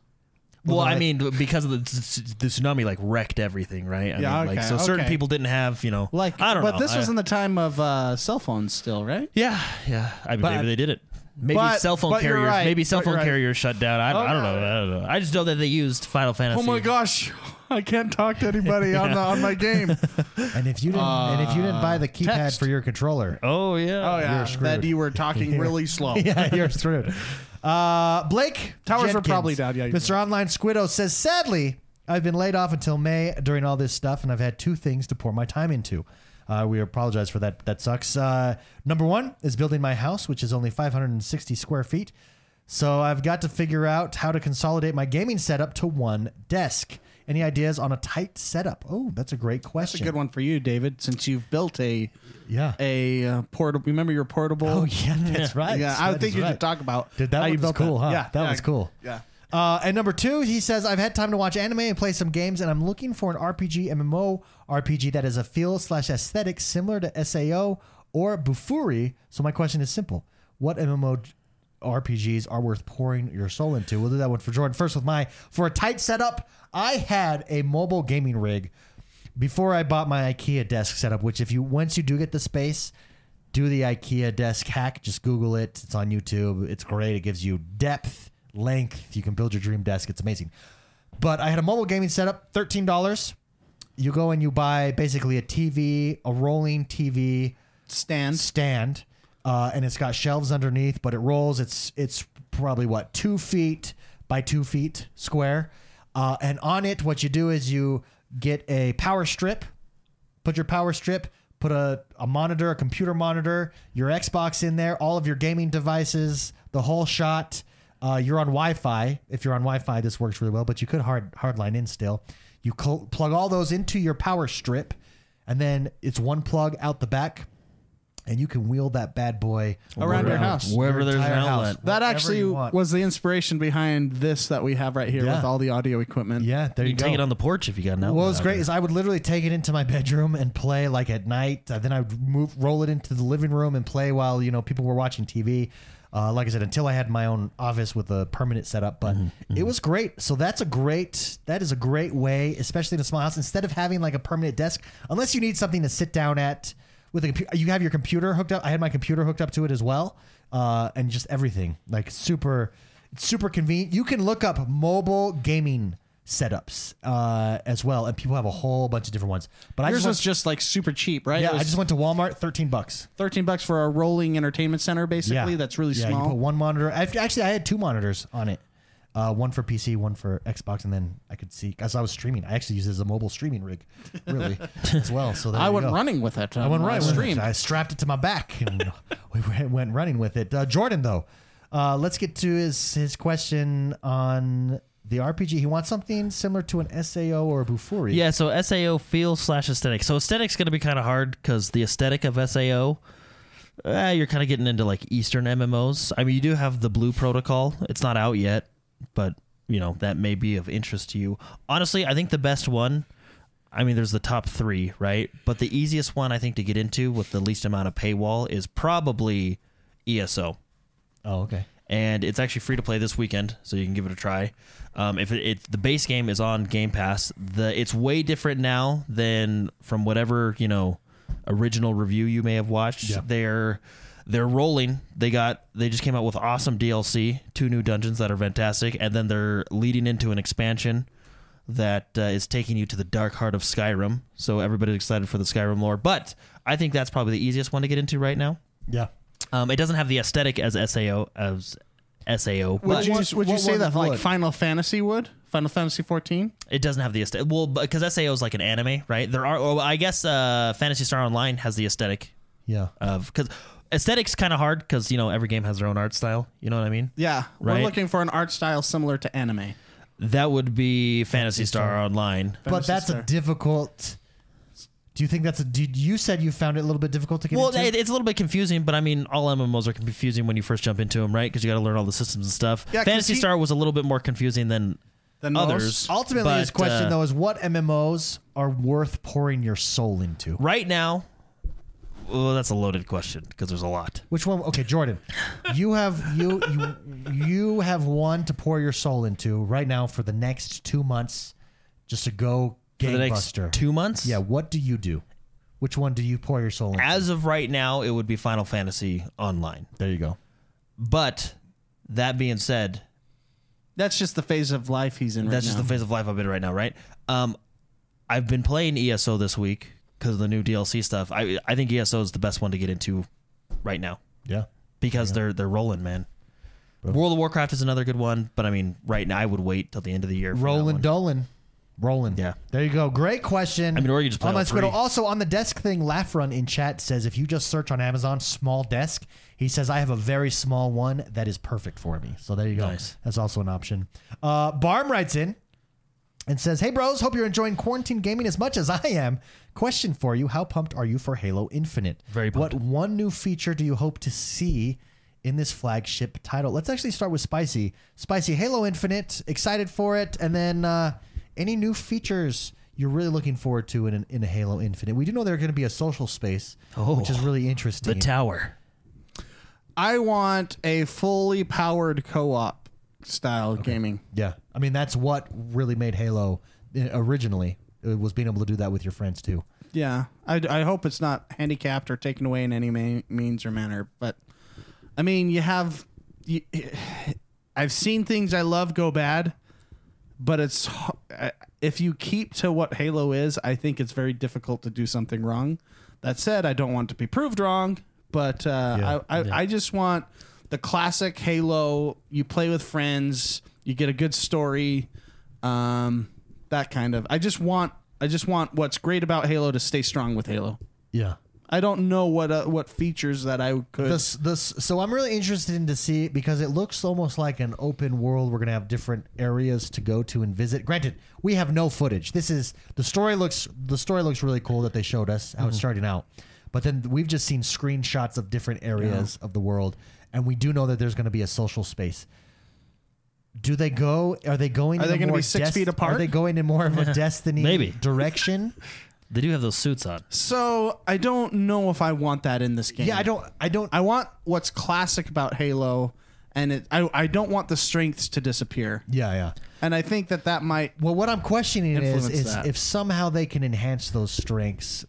Speaker 3: Well,
Speaker 1: Well,
Speaker 3: I
Speaker 1: I-
Speaker 3: mean, because of the, the tsunami, like wrecked everything, right? I
Speaker 2: Yeah,
Speaker 3: mean, like
Speaker 2: okay,
Speaker 3: so certain
Speaker 2: okay.
Speaker 3: people didn't have, you know,
Speaker 2: Like
Speaker 3: I don't
Speaker 2: but
Speaker 3: know.
Speaker 2: this
Speaker 3: I-
Speaker 2: was in the time of uh, cell phones, still, right?
Speaker 3: Yeah, yeah. I mean,
Speaker 2: But-
Speaker 3: maybe they did it. Maybe
Speaker 2: but-
Speaker 3: cell phone
Speaker 2: but you're
Speaker 3: carriers.
Speaker 2: right,
Speaker 3: Maybe cell
Speaker 2: but you're
Speaker 3: phone
Speaker 2: right.
Speaker 3: carriers shut down. I, I don't
Speaker 2: Oh,
Speaker 3: know. I don't know. I just know that they used Final Fantasy.
Speaker 2: gosh, I can't talk to anybody on the, on my game.
Speaker 1: And if you didn't, and if you didn't buy the keypad
Speaker 2: Uh, text.
Speaker 1: for your controller,
Speaker 3: Oh yeah.
Speaker 2: Oh yeah,
Speaker 1: screwed.
Speaker 2: that you were talking really slow.
Speaker 1: yeah, you're screwed. Uh, Blake
Speaker 2: Towers
Speaker 1: Jenkins,
Speaker 2: were probably down. Yeah, you're
Speaker 1: Mr. Online Squiddo says, sadly, I've been laid off until May during all this stuff, and I've had two things to pour my time into. Uh, we apologize for that. That sucks. Uh, number one is building my house, which is only 560 square feet. So I've got to figure out how to consolidate my gaming setup to one desk. Any ideas on a tight setup? Oh, that's a great question.
Speaker 2: That's a good one for you, David, since you've built a
Speaker 1: Yeah.
Speaker 2: a uh, portable. Remember your portable?
Speaker 1: Oh yeah, that's right.
Speaker 2: Yeah, I
Speaker 1: That
Speaker 2: think
Speaker 1: is
Speaker 2: you
Speaker 1: right.
Speaker 2: should talk about
Speaker 1: Dude, that
Speaker 2: how you
Speaker 1: one's
Speaker 2: built
Speaker 1: cool, huh?
Speaker 2: Yeah,
Speaker 1: That
Speaker 2: yeah,
Speaker 1: one's cool.
Speaker 2: Yeah,
Speaker 1: Uh, and number two, he says, I've had time to watch anime and play some games, and I'm looking for an RPG, MMO RPG that is a feel slash aesthetic similar to SAO or Bufuri. So my question is simple: What MMO RPGs are worth pouring your soul into? We'll do that one for Jordan first with my for a tight setup. I had a mobile gaming rig before I bought my IKEA desk setup, which if you once you do get the space, do the IKEA desk hack. Just Google it. It's on YouTube. It's great. It gives you depth, length. You can build your dream desk. It's amazing. But I had a mobile gaming setup, thirteen dollars. You go and you buy basically a TV, a rolling TV,
Speaker 2: stand.
Speaker 1: stand, uh, and it's got shelves underneath, but it rolls. It's it's probably what two feet by two feet square, uh, and on it, what you do is you get a power strip, put your power strip, put a, a monitor, a computer monitor, your Xbox in there, all of your gaming devices, the whole shot. Uh, you're on Wi-Fi. If you're on Wi-Fi, this works really well, but you could hard hardline in still. You cl- plug all those into your power strip, and then it's one plug out the back, and you can wheel that bad boy
Speaker 2: Around your house.
Speaker 3: Wherever
Speaker 1: your
Speaker 3: there's an
Speaker 1: entire
Speaker 3: outlet.
Speaker 2: That
Speaker 1: wherever
Speaker 2: actually
Speaker 1: you want.
Speaker 2: was the inspiration behind this that we have right here
Speaker 1: Yeah.
Speaker 2: with all the audio equipment.
Speaker 1: yeah. There you,
Speaker 3: You can
Speaker 1: go.
Speaker 3: take it on the porch if you got an outlet.
Speaker 1: What was
Speaker 3: out
Speaker 1: great
Speaker 3: there.
Speaker 1: is I would literally take it into my bedroom and play like at night. Uh, then I would move, roll it into the living room and play while you know people were watching TV. Uh, like I said, until I had my own office with a permanent setup, but it was great. So that's a great that is a great way, especially in a small house. Instead of having like a permanent desk, unless you need something to sit down at with a computer, you have your computer hooked up. I had my computer hooked up to it as well, uh, and just everything like super it's super convenient. You can look up mobile gaming setups uh, as well, and people have a whole bunch of different ones. But I
Speaker 2: Yours
Speaker 1: just
Speaker 2: was
Speaker 1: went,
Speaker 2: just like super cheap, right?
Speaker 1: yeah,
Speaker 2: It
Speaker 1: I
Speaker 2: was
Speaker 1: just went to Walmart, thirteen bucks.
Speaker 2: thirteen bucks for a rolling entertainment center, basically.
Speaker 1: yeah,
Speaker 2: That's really
Speaker 1: yeah, You
Speaker 2: small.
Speaker 1: put one monitor. I- Actually, I had two monitors on it. Uh, one for PC, one for Xbox, and then I could see as I was streaming. I actually used it as a mobile streaming rig, really, as well. So there
Speaker 2: I
Speaker 1: you
Speaker 2: went
Speaker 1: go.
Speaker 2: running with it. um,
Speaker 1: I went right with
Speaker 2: Stream.
Speaker 1: it. I strapped it to my back and we went- went running with it. Uh, Jordan, though, uh, let's get to his his question on the RPG. He wants something similar to an Sao or a Bufuri.
Speaker 3: Yeah, so SAO feel slash aesthetic. So aesthetic's going to be kind of hard because the aesthetic of SAO, uh, you're kind of getting into like Eastern MMOs. I mean, you do have the Blue Protocol. It's not out yet, but you know that may be of interest to you. Honestly, I think the best one. I mean, there's the top three, right? But the easiest one I think to get into with the least amount of paywall is probably E ESO
Speaker 1: Oh, okay.
Speaker 3: and it's actually free to play this weekend, so you can give it a try. Um, if it, it the base game is on Game Pass, the it's way different now than from whatever you know original review you may have watched.
Speaker 1: Yeah.
Speaker 3: They're they're rolling. They got they just came out with awesome DLC, two new dungeons that are fantastic, and then they're leading into an expansion that uh, is taking you to the dark heart of Skyrim. So everybody's excited for the Skyrim lore, but I think that's probably the easiest one to get into right now.
Speaker 1: Yeah.
Speaker 3: Um, it doesn't have the aesthetic as Sao as Sao,
Speaker 2: Would
Speaker 3: but
Speaker 2: you,
Speaker 1: what-
Speaker 2: would you
Speaker 1: what
Speaker 2: say
Speaker 1: one
Speaker 2: that like
Speaker 1: would?
Speaker 2: Final Fantasy would? Final Fantasy fourteen?
Speaker 3: it doesn't have the aesthetic. Well, because Sao is like an anime, right? There are. Well, I guess uh, Fantasy Star Online has the aesthetic
Speaker 1: Yeah.
Speaker 3: of because aesthetics kind of hard because you know every game has their own art style. You know what I mean?
Speaker 2: Yeah. We're
Speaker 3: Right.
Speaker 2: looking for an art style similar to anime.
Speaker 3: That would be Fantasy Star Online.
Speaker 1: but that's
Speaker 2: Sister.
Speaker 1: a difficult. Do you think that's a? Did you said you found it a little bit difficult to get
Speaker 3: Well,
Speaker 1: into?
Speaker 3: it, it's a little bit confusing, but I mean, all MMOs are confusing when you first jump into them, right? Because you got to learn all the systems and stuff.
Speaker 2: Yeah, 'cause
Speaker 3: Fantasy
Speaker 2: he-
Speaker 3: Star was a little bit more confusing than
Speaker 2: Than
Speaker 3: others.
Speaker 2: most.
Speaker 1: Ultimately, his
Speaker 3: but,
Speaker 1: question
Speaker 3: uh,
Speaker 1: though is what MMOs are worth pouring your soul into.
Speaker 3: right now, well, that's a loaded question because there's a lot.
Speaker 1: Which one? Okay, Jordan, you have you, you you have one to pour your soul into right now for the next two months, just to go
Speaker 3: for the next
Speaker 1: gangbuster.
Speaker 3: two months.
Speaker 1: yeah, what do you do? Which one do you pour your soul into?
Speaker 3: As of right now, it would be Final Fantasy Online.
Speaker 1: there you go.
Speaker 3: But that being said,
Speaker 2: That's just the phase of life he's in right
Speaker 3: that's
Speaker 2: now.
Speaker 3: just the phase of life I'm in right now, right? Um, I've been playing ESO this week because of the new DLC stuff. I I think ESO is the best one to get into right now
Speaker 1: Yeah,
Speaker 3: because they're they're rolling, man. World of Warcraft is another good one, but I mean, right now I would wait till the end of the year. for that
Speaker 1: Roland
Speaker 3: one.
Speaker 1: Dolan, Roland.
Speaker 3: Yeah.
Speaker 1: there you go. Great question.
Speaker 3: I mean, or you just play
Speaker 1: on
Speaker 3: all
Speaker 1: my Squirtle.
Speaker 3: three.
Speaker 1: Also on the desk thing, Laughrun in chat says if you just search on Amazon small desk, he says I have a very small one that is perfect for me. So there you go.
Speaker 3: Nice.
Speaker 1: That's also an option. Uh, Barm writes in and says, "Hey bros, hope you're enjoying quarantine gaming as much as I am. Question for you: How pumped are you for Halo Infinite?
Speaker 3: Very
Speaker 1: What
Speaker 3: pumped.
Speaker 1: one new feature do you hope to see?" In this flagship title, let's actually start with Spicy. Spicy Halo Infinite, excited for it, and then uh, any new features you're really looking forward to in, in Halo Infinite. We do know they're going to be a social space,
Speaker 3: Oh.
Speaker 1: which is really
Speaker 3: the
Speaker 1: interesting.
Speaker 3: tower.
Speaker 2: I want a fully powered co op style gaming.
Speaker 1: Yeah, I mean that's what really made Halo uh, originally uh, was being able to do that with your friends too.
Speaker 2: Yeah, I, I hope it's not handicapped or taken away in any ma- means or manner. But I mean, you have, you, I've seen things I love go bad, but it's h- I- if you keep to what Halo is, I think it's very difficult to do something wrong. That said, I don't want to be proved wrong, but uh,
Speaker 1: Yeah,
Speaker 2: I, I, I just want the classic Halo. You play with friends, you get a good story, um, that kind of. I just want I just want what's great about Halo to stay strong with Halo.
Speaker 1: Yeah,
Speaker 2: I don't know what uh, what features that I could.
Speaker 1: this this so I'm really interested in to see it because it looks almost like an open world. We're gonna have different areas to go to and visit. Granted, we have no footage. This is the story looks the story looks really cool that they showed us
Speaker 2: Mm-hmm.
Speaker 1: how it's starting out, but then we've just seen screenshots of different areas of the world, and we do know that there's gonna be a social space. Do they go? Are they going?
Speaker 2: Are
Speaker 1: in
Speaker 2: they
Speaker 1: a
Speaker 2: gonna
Speaker 1: more
Speaker 2: be six
Speaker 1: Dest-
Speaker 2: feet apart?
Speaker 1: Are they going in more of a Destiny
Speaker 3: Maybe.
Speaker 1: direction?
Speaker 3: They do have those suits on.
Speaker 2: So I don't know if I want that in this game.
Speaker 1: Yeah, I don't. I don't.
Speaker 2: I want what's classic about Halo, and it, I I don't want the strengths to disappear.
Speaker 1: yeah, yeah.
Speaker 2: And I think that that might.
Speaker 1: Well, what I'm questioning is,
Speaker 2: Influence
Speaker 1: is
Speaker 2: that.
Speaker 1: if somehow they can enhance those strengths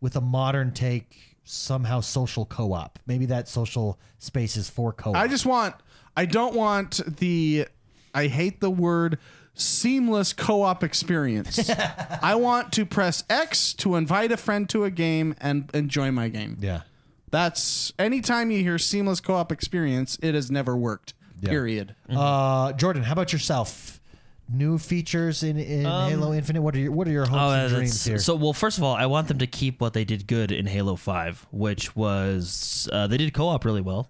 Speaker 1: with a modern take, somehow social co-op. Maybe that social space is for co-op.
Speaker 2: I just want. I don't want the. I hate the word seamless co-op experience. I want to press X to invite a friend to a game and enjoy my game.
Speaker 1: yeah,
Speaker 2: That's anytime you hear seamless co-op experience, it has never worked. Period.
Speaker 1: Uh, Jordan, how about yourself? New features in, in Halo Infinite. What are your What are your hopes
Speaker 3: Um, Oh,
Speaker 1: and
Speaker 3: that's-
Speaker 1: dreams here?
Speaker 3: So, well, first of all, I want them to keep what they did good in Halo Five, which was uh, they did co-op really well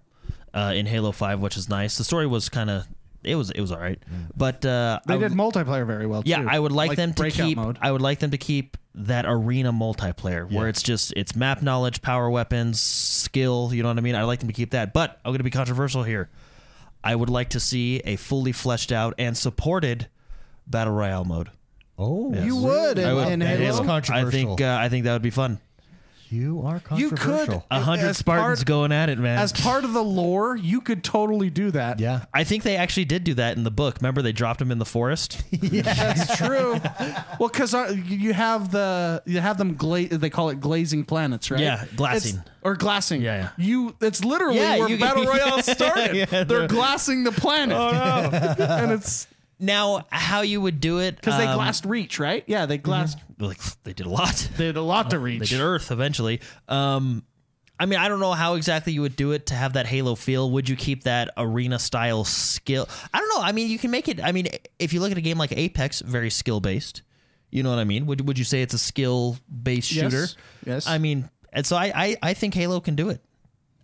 Speaker 3: uh, in Halo Five, which is nice. The story was kind of it was it was all right, but uh,
Speaker 2: They
Speaker 3: I
Speaker 2: did multiplayer very well.
Speaker 3: Yeah,
Speaker 2: too.
Speaker 3: I would like, them to
Speaker 2: breakout
Speaker 3: keep.
Speaker 2: mode.
Speaker 3: I would like them to keep that arena multiplayer where
Speaker 1: Yeah.
Speaker 3: it's just it's map knowledge, power weapons, skill. You know what I mean? I'd like them to keep that, but I'm going to be controversial here. I would like to see a fully fleshed out and supported battle royale mode.
Speaker 1: oh,
Speaker 2: You would in,
Speaker 3: I would-
Speaker 2: in
Speaker 1: that
Speaker 2: Halo.
Speaker 1: is
Speaker 3: I think
Speaker 1: controversial.
Speaker 3: uh, I think that would be fun.
Speaker 1: you are
Speaker 2: You
Speaker 1: controversial.
Speaker 2: could
Speaker 3: A hundred
Speaker 2: as
Speaker 3: Spartans
Speaker 2: part-
Speaker 3: going at it, man.
Speaker 2: as part of the lore. You could totally do that.
Speaker 1: Yeah,
Speaker 3: I think they actually did do that in the book. Remember, they dropped him in the forest.
Speaker 2: that's true. well, because you have the you have them gla- they call it glazing planets, right?
Speaker 3: Yeah, glassing.
Speaker 2: It's- or glassing.
Speaker 3: Yeah, yeah.
Speaker 2: You it's literally
Speaker 3: Yeah,
Speaker 2: where
Speaker 3: you-
Speaker 2: battle royale started.
Speaker 3: Yeah,
Speaker 2: they're,
Speaker 3: they're- Oh,
Speaker 2: glassing the planet. and it's
Speaker 3: now, how you would do it?
Speaker 2: because they
Speaker 3: um,
Speaker 2: glassed Reach, right? Yeah, they glassed.
Speaker 3: Like they did a lot.
Speaker 2: They had a lot to reach.
Speaker 3: Oh, They did Earth eventually. Um, I mean, I don't know how exactly you would do it to have that Halo feel. Would you keep that arena style skill? I don't know. I mean, you can make it. I mean, if you look at a game like Apex, very skill based. You know what I mean? Would Would you say it's a skill based
Speaker 2: Yes.
Speaker 3: shooter?
Speaker 2: Yes.
Speaker 3: I mean, and so I, I I think Halo can do it.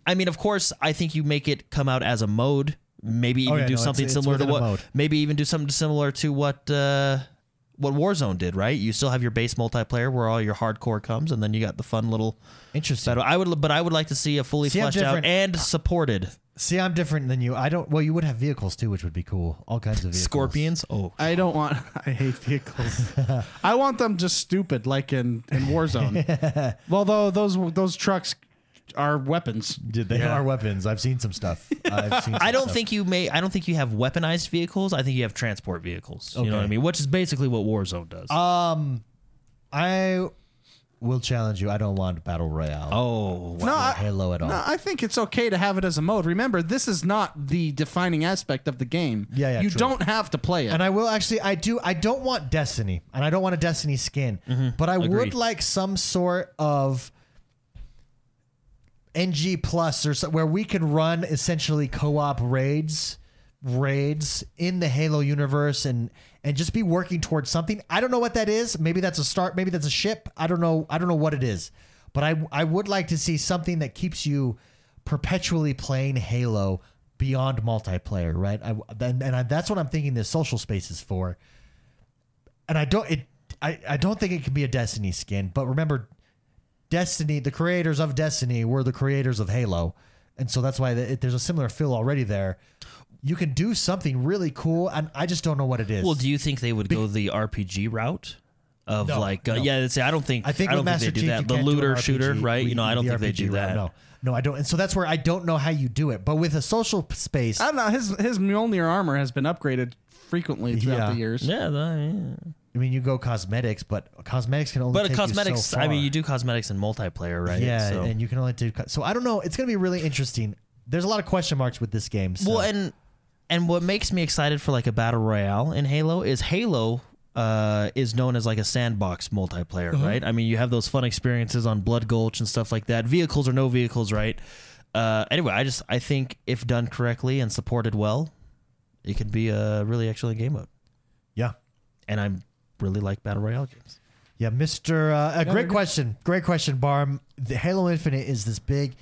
Speaker 3: I mean, of course, I think you make it come out as a mode. Maybe even
Speaker 1: Oh, yeah,
Speaker 3: do
Speaker 1: no, it's-
Speaker 3: something
Speaker 1: it's
Speaker 3: similar to
Speaker 1: within a
Speaker 3: what.
Speaker 1: mode.
Speaker 3: Maybe even do something similar to what. Uh, what Warzone did, right? You still have your base multiplayer where all your hardcore comes, and then you got the fun little
Speaker 1: interesting.
Speaker 3: battle. I would, but I would like to see a fully
Speaker 1: See, I'm
Speaker 3: fleshed out
Speaker 1: different. Ah.
Speaker 3: and supported
Speaker 1: See, I'm different than you. I don't. Well, you would have vehicles too, which would be cool. All kinds of vehicles.
Speaker 3: scorpions. Oh,
Speaker 2: I don't want. I hate vehicles. I want them just stupid, like in in Warzone. Although those those trucks are weapons.
Speaker 1: Did they are weapons? I've seen some stuff. I've seen some
Speaker 3: I don't
Speaker 1: stuff.
Speaker 3: think you may. I don't think you have weaponized vehicles. I think you have transport vehicles. You know what I
Speaker 1: Okay. Uh,
Speaker 3: mean? Which is basically what Warzone does.
Speaker 1: I will challenge you. I don't want battle royale.
Speaker 3: oh, wow.
Speaker 2: No, I,
Speaker 1: Halo at all.
Speaker 2: no, I think it's okay to have it as a mode. Remember, this is not the defining aspect of the game.
Speaker 1: Yeah, yeah,
Speaker 2: You
Speaker 1: true.
Speaker 2: don't have to play it.
Speaker 1: And I will actually, I do, I don't want Destiny, and I don't want a Destiny skin,
Speaker 2: Mm-hmm.
Speaker 1: but I
Speaker 3: Agreed.
Speaker 1: would like some sort of NG plus or so, where we can run essentially co-op raids, raids in the Halo universe, and and just be working towards something. I don't know what that is. Maybe that's a start. Maybe that's a ship. I don't know. I don't know what it is, but I I would like to see something that keeps you perpetually playing Halo beyond multiplayer, right? I, and and I, that's what I'm thinking this social space is for. And I don't it I, I don't think it can be a Destiny skin, but remember Destiny, the creators of Destiny were the creators of Halo. And so that's why the, it, there's a similar feel already there. You can do something really cool and I just don't know what it is.
Speaker 3: well, do you think they would go the RPG route? Of
Speaker 1: No,
Speaker 3: like, uh,
Speaker 1: no.
Speaker 3: yeah, see, I don't think
Speaker 1: I think
Speaker 3: I
Speaker 1: with
Speaker 3: don't
Speaker 1: Master
Speaker 3: think they do
Speaker 1: Chief,
Speaker 3: that.
Speaker 1: you
Speaker 3: The
Speaker 1: can't do an
Speaker 3: looter
Speaker 1: RPG.
Speaker 3: shooter, right?
Speaker 1: We-
Speaker 3: You know, I don't
Speaker 1: the
Speaker 3: think they
Speaker 1: RPG
Speaker 3: do
Speaker 1: route,
Speaker 3: that.
Speaker 1: No, no, I don't. And so that's where I don't know how you do it. But with a social p- space,
Speaker 2: I don't know. His his Mjolnir armor has been upgraded frequently throughout
Speaker 1: Yeah.
Speaker 2: the years.
Speaker 3: Yeah, the- yeah.
Speaker 1: I mean, you go cosmetics, but cosmetics can only.
Speaker 3: but
Speaker 1: take
Speaker 3: cosmetics.
Speaker 1: You so
Speaker 3: I mean,
Speaker 1: far.
Speaker 3: you do cosmetics in multiplayer, right?
Speaker 1: Yeah,
Speaker 3: So-
Speaker 1: and you can only do. co- So I don't know. It's going to be really interesting. There's a lot of question marks with this game. So.
Speaker 3: Well, and and what makes me excited for like a battle royale in Halo is Halo uh, is known as like a sandbox multiplayer, right? I mean, you have those fun experiences on Blood Gulch and stuff like that. Vehicles or no vehicles, right? Uh, anyway, I just I think if done correctly and supported well, it could be a really excellent game mode.
Speaker 1: yeah,
Speaker 3: And I'm really like battle royale games.
Speaker 1: yeah, Mister. Uh, a great question. Great question, Barm. The Halo Infinite is this big.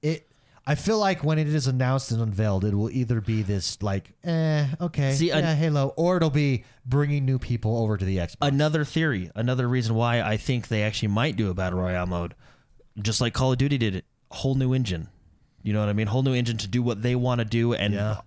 Speaker 1: It. I feel like when it is announced and unveiled, it will either be this like, eh, okay,
Speaker 3: See,
Speaker 1: yeah,
Speaker 3: I-
Speaker 1: Halo, or it'll be bringing new people over to the Xbox.
Speaker 3: Another theory, another reason why I think they actually might do a battle royale mode, just like Call of Duty did it, whole new engine. You know what I mean? Whole new engine to do what they want to do and
Speaker 1: Yeah.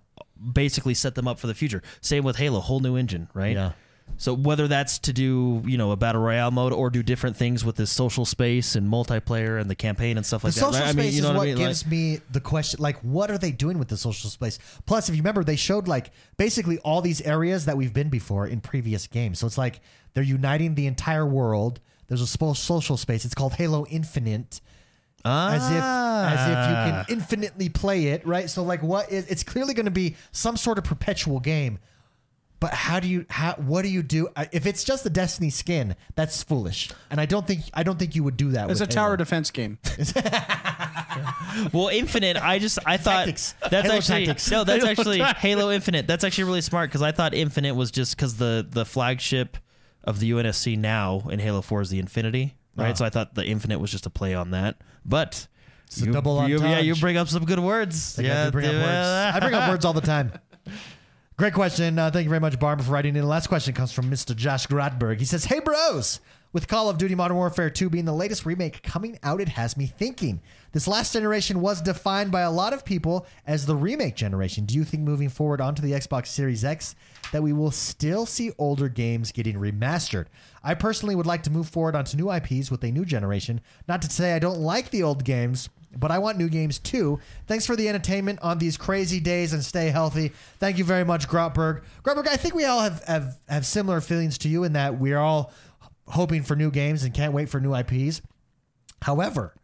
Speaker 3: basically set them up for the future. Same with Halo, whole new engine, right?
Speaker 1: Yeah.
Speaker 3: So whether that's to do you know a battle royale mode or do different things with this social space and multiplayer and the campaign and stuff
Speaker 1: The
Speaker 3: like
Speaker 1: social
Speaker 3: that. right?
Speaker 1: space
Speaker 3: I mean, you know
Speaker 1: is what,
Speaker 3: I mean? Like-
Speaker 1: gives me the question. Like, what are they doing with the social space? Plus, if you remember, they showed like basically all these areas that we've been before in previous games. So it's like they're uniting the entire world. There's a spo- social space. It's called Halo Infinite. As if, as
Speaker 3: Ah.
Speaker 1: if you can infinitely play it, right? So, like, what is? It's clearly going to be some sort of perpetual game. But how do you? How what do you do I- if it's just the Destiny skin? That's foolish, and I don't think I don't think you would do that.
Speaker 2: It's a
Speaker 1: with
Speaker 2: tower
Speaker 1: Halo.
Speaker 2: defense game.
Speaker 3: Well, Infinite, I just I thought
Speaker 1: Tactics.
Speaker 3: that's
Speaker 1: Halo
Speaker 3: actually
Speaker 1: Tactics.
Speaker 3: no, that's
Speaker 2: Halo
Speaker 3: actually
Speaker 2: Tactics.
Speaker 3: Halo Infinite. That's actually really smart because I thought Infinite was just because the the flagship of the UNSC now in Halo Four is the Infinity, right?
Speaker 1: Uh-huh.
Speaker 3: So I thought the Infinite was just a play on that, but.
Speaker 1: It's a double
Speaker 3: you, yeah,
Speaker 1: entendre.
Speaker 3: you bring up some good words.
Speaker 1: Like, I
Speaker 3: yeah,
Speaker 1: do bring up
Speaker 3: dude.
Speaker 1: words. I bring up words all the time. Great question. Uh, thank you very much, Barb, for writing in. The last question comes from Mr. Josh Gradberg. He says, Hey, bros! With Call of Duty Modern Warfare 2 being the latest remake coming out, it has me thinking. This last generation was defined by a lot of people as the remake generation. Do you think moving forward onto the Xbox Series X that we will still see older games getting remastered? I personally would like to move forward onto new IPs with a new generation. Not to say I don't like the old games, but I want new games too. Thanks for the entertainment on these crazy days and stay healthy. Thank you very much, Grotberg. Grotberg, I think we all have, have, have similar feelings to you in that we're all hoping for new games and can't wait for new IPs. However,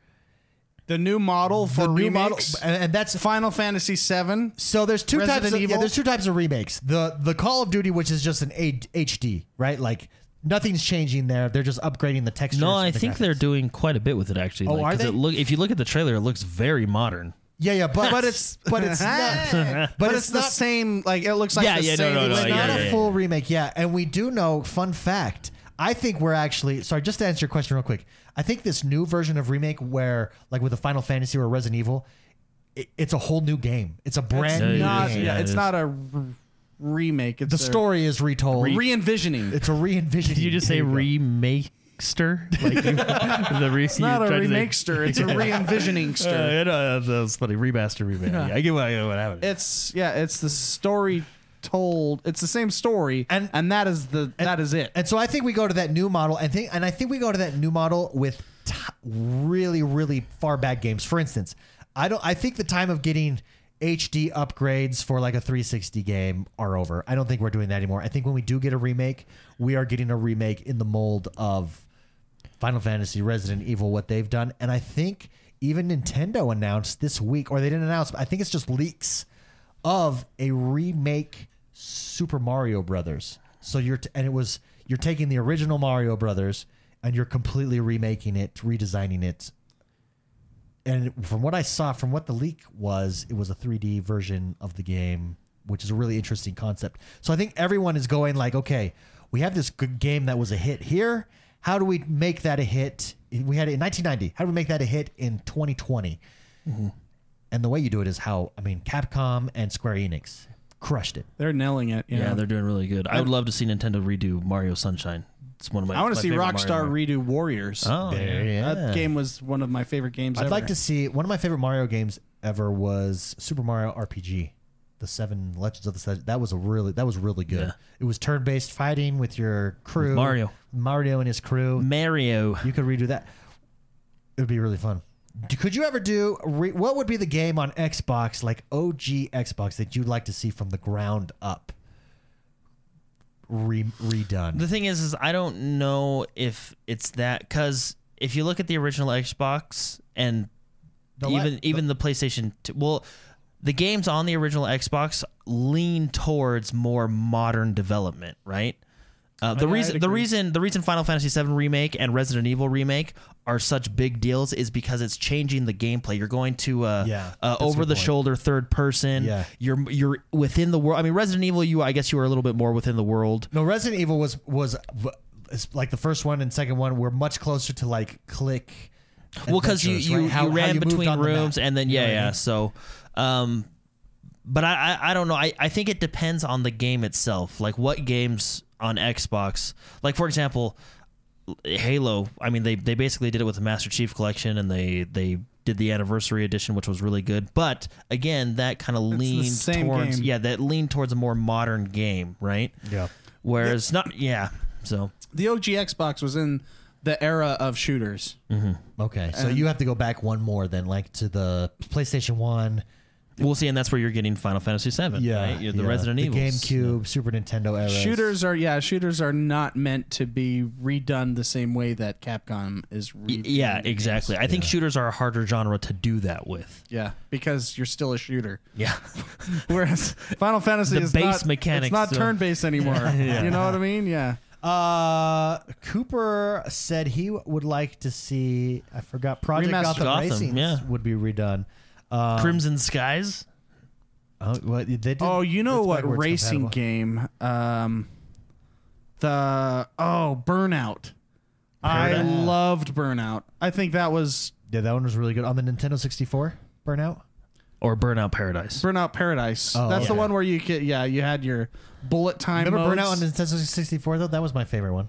Speaker 2: The new model for
Speaker 1: the new
Speaker 2: remakes.
Speaker 1: model, and, and that's
Speaker 2: Final Fantasy VII.
Speaker 1: so there's two
Speaker 2: Resident
Speaker 1: types of yeah,
Speaker 2: Evil?
Speaker 1: there's two types of remakes. The the Call of Duty, which is just an A- HD, right? Like nothing's changing there. They're just upgrading the textures.
Speaker 3: No,
Speaker 1: and
Speaker 3: I
Speaker 1: the
Speaker 3: think
Speaker 1: graphics.
Speaker 3: they're doing quite a bit with it actually.
Speaker 1: Oh,
Speaker 3: like,
Speaker 1: are
Speaker 3: 'cause
Speaker 1: they?
Speaker 3: It look, if you look at the trailer, it looks very modern.
Speaker 1: yeah, yeah, but
Speaker 2: But it's
Speaker 1: but it's not,
Speaker 2: but, it's, the
Speaker 1: not
Speaker 2: same. Like it looks like
Speaker 3: Yeah,
Speaker 2: the
Speaker 3: yeah, no,
Speaker 2: same.
Speaker 3: no, no,
Speaker 1: It's
Speaker 2: like,
Speaker 3: yeah,
Speaker 1: not
Speaker 3: yeah,
Speaker 1: a
Speaker 3: yeah.
Speaker 1: full remake, yeah. And we do know, fun fact, I think we're actually sorry, just to answer your question real quick. I think this new version of remake where like with the Final Fantasy or Resident Evil, it, it's a whole new game. It's a brand
Speaker 3: That's
Speaker 1: new
Speaker 2: not-
Speaker 1: game.
Speaker 2: yeah,
Speaker 3: it
Speaker 2: it's
Speaker 3: is.
Speaker 2: not a r- remake. It's
Speaker 1: The
Speaker 2: a
Speaker 1: story is retold.
Speaker 2: re envisioning.
Speaker 1: it's a re-envisioning. There you go.
Speaker 3: remakester? Like you, the re-
Speaker 2: It's not a remakester. It's a re
Speaker 3: Uh,
Speaker 2: envisioningster.
Speaker 3: that was funny. Remaster, remake.
Speaker 2: Yeah.
Speaker 3: I get what, I get what happened.
Speaker 2: It's yeah. It's the story told. It's the same story,
Speaker 1: And-
Speaker 2: and and that is the that is it.
Speaker 1: And so I think we go to that new model, and think, and I think we go to that new model with t- really, really far back games. For instance, I don't. I think the time of getting HD upgrades for like a 360 game are over. I don't think we're doing that anymore. I think when we do get a remake, we are getting a remake in the mold of Final Fantasy, Resident Evil, what they've done, and I think even Nintendo announced this week, or they didn't announce. But I think it's just leaks of a remake Super Mario Brothers. So you're t- and it was you're taking the original Mario Brothers and you're completely remaking it, redesigning it. And from what I saw, from what the leak was, it was a 3D version of the game, which is a really interesting concept. So I think everyone is going like, okay, we have this good game that was a hit here. How do we make that a hit? We had it in 1990. How do we make that a hit in 2020? And the way you do it is how I mean, Capcom and Square Enix crushed it.
Speaker 2: They're nailing it.
Speaker 3: yeah,
Speaker 2: yeah,
Speaker 3: they're doing really good. I would love to see Nintendo redo Mario Sunshine. It's one of my.
Speaker 2: I want
Speaker 3: my
Speaker 2: to see
Speaker 3: favorite
Speaker 2: Rockstar redo
Speaker 3: Mario-
Speaker 2: Warriors.
Speaker 3: Oh,
Speaker 1: There,
Speaker 3: yeah.
Speaker 2: That game was one of my favorite games.
Speaker 1: I'd
Speaker 2: ever.
Speaker 1: like to see one of my favorite Mario games ever was Super Mario RPG, the Seven Legends of the Seven. That was a really that was really good.
Speaker 3: Yeah.
Speaker 1: It was turn based fighting with your crew,
Speaker 3: Mario.
Speaker 1: Mario and his crew.
Speaker 3: Mario.
Speaker 1: You could redo that. It would be really fun. D- Could you ever do re- what would be the game on Xbox like OG Xbox that you'd like to see from the ground up? Re- redone.
Speaker 3: The thing is, is I don't know if it's that because if you look at the original Xbox and
Speaker 1: The li-
Speaker 3: even even the PlayStation, 2, well, the games on the original Xbox lean towards more modern development, right? Uh, the
Speaker 2: I'd
Speaker 3: reason the
Speaker 2: agree.
Speaker 3: reason the reason Final Fantasy VII remake and Resident Evil remake are such big deals is because it's changing the gameplay. You're going to uh,
Speaker 1: Yeah,
Speaker 3: uh,
Speaker 1: that's a good
Speaker 3: over the
Speaker 1: point.
Speaker 3: shoulder third person.
Speaker 1: Yeah.
Speaker 3: You're you're within the world. I mean, Resident Evil, you I guess you were a little bit more within the world.
Speaker 1: No, Resident Evil was was is, like the first one and second one were much closer to like click.
Speaker 3: well because you
Speaker 1: adventures,
Speaker 3: you,
Speaker 1: right? How-
Speaker 3: you
Speaker 1: how
Speaker 3: ran
Speaker 1: moved
Speaker 3: between
Speaker 1: on the map.
Speaker 3: rooms and then
Speaker 1: You know
Speaker 3: yeah
Speaker 1: what I
Speaker 3: yeah
Speaker 1: mean?
Speaker 3: so um but I, I i don't know I, I think it depends on the game itself like what games on xbox like for example halo i mean they they basically did it with the master chief collection and they they did the anniversary edition, which was really good. But again, that kind of leans
Speaker 2: same
Speaker 3: towards
Speaker 2: game.
Speaker 3: yeah, that leaned towards a more modern game, right?
Speaker 1: Yeah.
Speaker 3: Whereas not yeah, so
Speaker 2: The OG Xbox was in the era of shooters.
Speaker 1: Okay, so you have to go back one more then, like to the PlayStation One.
Speaker 3: we'll see, and that's where you're getting Final Fantasy VII. right? You're the
Speaker 1: yeah,
Speaker 3: Resident
Speaker 1: the
Speaker 3: Evil,
Speaker 1: GameCube, Super Nintendo era.
Speaker 2: Shooters are yeah, shooters are not meant to be redone the same way that Capcom is. Re-
Speaker 3: Yeah, exactly. I think shooters are a harder genre to do that with.
Speaker 2: Yeah, because you're still a shooter.
Speaker 3: Yeah,
Speaker 2: Whereas Final Fantasy
Speaker 3: The
Speaker 2: is
Speaker 3: base
Speaker 2: not,
Speaker 3: mechanics
Speaker 2: It's not
Speaker 3: of-
Speaker 2: turn based anymore. You know what I mean? Yeah.
Speaker 1: Uh, Cooper said he would like to see. I forgot Project
Speaker 2: Remastered
Speaker 1: Gotham,
Speaker 3: Gotham,
Speaker 1: Racing
Speaker 3: yeah.
Speaker 1: would be redone. Uh,
Speaker 3: Crimson Skies.
Speaker 1: oh, what, they did,
Speaker 2: Oh, you know
Speaker 1: it's
Speaker 2: what
Speaker 1: backwards
Speaker 2: racing
Speaker 1: compatible.
Speaker 2: game? Um, the oh Burnout. I
Speaker 1: Burnout.
Speaker 2: loved Burnout. I think that was
Speaker 1: Yeah, that one was really good on the Nintendo 64. Burnout.
Speaker 3: Or Burnout Paradise.
Speaker 2: Burnout Paradise.
Speaker 1: Oh,
Speaker 2: That's the
Speaker 1: okay.
Speaker 2: one where you could yeah you had your bullet time.
Speaker 1: Remember
Speaker 2: modes.
Speaker 1: Burnout on Nintendo 64 though? That was my favorite one.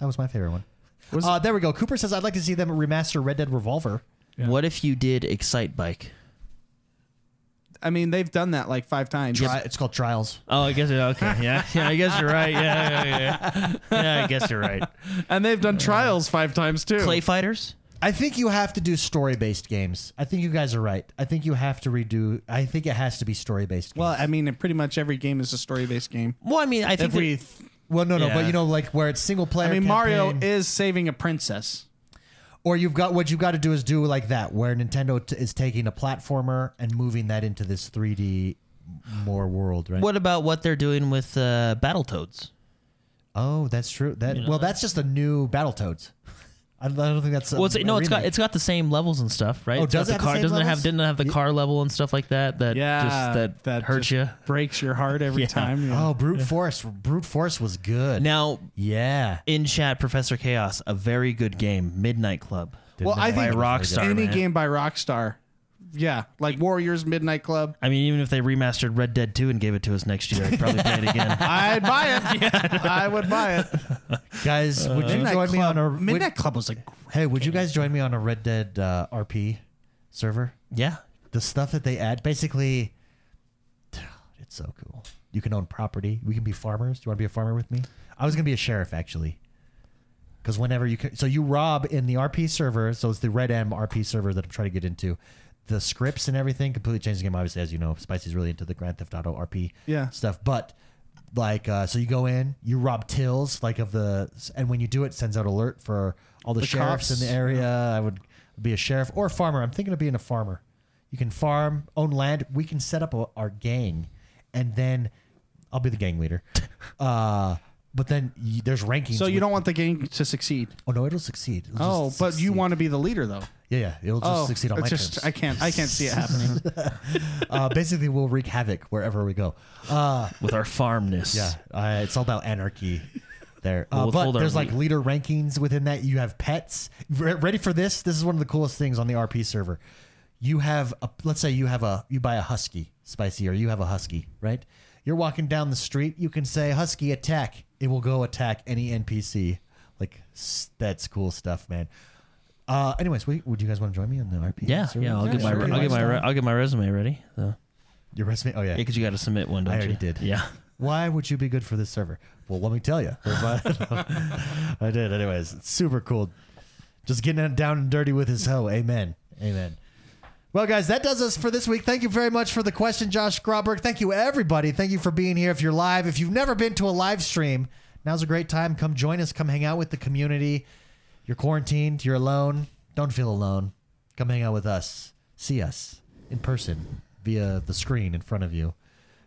Speaker 1: That was my favorite one.
Speaker 2: Was-
Speaker 1: uh, there we go. Cooper says I'd like to see them remaster Red Dead Revolver.
Speaker 3: What if you did Excite Bike?
Speaker 2: I mean, they've done that like five times.
Speaker 1: Tri- it's called Trials.
Speaker 3: Oh, I guess okay. Yeah, yeah. I guess you're right. Yeah, yeah, yeah. Yeah, I guess you're right.
Speaker 2: And they've done trials five times too.
Speaker 3: Clay Fighters.
Speaker 1: I think you have to do story-based games. I think you guys are right. I think you have to redo. I think it has to be story-based. Games.
Speaker 2: Well, I mean, pretty much every game is a story based game.
Speaker 3: Well, I mean, I
Speaker 2: If
Speaker 3: think that-
Speaker 2: we,
Speaker 1: well, no, no,
Speaker 3: Yeah.
Speaker 1: but you know, like where it's single-player.
Speaker 2: I mean, Mario
Speaker 1: campaign,
Speaker 2: is saving a princess.
Speaker 1: or you've got what you've got to do is do like that, where Nintendo t- is taking a platformer and moving that into this 3D more world, right?
Speaker 3: what about what they're doing with uh, Battletoads?
Speaker 1: Oh, that's true. That well, that's just a new Battletoads. I don't- I don't think that's. a-
Speaker 3: Well, it's,
Speaker 1: a
Speaker 3: no, it's got
Speaker 1: remake.
Speaker 3: it's got the same levels and stuff, right?
Speaker 1: Oh,
Speaker 3: It's
Speaker 1: does it
Speaker 3: got
Speaker 1: have the
Speaker 3: car?
Speaker 1: same
Speaker 3: doesn't it have
Speaker 1: levels?
Speaker 3: didn't it have the car level and stuff like that? That
Speaker 2: Yeah,
Speaker 3: just that that hurts
Speaker 2: just
Speaker 3: you.
Speaker 2: breaks your heart every
Speaker 3: Yeah.
Speaker 2: time. yeah.
Speaker 1: Oh, brute force! Brute force was good.
Speaker 3: Now
Speaker 1: yeah.
Speaker 3: in chat, Professor Chaos, a very good game, Midnight Club.
Speaker 2: Well, I
Speaker 3: by
Speaker 2: think
Speaker 3: Rockstar.
Speaker 2: any
Speaker 3: man.
Speaker 2: game by Rockstar. Yeah, like Warriors Midnight Club.
Speaker 3: I mean, even if they remastered Red Dead Two and gave it to us next year, I'd probably play it again.
Speaker 2: I'd buy it. I would buy
Speaker 3: Uh,
Speaker 2: it.
Speaker 1: guys, would you
Speaker 2: Midnight
Speaker 1: join me
Speaker 2: Club.
Speaker 1: on a would-
Speaker 2: Midnight Club was a great
Speaker 1: hey, would you guys join me on a Red Dead uh, RP server?
Speaker 3: Yeah,
Speaker 1: The stuff that they add, basically, it's so cool. You can own property. We can be farmers. Do you want to be a farmer with me? I was gonna be a sheriff actually. Because whenever you can, so you rob in the RP server, so it's the Red M RP server that I'm trying to get into. The scripts and everything completely changed the game, obviously, as you know. Spicy's really into the Grand Theft Auto RP
Speaker 2: Yeah.
Speaker 1: stuff, but like, uh, so you go in, you rob tills, like of the, and when you do it, it sends out alert for all the,
Speaker 2: The
Speaker 1: sheriffs in
Speaker 2: cops.
Speaker 1: the area. I would be a sheriff or a farmer. I'm thinking of being a farmer. You can farm, own land. We can set up a, our gang, and then I'll be the gang leader. Uh, but then y there's rankings.
Speaker 2: So you
Speaker 1: with-
Speaker 2: don't want the game to succeed.
Speaker 1: Oh no, it'll succeed. It'll
Speaker 2: oh,
Speaker 1: just
Speaker 2: but you
Speaker 1: succeed.
Speaker 2: want to be the leader though.
Speaker 1: Yeah, yeah, it'll just
Speaker 2: oh,
Speaker 1: succeed on
Speaker 2: it's
Speaker 1: my
Speaker 2: just, I
Speaker 1: terms.
Speaker 2: can't. I can't see it happening.
Speaker 1: uh, basically, we'll wreak havoc wherever we go. Uh,
Speaker 3: with our farmness.
Speaker 1: yeah, uh, it's all about anarchy. There,
Speaker 3: We'll
Speaker 1: uh, but
Speaker 3: withhold our
Speaker 1: there's like
Speaker 3: wheat.
Speaker 1: leader rankings within that. You have pets. Re- ready for this? This is one of the coolest things on the RP server. You have a let's say you have a you buy a husky, spicy, or you have a husky, right? You're walking down the street. You can say husky attack. It will go attack any NPC. Like s- that's cool stuff, man. Uh, anyways, we, would you guys want to join me on the RP?
Speaker 3: Yeah,
Speaker 1: server?
Speaker 3: yeah. I'll
Speaker 2: Yeah,
Speaker 3: get my
Speaker 2: sure.
Speaker 3: I'll get my re- I'll get my resume ready. So.
Speaker 1: Your resume? Oh yeah.
Speaker 3: Yeah, because you got to submit one. Don't
Speaker 1: I already
Speaker 3: you?
Speaker 1: did.
Speaker 3: Yeah.
Speaker 1: Why would you be good for this server? Well, let me tell you. I did. Anyways, it's super cool. Just getting it down and dirty with his hoe. Amen. Amen. Well, guys, that does us for this week. Thank you very much for the question, Josh Grauberg. Thank you, everybody. Thank you for being here. If you're live, if you've never been to a live stream, now's a great time. Come join us. Come hang out with the community. You're quarantined. You're alone. Don't feel alone. Come hang out with us. See us in person via the screen in front of you.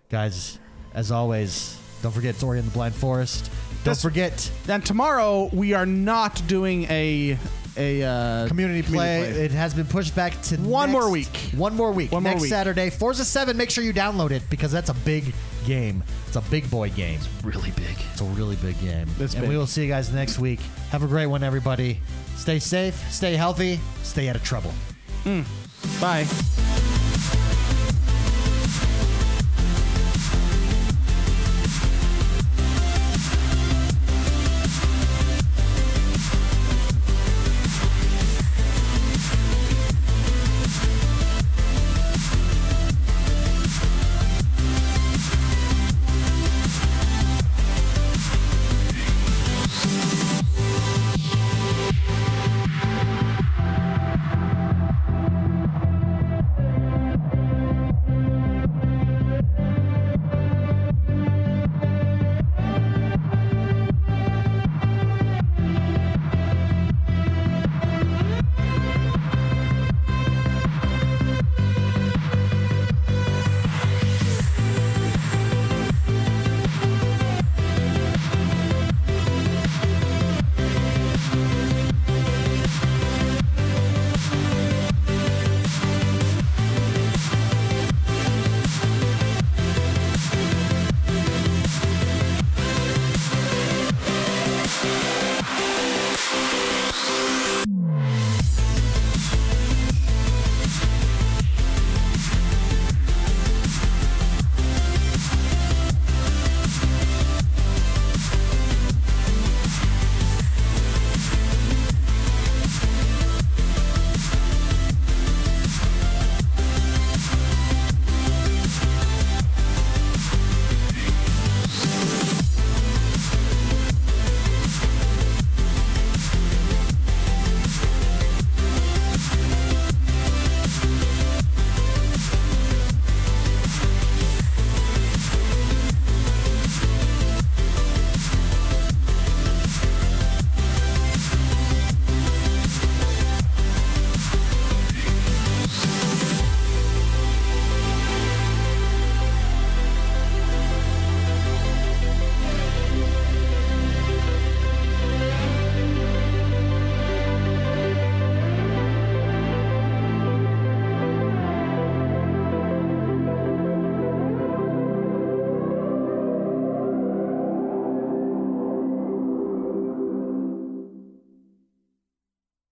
Speaker 1: Guys, as always, don't forget Ori and the Blind Forest. Don't
Speaker 2: This-
Speaker 1: forget
Speaker 2: Then tomorrow we are not doing a a uh,
Speaker 1: community play. It has been pushed back to
Speaker 2: One
Speaker 1: next-
Speaker 2: more week.
Speaker 1: One more week.
Speaker 2: One more
Speaker 1: next
Speaker 2: week.
Speaker 1: Saturday, Forza Seven. Make sure you download it because that's a big game. It's a big boy game.
Speaker 3: Really big.
Speaker 1: It's a really big game.
Speaker 2: It's
Speaker 1: and
Speaker 2: big.
Speaker 1: we will see you guys next week. Have a great one, everybody. Stay safe. Stay healthy. Stay out of trouble.
Speaker 2: Bye.